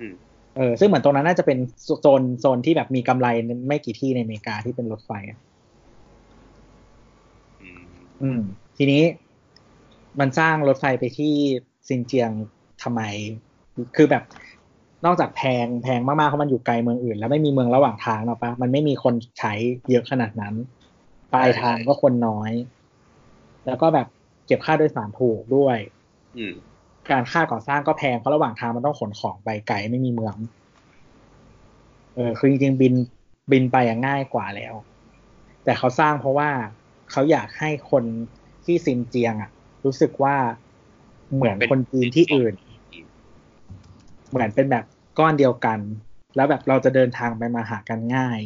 อืม เออซึ่งเหมือนตรงนั้นน่าจะเป็นโซนโซนที่แบบมีกำไรไม่กี่ที่ในอเมริกาที่เป็นรถไฟอะ อืม อืม ทีนี้มันสร้างรถไฟไปที่ซินเจียงทำไม คือแบบนอกจากแพงแพงมากๆเพราะมันอยู่ไกลเมืองอื่น แล้วไม่มีเมืองระหว่างทางหรอกปะมันไม่มีคนใช้เยอะขนาดนั้นปลายทางก็คนน้อย แล้วก็แบบเก็บค่าโดยสารถูกด้วย อืม การค่าก่อสร้างก็แพงเพราะระหว่างทางมันต้องขนของไปไกลไม่มีเมือง เออคือจริงๆบินบินไปอะง่ายกว่าแล้ว แต่เขาสร้างเพราะว่าเขาอยากให้คนที่ซินเจียงอะรู้สึกว่าเหมือนคนจีนที่อื่น เหมือนเป็นแบบก้อนเดียวกัน แล้วแบบเราจะเดินทางไปมาหากันง่าย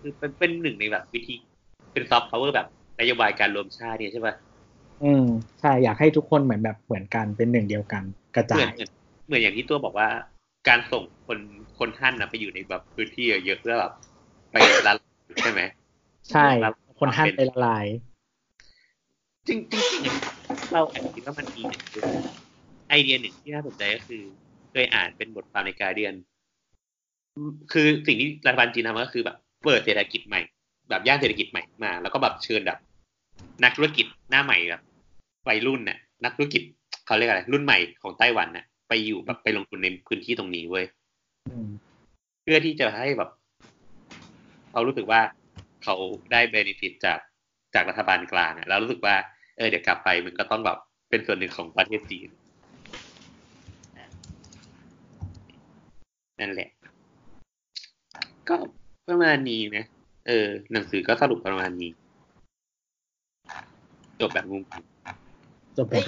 คือเป็นเป็นหนึ่งในแบบวิธีเป็นซอฟต์พาวเวอร์แบบนโยบายการรวมชาติเนี่ยใช่ปะ อืมใช่อยากให้ทุกคนเหมือนแบบเหมือนกันเป็นหนึ่งเดียวกัน กระ เห จา มือย นเหมือนอย่างที่ตัวบอกว่า การส่งคนคนท่านนะไปอยู่ในแบบพื้นที่เยอะๆเพื่อแบบไปร้านใช่ไหม ใช่ ครับ คนห้ามไปละลาย จริงจริงๆเราแอบคิดว่ามันมีไอเดียหนึ่งที่น่าสนใจก็คือเคยอ่านเป็นบทความในการเดียน คือสิ่งที่รัฐบาลจีนทำก็คือแบบเปิดเศรษฐกิจใหม่ แบบย่านเศรษฐกิจใหม่มา แล้วก็แบบเชิญแบบ นักธุรกิจหน้าใหม่แบบวัยรุ่นน่ะ นักธุรกิจเขาเรียกอะไรรุ่นใหม่ของไต้หวันน่ะ ไปอยู่แบบไปลงทุนในพื้นที่ตรงนี้เว้ย อืม เพื่อที่จะให้แบบเขารู้สึกว่าเขาได้เบนฟิตจากจากรัฐบาลกลางอะแล้วรู้สึกว่าเออเดี๋ยวกลับไปมันก็ต้องแบบเป็นส่วนหนึ่งของประเทศจีนนั่นแหละ ก็ประมาณนี้นะเออ หนังสือก็สรุปประมาณนี้ จบแบบงง จบแล้ว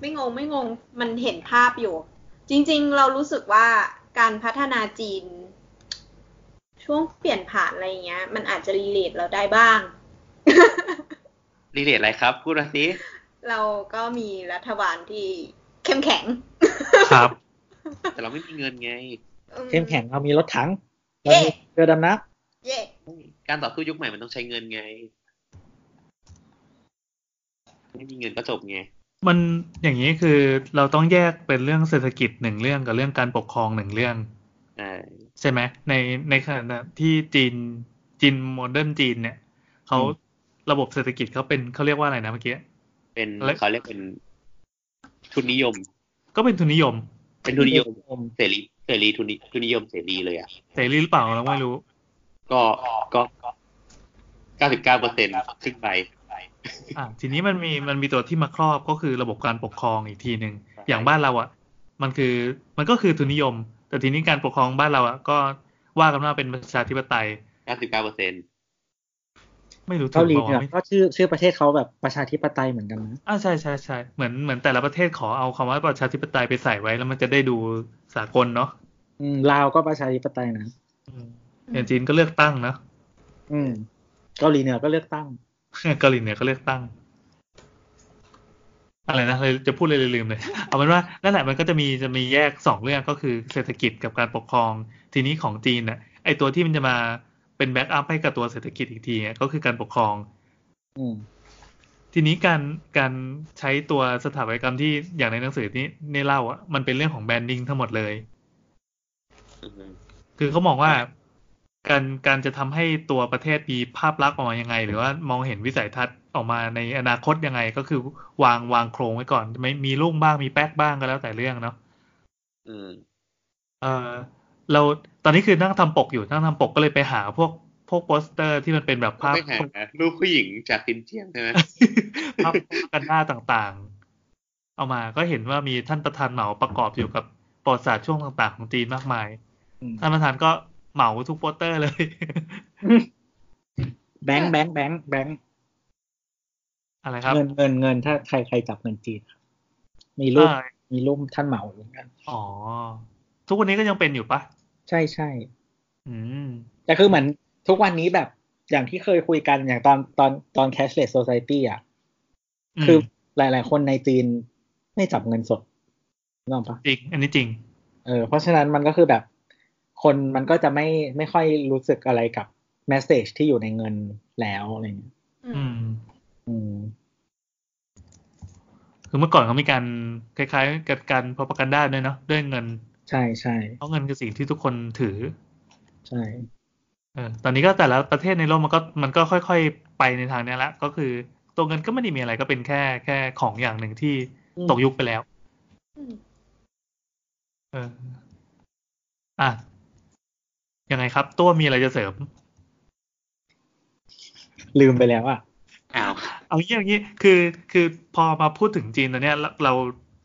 ไม่งงไม่งงมันเห็นภาพอยู่ จริง ๆ เรารู้สึกว่าการพัฒนาจีน ช่วงเปลี่ยนผ่านอะไรเงี้ย มันอาจจะรีเลทเราได้บ้าง <laughs> รีเลทอะไรครับ พูดมาสิ เราก็มีรัฐบาลที่เข้มแข็ง ครับ <laughs> แต่เราไม่มีเงินไง อื เข้มแข็งเรามีรถถังเรามีเรือดำน้ำ เย่ การต่อสู้ยุคใหม่มันต้องใช้เงินไง ไม่มีเงินก็จบไง มันอย่างนี้คือเราต้องแยกเป็นเรื่องเศรษฐกิจหนึ่งเรื่องกับเรื่องการปกครองหนึ่งเรื่อง ใช่ ใช่ไหมในในขณะที่จีนจีนโมเดิร์นจีนเนี่ยเขา อืม ระบบเศรษฐกิจเขาเป็นเขาเรียกว่าอะไรนะเมื่อกี้ เป็น แล้ว เขาเรียกเป็นทุนนิยม ก็เป็นทุนนิยม เป็นทุนนิยมเสรีเสรีทุนนิทุนนิยมเสรีเลยอ่ะ เสรีหรือเปล่าเราไม่รู้ ก็ก็เก้าสิบเก้าเปอร์เซ็นต์ขึ้นไป อ่ะทีนี้มันมีมันมีตัวที่มาครอบก็คือระบบการปกครองอีกทีหนึ่ง ใช่ อย่างบ้านเราอ่ะ มันคือมันก็คือทุนนิยม แต่ทีนี้การปกครองบ้านเราอ่ะก็ว่ากันว่าเป็นประชาธิปไตย เก้าสิบเก้าเปอร์เซ็นต์ ไม่รู้ถู เกาก หลี บอก เหนือ ไม่ ก็ชื่อชื่อประเทศเขาแบบประชาธิปไตยเหมือนกันนะ อ่าใช่ใช่ใช่เหมือนเหมือนแต่ละประเทศขอเอาคำว่าประชาธิปไตยไปใส่ไว้แล้วมันจะได้ดูสากลเนาะ อืมลาวก็ประชาธิปไตยนะ อืมอย่างจีนก็เลือกตั้งเนาะ อืมเกาหลีเหนือก็เลือกตั้ง <laughs> เกาหลีเหนือก็เลือกตั้ง อะไรนะเลยจะพูดเลยลืมเลย <laughs> เอาเป็นว่านั่นแหละมันก็จะมีจะมีแยกสองเรื่องก็คือเศรษฐกิจกับการปกครอง ทีนี้ของจีนน่ะไอตัวที่มันจะมาเป็นแบ็กอัพให้กับตัวเศรษฐกิจอีกทีเนี่ยก็คือการปกครอง อืม ทีนี้การการใช้ตัวสถาปัตยกรรมที่อย่างในหนังสือนี้ในเล่าอ่ะมันเป็นเรื่องของแบรนดิ้งทั้งหมดเลย คือเขามองว่าการการจะทำให้ตัวประเทศมีภาพลักษณ์ออกมายังไง หรือว่ามองเห็นวิสัยทัศน์ออกมาในอนาคตยังไง ก็คือวางวางโครงไว้ก่อน ไม่มีลูกบ้างมีแป๊กบ้างก็แล้วแต่เรื่องเนาะ อืม เออเราตอนนี้คือนั่งทำปกอยู่นั่งทำปกก็เลยไปหาพวกพวกโปสเตอร์ที่มันเป็นแบบภาพ ไม่หา ลูกผู้หญิงจากซินเจียงใช่ไหม ภาพกันหน้าต่างๆ เอามาก็เห็นว่ามีท่านประธานเหมาประกอบอยู่กับประวัติศาสตร์ช่วงต่างๆ ของจีนมากมาย อืม ท่านประธานก็เหมาทุกโปสเตอร์เลย <laughs> แบงค์แบงค์แบงค์แบงค์ อะไรครับ เงินเงินเงินถ้าใครใครจับเงินจีนครับมีรูป อ่า มีรูปท่านเหมาเหมือนกัน อ๋อ ทุกวันนี้ก็ยังเป็นอยู่ปะ ใช่ใช่ อืม แต่คือเหมือนทุกวันนี้แบบอย่างที่เคยคุยกันอย่างตอนตอนตอน cashless society อ่ะ คือหลาย ๆ คนในจีนไม่จับเงินสดนึกออกปะ จริง อันนี้จริง เออเพราะฉะนั้นมันก็คือแบบ คนมันก็จะไม่ไม่ค่อยรู้สึกอะไรกับแมสเซจที่อยู่ในเงินแล้วอะไรเงี้ย อื อื ม ม อืม คือเมื่อก่อนเขามีการคล้ายๆกับการพอประกันด้าด้วยเนาะด้วยเงิน ใ ใช่ใช่ เพราะเงินคือสิ่งที่ทุกคนถือ ใช่ เออตอนนี้ก็แต่ละประเทศในโลกมันก็มันก็ค่อยๆไปในทางเนี้ยละก็คือตัวเงินก็ไม่ได้มีอะไรก็เป็นแค่แค่ของอย่างหนึ่งที่ตกยุคไปแล้ว อืม เอออ่ะยังไงครับ ตัวมีอะไรจะเสริม ลืมไปแล้วอ่ะ อ้าว <laughs> เอางี้เอางี้คือคือพอมาพูดถึงจีนตอนเนี้ยเราเรา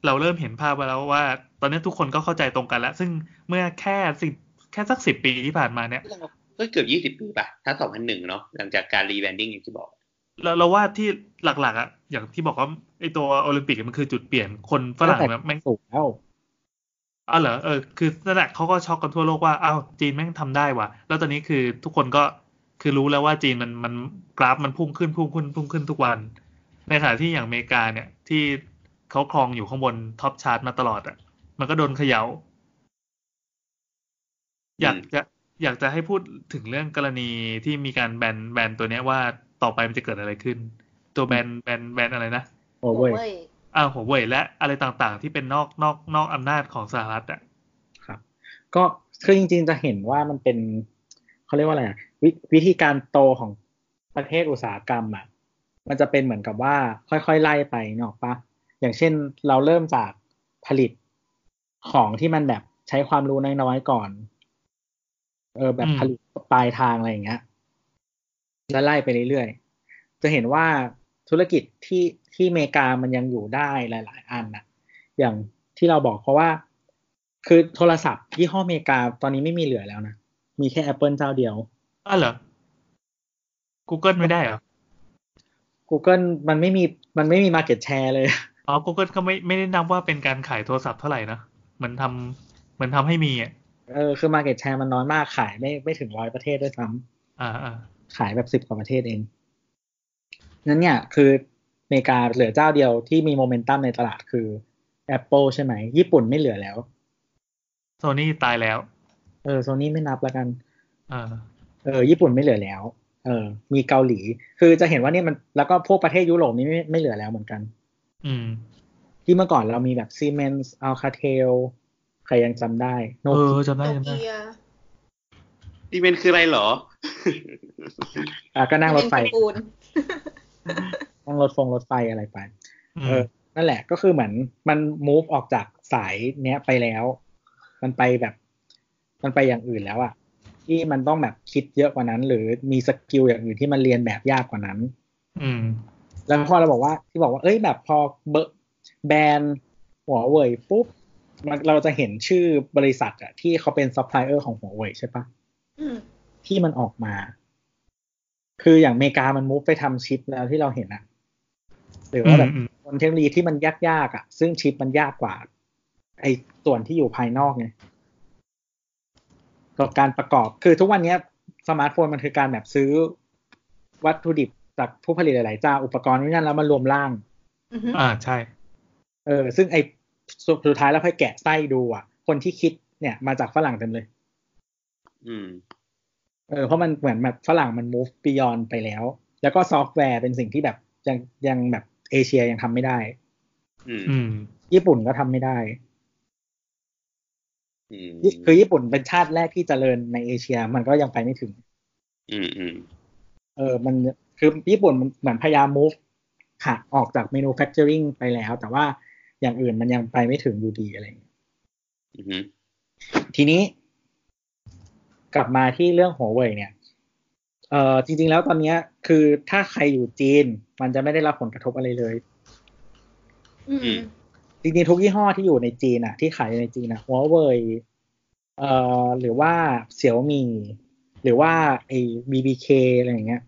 เราเริ่มเห็นภาพไปแล้วว่า ตอนนี้ทุกคนก็เข้าใจตรงกันแล้ว ซึ่งเมื่อแค่สิบแค่สักสิบปีที่ผ่านมาเนี่ย ก็เกือบยี่สิบ20 ปีป่ะ ถ้าสองพันหนึ่งเนาะ หลังจากการรีแบรนดิ้งอย่างที่บอก เราเราว่าที่หลักๆอ่ะอย่างที่บอกว่าไอตัวโอลิมปิกมันคือจุดเปลี่ยนคนฝรั่ง แต่ แบบแม่ง สูงแล้ว อ้าวเหรอเออคือนั่นแหละเขาก็ช็อกกันทั่วโลกว่าอ้าวจีนแม่งทำได้ว่ะ แล้วตอนนี้คือทุกคนก็คือรู้แล้วว่าจีนมันมันกราฟมันพุ่งขึ้นพุ่งขึ้นพุ่งขึ้นทุกวัน ในขณะที่อย่างอเมริกาเนี่ยที่เขาครองอยู่ข้างบนท็อปชาร์ตมาตลอดอ่ะมันก็โดนเขยา่าอยาก อืม จะอยากจะให้พูดถึงเรื่องกรณีที่มีการแบนแบนตัวเนี้ยว่าต่อไปมันจะเกิดอะไรขึ้น ตัวแบนแบนแบนอะไรนะ โอ้เว้ย ย อ่าหัวเว่ยและอะไรต่างๆ ที่เป็นนอกนอกนอกอำนาจของสหรัฐอ่ะ ครับก็คือจริงๆจะเห็นว่ามันเป็นเขาเรียกว่าอะไรอะววิธีการโตของประเทศอุตสาหกรรมอ่ะมันจะเป็นเหมือนกับว่าค่อยๆไล่ไปเนกอะปะอย่างเช่นเราเริ่มจากผลิตของที่มันแบบใช้ความรู้น้อยๆก่อน เออแบบ อืม ผลิตปลายทางอะไรอย่างเงี้ยแล้วไล่ไปเรื่อยๆ จะเห็นว่าธุรกิจที่ที่อเมริกามันยังอยู่ได้หลาย ๆ อันน่ะ อย่างที่เราบอกเพราะว่า คือโทรศัพท์ยี่ห้ออเมริกาตอนนี้ไม่มีเหลือแล้วนะ มีแค่ Apple เจ้าเดียว อ้าวเหรอ Google ไม่ได้เหรอ Google มันไม่มีมันไม่มี Market Share เลย อ๋อ Google ก็ไม่ไม่ได้นับว่าเป็นการขายโทรศัพท์เท่าไหร่นะมันทำมันทำให้มีอ่ะ เออคือ Market Share มันน้อยมากขายไม่ไม่ถึงร้อยประเทศด้วยซ้ำ อ่าอ่า ขายแบบสิบ10 กว่าประเทศเอง นั้นเนี่ยคืออเมริกาเหลือเจ้าเดียวที่มีโมเมนตัมในตลาดคือ Apple ใช่ไหม ญี่ปุ่นไม่เหลือแล้ว โซนี่ตายแล้ว เออโซนี่ไม่นับละกัน อ่า เออญี่ปุ่นไม่เหลือแล้ว เออ มีเกาหลี คือจะเห็นว่าเนี่ยมันแล้วก็พวกประเทศยุโรปนี่ไม่ไม่เหลือแล้วเหมือนกัน อืม ที่เมื่อก่อนเรามีแบบซีเมนส์อัลคาเทลใครยังจำได้โน เออ เกีย จำได้ โต จำได้ เกีย ดีเมนคืออะไรเหรอ อ่ะก็นั่งรถไฟ เป็นตะกูล นั่งรถฟงรถไฟอะไรไป อื เอ ม อ นั่นแหละก็คือเหมือนมัน move ออกจากสายเนี้ยไปแล้ว มันไปแบบ มันไปอย่างอื่นแล้วอะที่มันต้องแบบคิดเยอะกว่านั้น หรือมีสกิลอย่างอื่นที่มันเรียนแบบยากกว่านั้น อืม แล้วพอเราบอกว่าที่บอกว่า เอ้ยแบบพอเบอร์แบรนด์หัวเว่ยปุ๊บมันเราจะเห็นชื่อบริษัทอะที่เขาเป็นซัพพลายเออร์ของหัวเว่ยใช่ปะ อืม ที่มันออกมา คืออย่างอเมริกามันมุฟไปทำชิปแล้วที่เราเห็นอะหรือว่าแบบ อืมอืม คนเทคโนโลยีที่มันยากๆอะซึ่งชิปมันยากกว่า ไอ้ส่วนที่อยู่ภายนอกไงกับการประกอบ คือทุกวันเนี้ยสมาร์ทโฟนมันคือการแบบซื้อวัตถุดิบจากผู้ผลิตหลายๆเจ้าอุปกรณ์นู่นนั่นแล้วมารวมร่าง อือฮึ อ่าใช่ เออ ซึ่งไอ้สุดสุดท้ายแล้วค่อยแกะไส้ดูอะคนที่คิดเนี่ยมาจากฝรั่งเต็มเลย อืม เออเพราะมันเหมือนแบบฝรั่งมัน move beyond ไปแล้ว แล้วก็ซอฟต์แวร์เป็นสิ่งที่แบบยังยังแบบเอเชียยังทำไม่ได้ อืม อืม ญี่ปุ่นก็ทำไม่ได้ อืม ญี่คือญี่ปุ่นเป็นชาติแรกที่เจริญในเอเชีย มันก็ยังไปไม่ถึง อืมอืม เออมันคือญี่ปุ่นมันเหมือนพยายาม move หักออกจาก manufacturing ไปแล้ว แต่ว่าอย่างอื่นมันยังไปไม่ถึงอยู่ดีอะไรอย่างเงี้ย อืม ทีนี้ กลับมาที่เรื่องหัวเว่ยเนี่ยเออจริง ๆ แล้วตอนเนี้ยคือถ้าใครอยู่จีน มันจะไม่ได้รับผลกระทบอะไรเลย อืม จริงๆทุกยี่ห้อที่อยู่ในจีนอะที่ขายอยู่ในจีนอะหัวเว่ยเอ่อหรือว่าเสี่ยวมีหรือว่าไอ้ BBK อะไรอย่างเงี้ย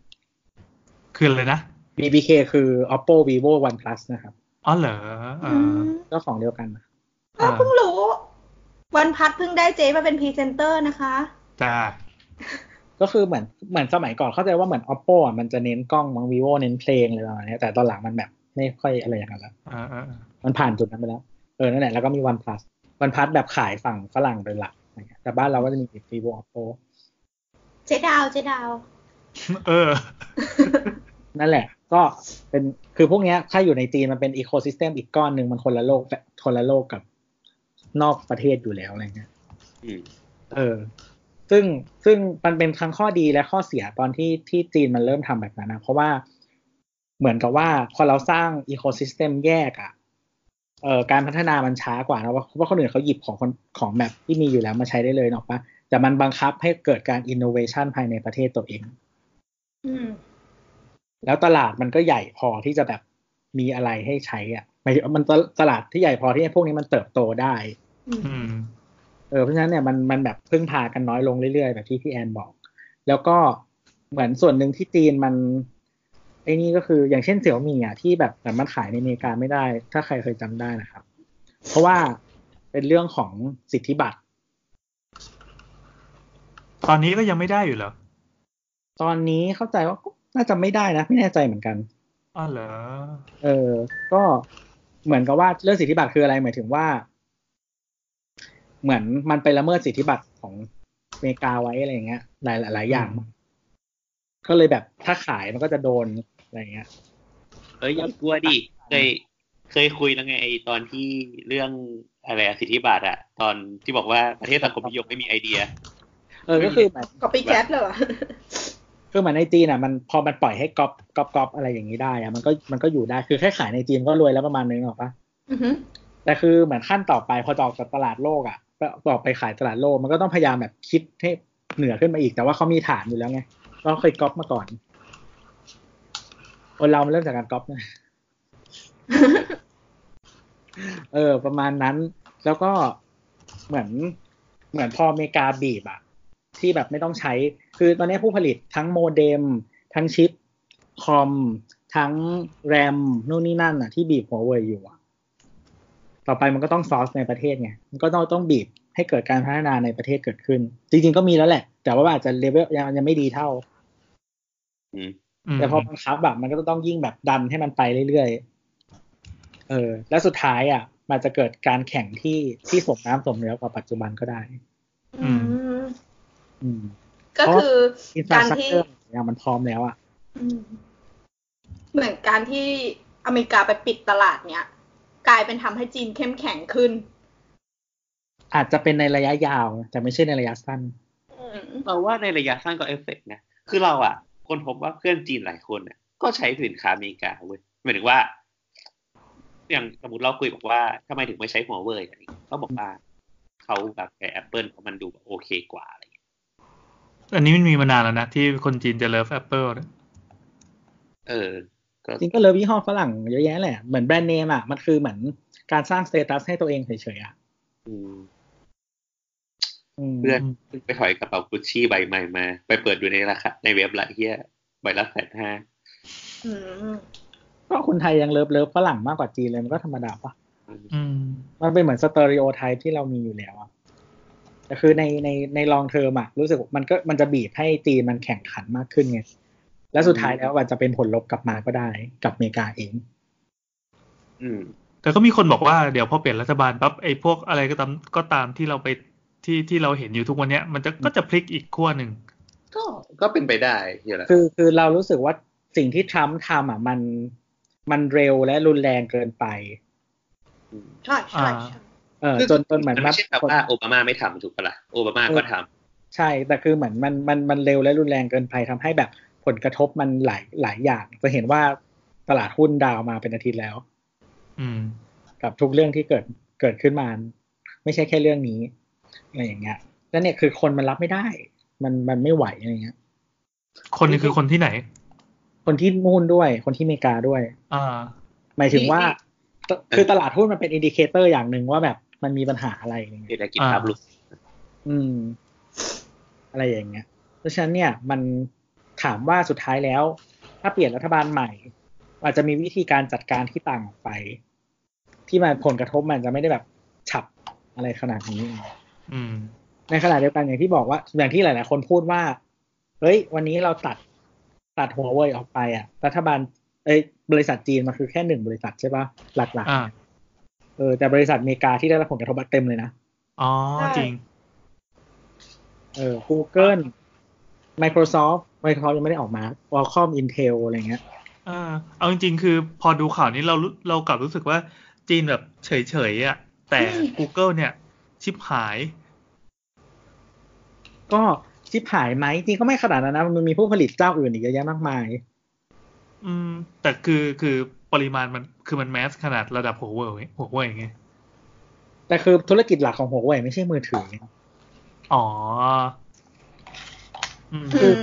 คืออะไรนะ BBK คือ Oppo Vivo OnePlus นะครับ อ๋อเหรออ่า เจ้าของเดียวกันนะ อ้าวเพิ่งรู้ วันพัดเพิ่งได้เจ๊มาเป็นพรีเซนเตอร์นะคะ จ้า ก็คือเหมือนเหมือนสมัยก่อนเข้าใจว่าเหมือน Oppo อะมันจะเน้นกล้องบาง Vivo เน้นเพลงอะไรประมาณเนี้ยแต่ตอนหลังมันแบบไม่ค่อยอะไรอย่างนั้นแล้ว อ่าอ่า มันผ่านจุดนั้นไปแล้วเออนั่นแหละแล้วก็มี OnePlus OnePlus แบบขายฝั่งฝรั่งเป็นหลักอะไรเงี้ยแต่บ้านเราก็จะมี Vivo Oppo เจ๊ดาวเจ๊ดาว เออ นั่นแหละก็เป็นคือพวกเนี้ยถ้าอยู่ในจีนมันเป็นอีโค y ิสเต็มอีกก้อนหนึ่งมันคนละโลกแบบคนละโลกกับ นอกประเทศอยู่แล้วอะไรเงี้ย อืม เออ ซึ่งซึ่งมันเป็นทั้งข้อดีและข้อเสียตอนที่ที่จีนมันเริ่มทำแบบนั้นนะ เพราะว่าเหมือนกับว่าพอเราสร้างอีโคซิสเต็มแยกอะ่ะ เอ่อการพัฒนามันช้ากว่านะเพราะเพราะคนอื่นเขาหยิบของคนของแบบที่มีอยู่แล้วมาใช้ได้เลยเนอะปะแต่มันบังคับให้เกิดการอินโนเวชันภายในประเทศตัวเอง อืม แล้วตลาดมันก็ใหญ่พอที่จะแบบมีอะไรให้ใช้อะ่ะหมายถึงว่ามันตตลาดที่ใหญ่พอที่ให้พวกนี้มันเติบโตได้ อืม เออเพราะฉะนั้นเนี่ยมันมันแบบพึ่งพากันน้อยลงเรื่อยๆ แบบที่พี่แอนบอก แล้วก็เหมือนส่วนหนึ่งที่จีนมันไอ้นี่ก็คืออย่างเช่นเสี่ยวมี่อ่ะที่แบบแต่มันขายในอเมริกาไม่ได้ ถ้าใครเคยจำได้นะครับ เพราะว่าเป็นเรื่องของสิทธิบัตร ตอนนี้ก็ยังไม่ได้อยู่เหรอ ตอนนี้เข้าใจว่าก็น่าจะไม่ได้นะ ไม่แน่ใจเหมือนกัน อ๋อเหรอ เออ ก็เหมือนกับว่าเรื่องสิทธิบัตรคืออะไรหมายถึงว่า เหมือนมันไปละเมิดสิทธิบัตรของอเมริกาไว้อะไรอย่างเงี้ย หลายหลายอย่าง อืม ก็เลยแบบถ้าขายมันก็จะโดนอะไรอย่างเงี้ย เอ้ยอย่ากลัวดิเคยเคยคุยแล้วไงไอตอนที่เรื่องอะไรอะสิทธิบัตรอะตอนที่บอกว่าประเทศสังคมนิยมไม่มีไอเดีย เออ ก็คือแบบ ก็ไปแก๊สเหรอ <laughs> คือเหมือนในจีนอ่ะ มันพอมันปล่อยให้ก๊อปก๊อปก๊อปอะไรอย่างนี้ได้อ่ะมันก็มันก็อยู่ได้คือแค่ขายในจีนก็รวยแล้วประมาณนึงหรอกปะ อือหือ แต่คือเหมือนขั้นต่อไปพอจะออกจากตลาดโลกอะ่ะต่อไปขายตลาดโลกมันก็ต้องพยายามแบบคิดให้เหนือขึ้นมาอีก แต่ว่าเขามีฐานอยู่แล้วไงเราเคยก๊อปมาก่อนคนเรามันเริ่มจากการก๊อปนะ เออ ประมาณนั้น แล้วก็เหมือนเหมือนพออเมริกาบีบอะที่แบบไม่ต้องใช้ คือตอนนี้ผู้ผลิตทั้งโมเด็มทั้งชิปคอมทั้งแรมนู่นนี่นั่นอะที่บีบหัวเว่ยอยู่อะ ต่อไปมันก็ต้องซอร์สในประเทศไง มันก็ต้องต้องบีบให้เกิดการพัฒนาในประเทศเกิดขึ้น จริงๆก็มีแล้วแหละ แต่ว่าอาจจะเลเวลยังยังไม่ดีเท่า อืม แต่พอบังคับแบบมันก็ต้องยิ่งแบบดันให้มันไปเรื่อยๆ เออ และสุดท้ายอ่ะ มันจะเกิดการแข่งที่ที่สมน้ำสมเนื้อกว่าปัจจุบันก็ได้อือืม ม อืม ก็คือ อินการฟา ร สตรัก ที่ เจอร์อย่างมันพร้อมแล้วอ่ะ อืมเหมือนการที่อเมริกาไปปิดตลาดเนี้ยกลายเป็นทำให้จีนเข้มแข็งขึ้น อาจจะเป็นในระยะยาว แต่ไม่ใช่ในระยะสั้น อืม เราว่าในระยะสั้นก็เอฟเฟกต์นะ คือเราอะคนพบว่าเพื่อนจีนหลายคนอะก็ใช้สินค้าอเมริกาเว้ยหมายถึงว่า อย่างสมมติเราคุยบอกว่าทำไมถึงไม่ใช้หัวเว่ยอะไรอย่างเงี้ยเขาบอกว่าเขาแบบแอปเปิลเพราะมันดูแบบโอเคกว่าอะไรอย่างเงี้ย อันนี้มันมีมานานแล้วนะ ที่คนจีนจะเลิฟแอปเปิลนะ เออ ก็ จริงก็เลยยี่ห้อฝรั่งเยอะแยะแหละ เหมือนแบรนด์เนมอ่ะ มันคือเหมือนการสร้างสเตตัสให้ตัวเองเฉยๆอ่ะ อืม อืม เพื่อนเพิ่งไปถอยกระเป๋ากุชชี่ใบใหม่มา ไปเปิดดูในราคาในเว็บละเฮียใบละแสนห้า อืม ก็คนไทยยังเลิฟเลิฟฝรั่งมากกว่าจีนเลยมันก็ธรรมดาปะ อืม มันเป็นเหมือนสเตอริโอไทป์ที่เรามีอยู่แล้วอะแต่คือในในในลองเทอมอะรู้สึกมันก็มันจะบีบให้จีนมันแข่งขันมากขึ้นไง และสุดท้ายแล้วอาจจะเป็นผลลบกลับมาก็ได้กับอเมริกาเอง อืม แต่ก็มีคนบอกว่าเดี๋ยวพอเปลี่ยนรัฐบาลปั๊บไอ้พวกอะไรก็ตามก็ตามที่เราไปที่ที่เราเห็นอยู่ทุกวันเนี้ยมันจะก็จะพลิกอีกขั้วหนึ่ง ก็ก็เป็นไปได้เฮียละ คือคือเรารู้สึกว่าสิ่งที่ทรัมป์ทำอะมันมันเร็วและรุนแรงเกินไป ม ใช่ใช่ อ่า ใช่ เออจนจนเหมือน มันไม่ใช่แบบว่าโอบามาไม่ทำถูกปะล่ะโอบามาก็ทำ ใช่ แต่คือเหมือนมันมันมันเร็วและรุนแรงเกินไปทำให้แบบผลกระทบมันหลายหลายอย่าง จะเห็นว่าตลาดหุ้นดาวมาเป็นอาทิตย์แล้ว อืม กับทุกเรื่องที่เกิดเกิดขึ้นมา ไม่ใช่แค่เรื่องนี้อะไรอย่างเงี้ยแล้วเนี่ยคือคนมันรับไม่ได้ มันมันไม่ไหวอะไรเงี้ย คนนี้คือคนที่ไหน คนที่นู่นด้วย คนที่อเมริกาด้วย อ่า หมายถึงว่า ที่ คือตลาดหุ้นมันเป็นอินดิเคเตอร์อย่างหนึ่งว่าแบบมันมีปัญหาอะไรอะไรเงี้ย เศรษฐกิจภาพรวม อืม อะไรอย่างเงี้ย เพราะฉะนั้นเนี่ยมันถามว่าสุดท้ายแล้ว ถ้าเปลี่ยนรัฐบาลใหม่ อาจจะมีวิธีการจัดการที่ต่างออกไป ที่มันผลกระทบมันจะไม่ได้แบบฉับอะไรขนาดนี้ อืม ในขณะเดียวกันอย่างที่บอกว่า อย่างที่หลาย ๆ คนพูดว่า เฮ้ย วันนี้เราตัดตัดหัวเว่ยออกไปอ่ะ รัฐบาล เอ้ยบริษัทจีนมันคือแค่หนึ่งบริษัทใช่ปะหลัก อ่า ๆเออแต่บริษัทอเมริกาที่ได้รับผลกระทบเต็มเลยนะ อ๋อจริง เออ Google Microsoft Microsoft ยังไม่ได้ออกมา Qualcomm Intel อะไรเงี้ย อ่าเอาจริงๆ คือพอดูข่าวนี้เรารู้เรากลับรู้สึกว่าจีนแบบเฉยๆอ่ะ แต่ <laughs> Google เนี่ย ชิบหาย ก็ชิบหายไหมจริงก็ไม่ขนาดนั้นนะมันมีผู้ผลิตเจ้าอื่นอีกเยอะแยะมากมาย อืม แต่คือคือปริมาณมันคือมันแมสขนาดระดับหัวเว่ยหัวเว่ยไง แต่คือธุรกิจหลักของหัวเว่ยไม่ใช่มือถือไง อ๋อ อืม คือ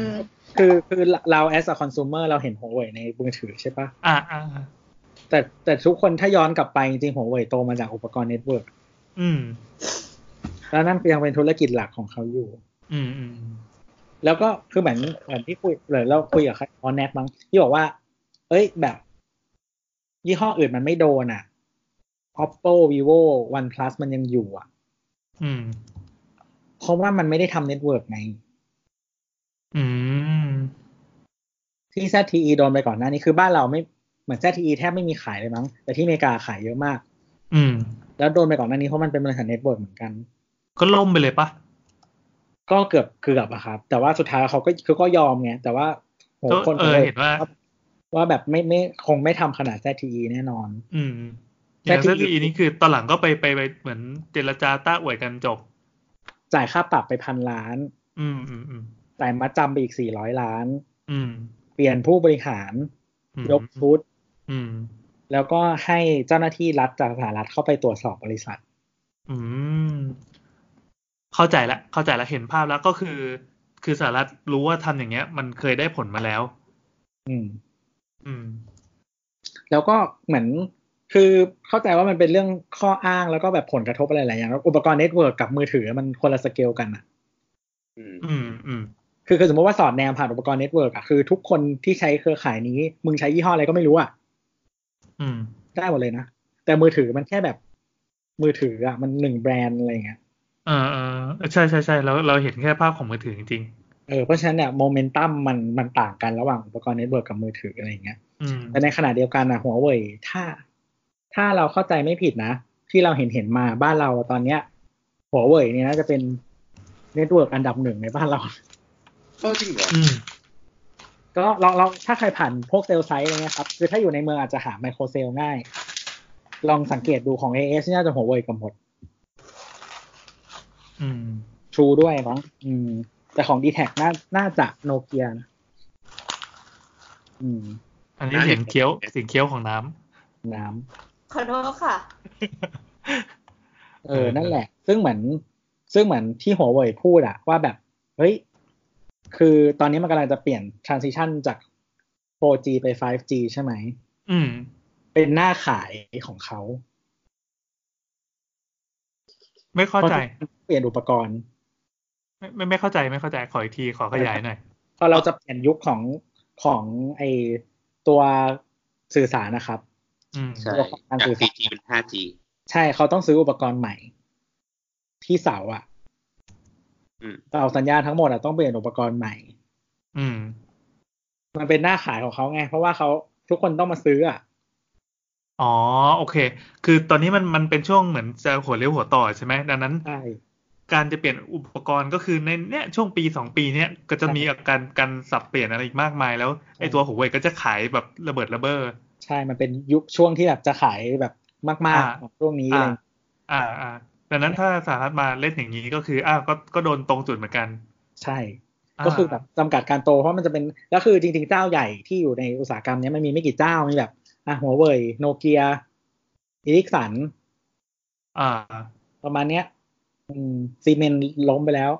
คือคือเรา as a consumer เราเห็นหัวเว่ยในมือถือใช่ปะ อ่าอ่า แต่แต่ทุกคนถ้าย้อนกลับไปจริงหัวเว่ยโตมาจากอุปกรณ์เน็ตเวิร์ก อืม แล้วนั่นยังเป็นธุรกิจหลักของเขาอยู่ อืมอืม แล้วก็คือเหมือนเหมือนที่คุยเหมือนเราคุยกับใครออนแนทมั้งที่บอกว่า เอ้ยแบบ ยี่ห้ออื่นมันไม่โดนอ่ะ oppo vivo oneplus มันยังอยู่อ่ะ อืม เพราะว่ามันไม่ได้ทำเน็ตเวิร์กไง อืม ที่ ZTE โดนไปก่อนหน้านี้คือบ้านเราไม่เหมือน ZTE แทบไม่มีขายเลยมั้ง แต่ที่อเมริกาขายเยอะมาก อืม แล้วโดนไปก่อนหน้านี้เพราะมันเป็นบริษัทเน็ตเวิร์กเหมือนกัน ก็ล่มไปเลยปะ ก็เกือบเกือบอะครับ แต่ว่าสุดท้ายแล้วเขาก็เขาก็ยอมไง แต่ว่าโห ก็ คน เอ ก็ อ เลย เห็นว่า ว่าแบบไม่ไม่คงไม่ทำขนาด ZTE แน่นอน อืมอย่าง แต่ เซ ที่ ตีนี่คือตอนหลังก็ไปไปไปเหมือนเจรจาต้าอวยกันจบ จ่ายค่าปรับไปพันล้าน อืมอืมอืม จ่ายมัดจำไปอีกสี่ร้อยล้าน อืม เปลี่ยนผู้บริหาร อืม ยกชุด อืม แล้วก็ให้เจ้าหน้าที่รัฐจากสหรัฐเข้าไปตรวจสอบบริษัท อืม เข้าใจละ เข้าใจละเห็นภาพแล้วก็คือ คือสหรัฐรู้ว่าทำอย่างเงี้ย มันเคยได้ผลมาแล้ว อืม อืม แล้วก็เหมือนคือเข้าใจว่ามันเป็นเรื่องข้ออ้างแล้วก็แบบผลกระทบอะไรหลายอย่างแล้วอุปกรณ์เน็ตเวิร์กกับมือถือมันคนละสเกลกันอะ อืม อืม อืม คือคือสมมติว่าสอดแนมผ่านอุปกรณ์เน็ตเวิร์กอะคือทุกคนที่ใช้เครือข่ายนี้ มึงใช้ยี่ห้ออะไรก็ไม่รู้อะ อืม ได้หมดเลยนะ แต่มือถือมันแค่แบบมือถืออะมันหนึ่งแบรนด์อะไรอย่างเงี้ย เออเออใช่ใช่ใช่เราเราเห็นแค่ภาพของมือถือจริง เออเพราะฉะนั้นเนี่ยโมเมนตัมมันมันต่างกันระหว่างอุปกรณ์เน็ตเวิร์กกับมือถืออะไรอย่างเงี้ย ๆอืม แต่ในขณะเดียวกันอะหัวเว่ยถ้า ถ้าเราเข้าใจไม่ผิดนะ ที่เราเห็นเห็นมาบ้านเราตอนเนี้ยหัวเว่ยเนี่ยน่าจะเป็นเน็ตเวิร์กอันดับหนึ่งในบ้านเรา ก็จริงเหรอ อืม ก็ลองลองถ้าใครผ่านพวกเซลล์ไซต์อะไรเงี้ยครับคือถ้าอยู่ในเมืองอาจจะหาไมโครเซลง่าย ลองสังเกตดูของ AS น่าจะหัวเว่ยกับหมด อืม ทรูด้วยมั้งอืม แต่ของ d t แทน่าน่าจะโนเกียนะอืม อันนี้เสียงเคี้ยวเสียงเคี้ยวของน้ำ น้ ขอโทษค่ะ ำเออ นั่นแหละ ซึ่งเหมือน ซึ่งเหมือนที่หัวเว่ยพูดอะว่าแบบ เฮ้ย คือตอนนี้มันกำลังจะเปลี่ยน transition จาก 4G ไป 5G ใช่ไหม อืม เป็นหน้าขายของเขา ไม่เข้าใจ เปลี่ยนอุปกรณ์ ไม่ไม่ไม่เข้าใจไม่เข้าใจขออีกทีขอขยายหน่อย พอเราจะเปลี่ยนยุคของของไอตัวสื่อสารนะครับ อืม ใช่ การ จา สื่ ก อสาร 4G เป็น 5G ใช่เขาต้องซื้ออุปกรณ์ใหม่ ที่เสาอะ อืม เสาสัญญาณทั้งหมดอะต้องเปลี่ยนอุปกรณ์ใหม่ อืม มันเป็นหน้าขายของเขาไง เพราะว่าเขาทุกคนต้องมาซื้ออะ อ๋อ โอเค คือตอนนี้มันมันเป็นช่วงเหมือนจะหัวเลี้ยวหัวต่อใช่ไหมดังนั้น ใช่ การจะเปลี่ยนอุปกรณ์ก็คือในเนี้ยช่วงปีสองปีเนี้ยก็จะมีอาการการสับเปลี่ยนอะไรอีกมากมายแล้วไอ้ตัวหัวเว่ยก็จะขายแบบระเบิดระเบ้อ ใช่มันเป็นยุคช่วงที่แบบจะขายแบบมาก อ่า ๆของช่วงนี้อะ อ่า ไรอย่างอ่าเลยอ่าดังนั้นถ้าสหรัฐมาเล่นอย่างนี้ก็คืออ้าวก็ก็โดนตรงจุดเหมือนกัน ใช่ ก็คือแบบจำกัดการโตเพราะมันจะเป็นแล้วคือจริงๆเจ้าใหญ่ที่อยู่ในอุตสาหกรรมเนี้ยมันมีไม่กี่เจ้ามีแบบอ่ะหัวเว่ยโนเกียอิริกสัน อ่า ประมาณเนี้ย อืมซีเมนต์ล้มไปแล้ว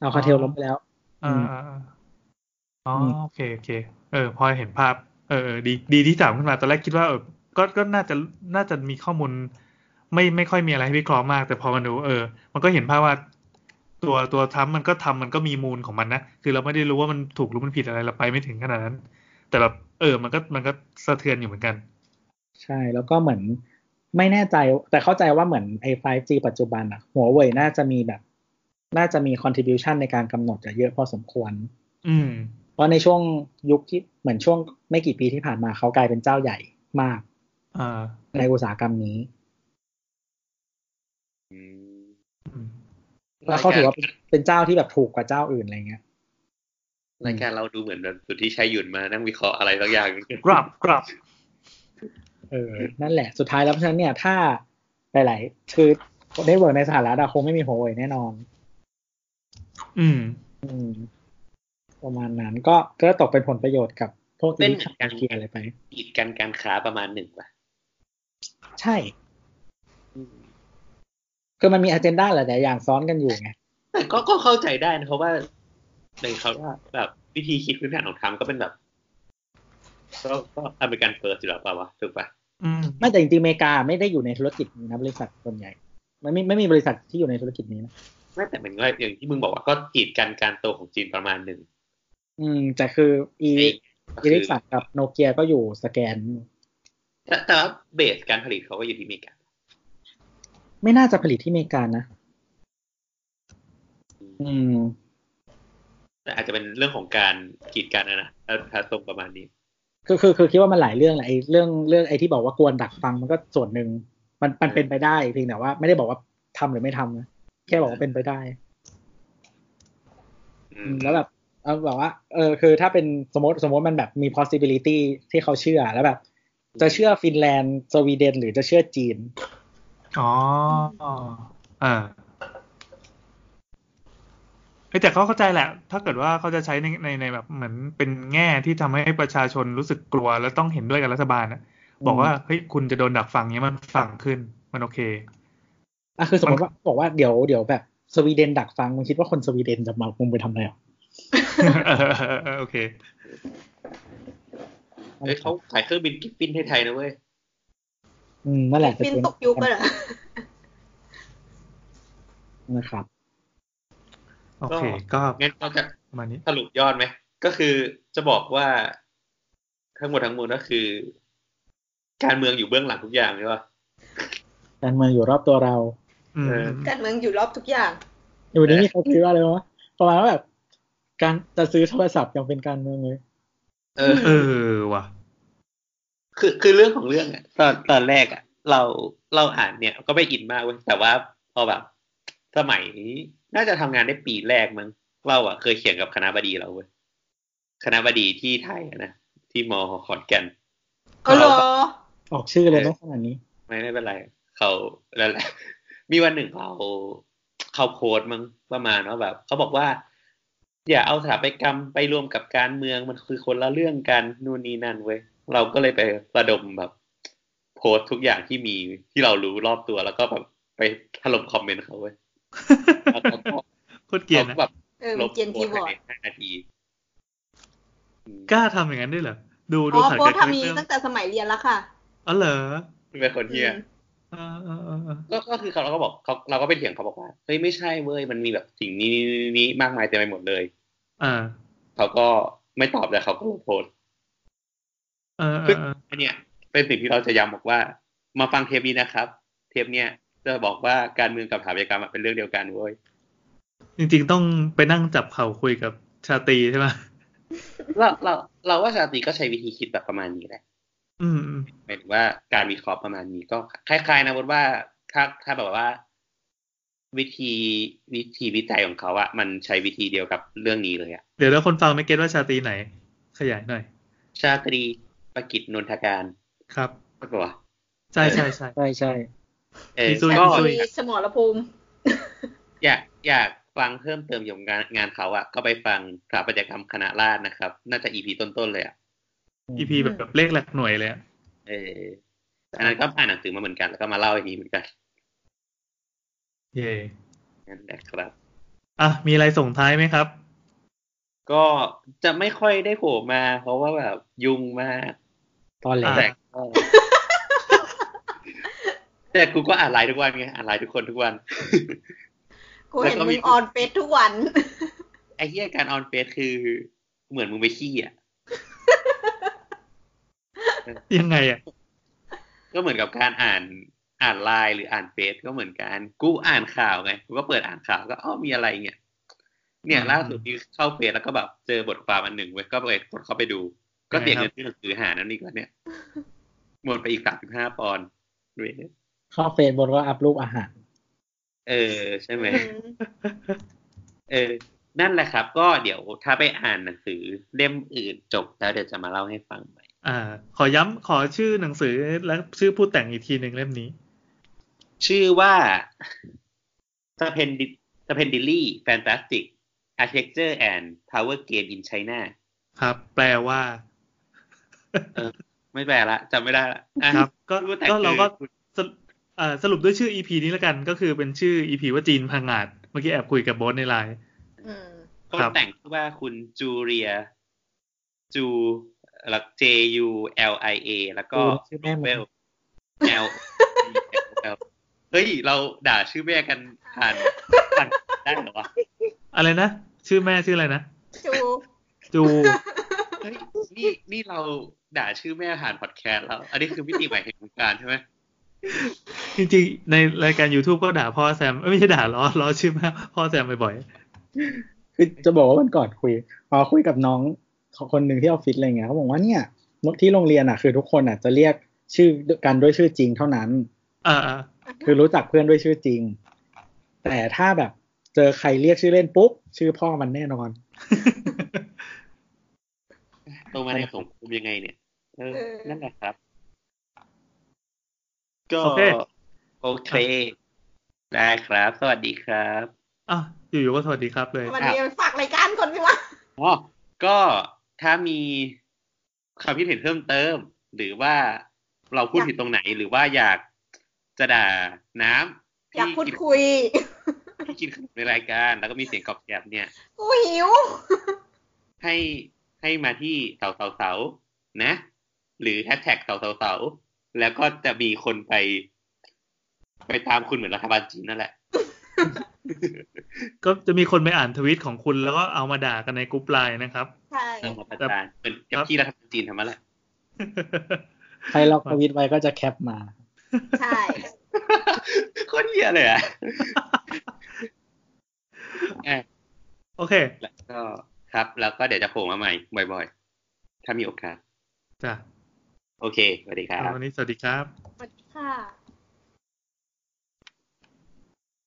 เอาคาเทลล้มไปแล้ว อ่า อืม อ่าอ่าอ๋ออ ม โอเคโอเค เออ พอเห็นภาพ เออเออดีดีที่ถามขึ้นมาตอนแรกคิดว่าเออก็ก็น่าจะน่าจะมีข้อมูล ไม่ไม่ค่อยมีอะไรให้วิเคราะห์มาก แต่พอมาดูเออ มันก็เห็นภาพว่า ตัวตัวทรัมป์มันก็ทำมันก็มีมูลของมันนะคือเราไม่ได้รู้ว่ามันถูกหรือมันผิดอะไรเราไปไม่ถึงขนาดนั้น แต่แบบเออ มันก็มันก็สะเทือนอยู่เหมือนกัน ใช่ แล้วก็เหมือนไม่แน่ใจ แต่เข้าใจว่าเหมือนไอ้ 5G ปัจจุบันอะหัวเว่ยน่าจะมีแบบ น่าจะมี contribution ในการกำหนดเยอะพอสมควร อืม เพราะในช่วงยุคที่เหมือนช่วงไม่กี่ปีที่ผ่านมาเขากลายเป็นเจ้าใหญ่มาก อ่า ในอุตสาหกรรมนี้ อืม อืม แล้วเขาถือว่าเป็นเป็นเจ้าที่แบบถูกกว่าเจ้าอื่นอะไรเงี้ย รายการเราดูเหมือนแบบสุดที่ใช้หยุ่นมานั่งวิเคราะห์อะไรสักอย่าง กรับกรับ เออ นั่นแหละ สุดท้ายแล้วเพราะฉะนั้นเนี่ย ถ้า หลาย ๆ คือเน็ตเวิร์กในสหรัฐอะคงไม่มีหัวเว่ยแน่นอน อืม อืม ประมาณนั้นก็ก็ตกเป็นผลประโยชน์กับพวก เป็น ที่ทำการเกียร์อะไรไป กีดกันการค้าประมาณหนึ่งป่ะ ใช่ คือมันมีอ g เจนดาหลายๆอย่างซ้อนกันอยู่ไง แต่ก็ก็เข้าใจได้นะเพราะว่าในเขาว่าแบบวิธีคิดพื้นฐานของทรัมป์ก็เป็นแบบก็ก็อเมริกันเฟิร์สอยู่แล้วป่าวะถูกป่ะ อืม ไม่แต่จริงๆอเมริกาไม่ได้อยู่ในธุรกิจนะบริษัทส่วนใหญ่ มันไม่ไม่มีบริษัทที่อยู่ในธุรกิจนี้นะ ไม่แต่เหมือนว่าอย่างที่มึงบอกว่าก็กีดกันการโตของจีนประมาณหนึ่ง อืม แต่คืออี ไอ้ อีริกสันกับโนเกียก็อยู่สแกน แต่แต่ว่าเบสการผลิตเขาก็อยู่ที่อเมริกา ไม่น่าจะผลิตที่อเมริกานะ อืม แต่อาจจะเป็นเรื่องของการกีดกันนะนะถ้าถ้าตรงประมาณนี้ คือคือคือคิดว่ามันหลายเรื่องแหละไอ้เรื่องเรื่องไอ้ที่บอกว่ากวนดักฟังมันก็ส่วนหนึ่งมันมันเป็นไปได้เพียงแต่ว่าไม่ได้บอกว่าทำหรือไม่ทำนะแค่บอกว่าเป็นไปได้ อืมอืมแล้วแบบเอาแบบว่า เออ คือถ้าเป็นสมมติสมมติมันแบบมี possibility ที่เขาเชื่อแล้วแบบ จะเชื่อฟินแลนด์สวีเดน หรือจะเชื่อจีน อ๋อเออเอ้ยแต่เขาเข้าใจแหละ ถ้าเกิดว่าเขาจะใช้ในในในแบบเหมือนเป็นแง่ที่ทำให้ประชาชนรู้สึกกลัว แล้วต้องเห็นด้วยกับรัฐบาลนะ อืม บอกว่าเฮ้ยคุณจะโดนดักฟังเนี้ยมันฟังขึ้น มันโอเค <laughs> อ่ะคือสมมติว่าบอกว่าเดี๋ยวเดี๋ยวแบบสวีเดนดักฟังมึงคิดว่าคนสวีเดนจะมามึงไปทำอะไรอ่ะ เออเออเออโอเค เอ้ยเขาขายเครื่องบินกิฟฟินให้ไทยนะเว้ย อืมนั่นแหละจะ ฟิน เป็น ตกยุคเลยเหรอ นะครับ โอเค ก็ งั้นเราจะ ประมาณนี้ สรุปยอดไหม ก็คือจะบอกว่าทั้งหมดทั้งมวลก็คือ การเมืองอยู่เบื้องหลังทุกอย่างใช่ป่ะ การเมืองอยู่รอบตัวเรา อืม เออ การเมืองอยู่รอบทุกอย่าง อยู่นี้มีเขาคิดว่าอะไรวะประมาณว่าแบบ การจะซื้อโทรศัพท์ยังเป็นการเมืองเลย เออ เออว่ะ <laughs> คือคือเรื่องของเรื่องอะตอนตอนแรกอะเราเราอ่านเนี่ย ก็ไม่อินมากเว้ยแต่ว่าพอแบบ สมัยน่าจะทำงานได้ปีแรกมั้งเราอะเคยเขียนกับคณะบดีเราเว้ยคณะบดีที่ไทยอะนะที่มอขอนแก่น เออเหรอ ออกชื่อเลยต้องขนาดนี้ ไม่ไม่เป็นไร เขานั่นแหละ มีวันหนึ่งเขาเขาโพสต์มั้งประมาณว่าแบบเขาบอกว่า อย่าเอาสถาปัตยกรรมไปรวมกับการเมืองมันคือคนละเรื่องกันนู่นนี่นั่นเว้ยเราก็เลยไประดมแบบ โพสต์ทุกอย่างที่มีที่เรารู้รอบตัวแล้วก็แบบไปถล่มคอมเมนต์เขาเว้ยแล้วเขาก็ โคตรเกลียด ขา นะ แบบ เออ ล มี บ เกียน โพ คีย์สต์ บอร์ด ภายในห้านาทีอืม กล้าทำอย่างนั้นด้วยเหรอ ดู อ๋ ดู อ ผ่าน โพส จาก ต์ ททำวิต นี้ เตอร์ ตั้งแต่สมัยเรียนแล้วค่ะ อ๋อเหรอ เป็นคนเฮีย เออเออเออเออ ก็ก็คือเขาเราก็บอกเขาเราก็ไปเถียงเขาบอกว่าเฮ้ยไม่ใช่เว้ยมันมีแบบสิ่งนี้นี้นี้มากมายเต็มไปหมดเลย อ่า เขาก็ไม่ตอบแต่เขาก็ลงโพสต์ เออเออเออ อันเนี้ยเป็นสิ่งที่เราจะย้ำบอกว่า มาฟังเทปนี้นะครับ เทปเนี้ยจะบอกว่าการเมืองกับสถาปัตยกรรมอะเป็นเรื่องเดียวกันเว้ย จริงๆต้องไปนั่งจับเข่าคุยกับชาตรีใช่ไหม เราเราเราว่าชาตรีก็ใช้วิธีคิดแบบประมาณนี้แหละ อืมอืม หมายถึงว่าการวิเคราะห์ประมาณนี้ก็คล้ายๆนะบทว่าถ้าถ้าแบบว่า วิธีวิธีวิจัยของเขาอะมันใช้วิธีเดียวกับเรื่องนี้เลยอะ เดี๋ยวแล้วคนฟังไม่เก็ตว่าชาตรีไหน ขยายหน่อย ชาตรีประกิจนนทการ ครับ ใช่ปะวะ ใช่ใช่ใช่ ใช่ใช่ เออ พี่ซุย ก็ พี่ซุย มีสมรภูมิ อยากอยากฟังเพิ่มเติมเกี่ยวกับงานงานเขาอะก็ไปฟังสถาปัตยกรรมคณะราษฎรนะครับ น่าจะอีพีต้นๆเลยอะ อีพีแบบแบบเลขหลักหน่วยเลยอะ เอออันนั้นก็อ่านหนังสือมาเหมือนกันแล้วก็มาเล่าอย่างนี้เหมือนกัน เย่ นั่นแหละครับ อ่ะ มีอะไรส่งท้ายไหมครับ ก็จะไม่ค่อยได้โผล่มา เพราะว่าแบบยุ่งมาก ตอนแร อ่า ก แต่ก็แต่กูก็อ่านไลน์ทุกวันไงอ่านไลน์ทุกคนทุกวัน กูเห็นมึงออนเฟซทุกวัน ไอ้เหี้ยการออนเฟซคือ เหมือนมึงไปขี้อะ ยังไงอ่ะ ก็เหมือนกับการอ่านอ่านไลน์หรืออ่านเฟซก็เหมือนกันกูอ่านข่าวไงกูก็เปิดอ่านข่าวก็อ้อมีอะไรเงี้ยเนี่ย อืม ล่าสุดที่เข้าเฟซแล้วก็แบบเจอบทความอันหนึ่งเว้ยก็ไปกดเข้าไปดู ก็เสียเงินซื้อหนังสือหานั่นนี่ก็เนี่ยหมดไปอีกสามสิบห้าปอนด์เว้ย เข้าเฟซบนก็อัพรูปอาหาร เออ ใช่ไหม เออ นั่นแหละครับ ก็เดี๋ยวถ้าไปอ่านหนังสือเล่มอื่นจบแล้วเดี๋ยวจะมาเล่าให้ฟังใหม่ ่า ขอย้ำขอชื่อหนังสือและชื่อผู้แต่งอีกทีหนึ่งเล่มนี้ ชื่อว่า Spendi- Spendily Fantastic Architecture and Tower Game in China ครับ แปลว่า <laughs> ไม่แปลละจำไม่ได้ละอ่ะ ครับก็ รู้แต่ ก็เราก็ คือ สรุปเอ่อสรุปด้วยชื่อ EP นี้แล้วกันก็คือเป็นชื่อ EP ว่าจีนพังงาดเมื่อกี้แอบคุยกับโบสในไลน์ อืม คนแต่งชื่อว่าคุณจูเรีย จูหลัก J U L I A แล้วก็ ชื่อแม่มึง เวล L L <laughs> เฮ้ย เราด่าชื่อแม่กันผ่านผ่านได้เหรอวะ อะไรนะ ชื่อแม่ชื่ออะไรนะ จู จู เฮ้ยนี่นี่เราด่าชื่อแม่ผ่านพอดแคสต์แล้ว อันนี้คือวิธีใหม่แห่งวงการใช่ไหม จริงๆ ในรายการ YouTube ก็ด่าพ่อแซมเอ้ยไม่ใช่ด่าล้อ <laughs> ล้อชื่อแม่พ่อแซมบ่อย คือจะบอกว่าวันก่อนคุยพอคุยกับน้องคนหนึ่งที่ออฟฟิศอะไรเงี้ยเขาบอกว่าเนี่ยที่โรงเรียนอ่ะคือทุกคนอ่ะจะเรียกชื่อกันด้วยชื่อจริงเท่านั้น ๆเอ่า คือรู้จักเพื่อนด้วยชื่อจริง แต่ถ้าแบบเจอใครเรียกชื่อเล่นปุ๊บ ชื่อพ่อมันแน่นอน โตมาในสังคมยังไงเนี่ย เออ นั่นแหละครับ ก็ โอเค โอเค ได้ครับ สวัสดีครับ <laughs> อ้าวอยู่ๆก็สวัสดีครับเลย วันนี้ฝากรายการก่อนพี่วะ อ๋อก็ถ้ามีความคิดเห็นเพิ่มเติม หรือว่าเราพูด อยาก ผิดตรงไหน หรือว่าอยากจะด่าน้ำ อยากพูด ที่น คุย ที่กินขนมในรายการ แล้วก็มีเสียงกรอบแกรบเนี่ย กูหิว ให้ให้มาที่เสาเสาเสานะ หรือแฮชแท็กเสาเสาเสาแล้วก็จะมีคนไป ไปตามคุณเหมือนรัฐบาลจีนนั่นแหละ ก็จะมีคนไปอ่านทวิตของคุณแล้วก็เอามาด่ากันในกรุ๊ปไลน์นะครับ <laughs> ใช่ เหมือนรัฐบาลเหมือนกับที่รัฐบาลจีนทำมาแหละ ใครล็อกทวิตไว้ก็จะแคปมา ใช่ โคตรเหี้ยเลย <laughs> อ่ะ อ่ะ โอเค แล้วก็ครับแล้วก็เดี๋ยวจะโผล่มาใหม่บ่อยๆ ถ้ามีโอกาส จ้ะ โอเคสวัสดีครับ วันนี้สวัสดีครับ สวัสดีค่ะ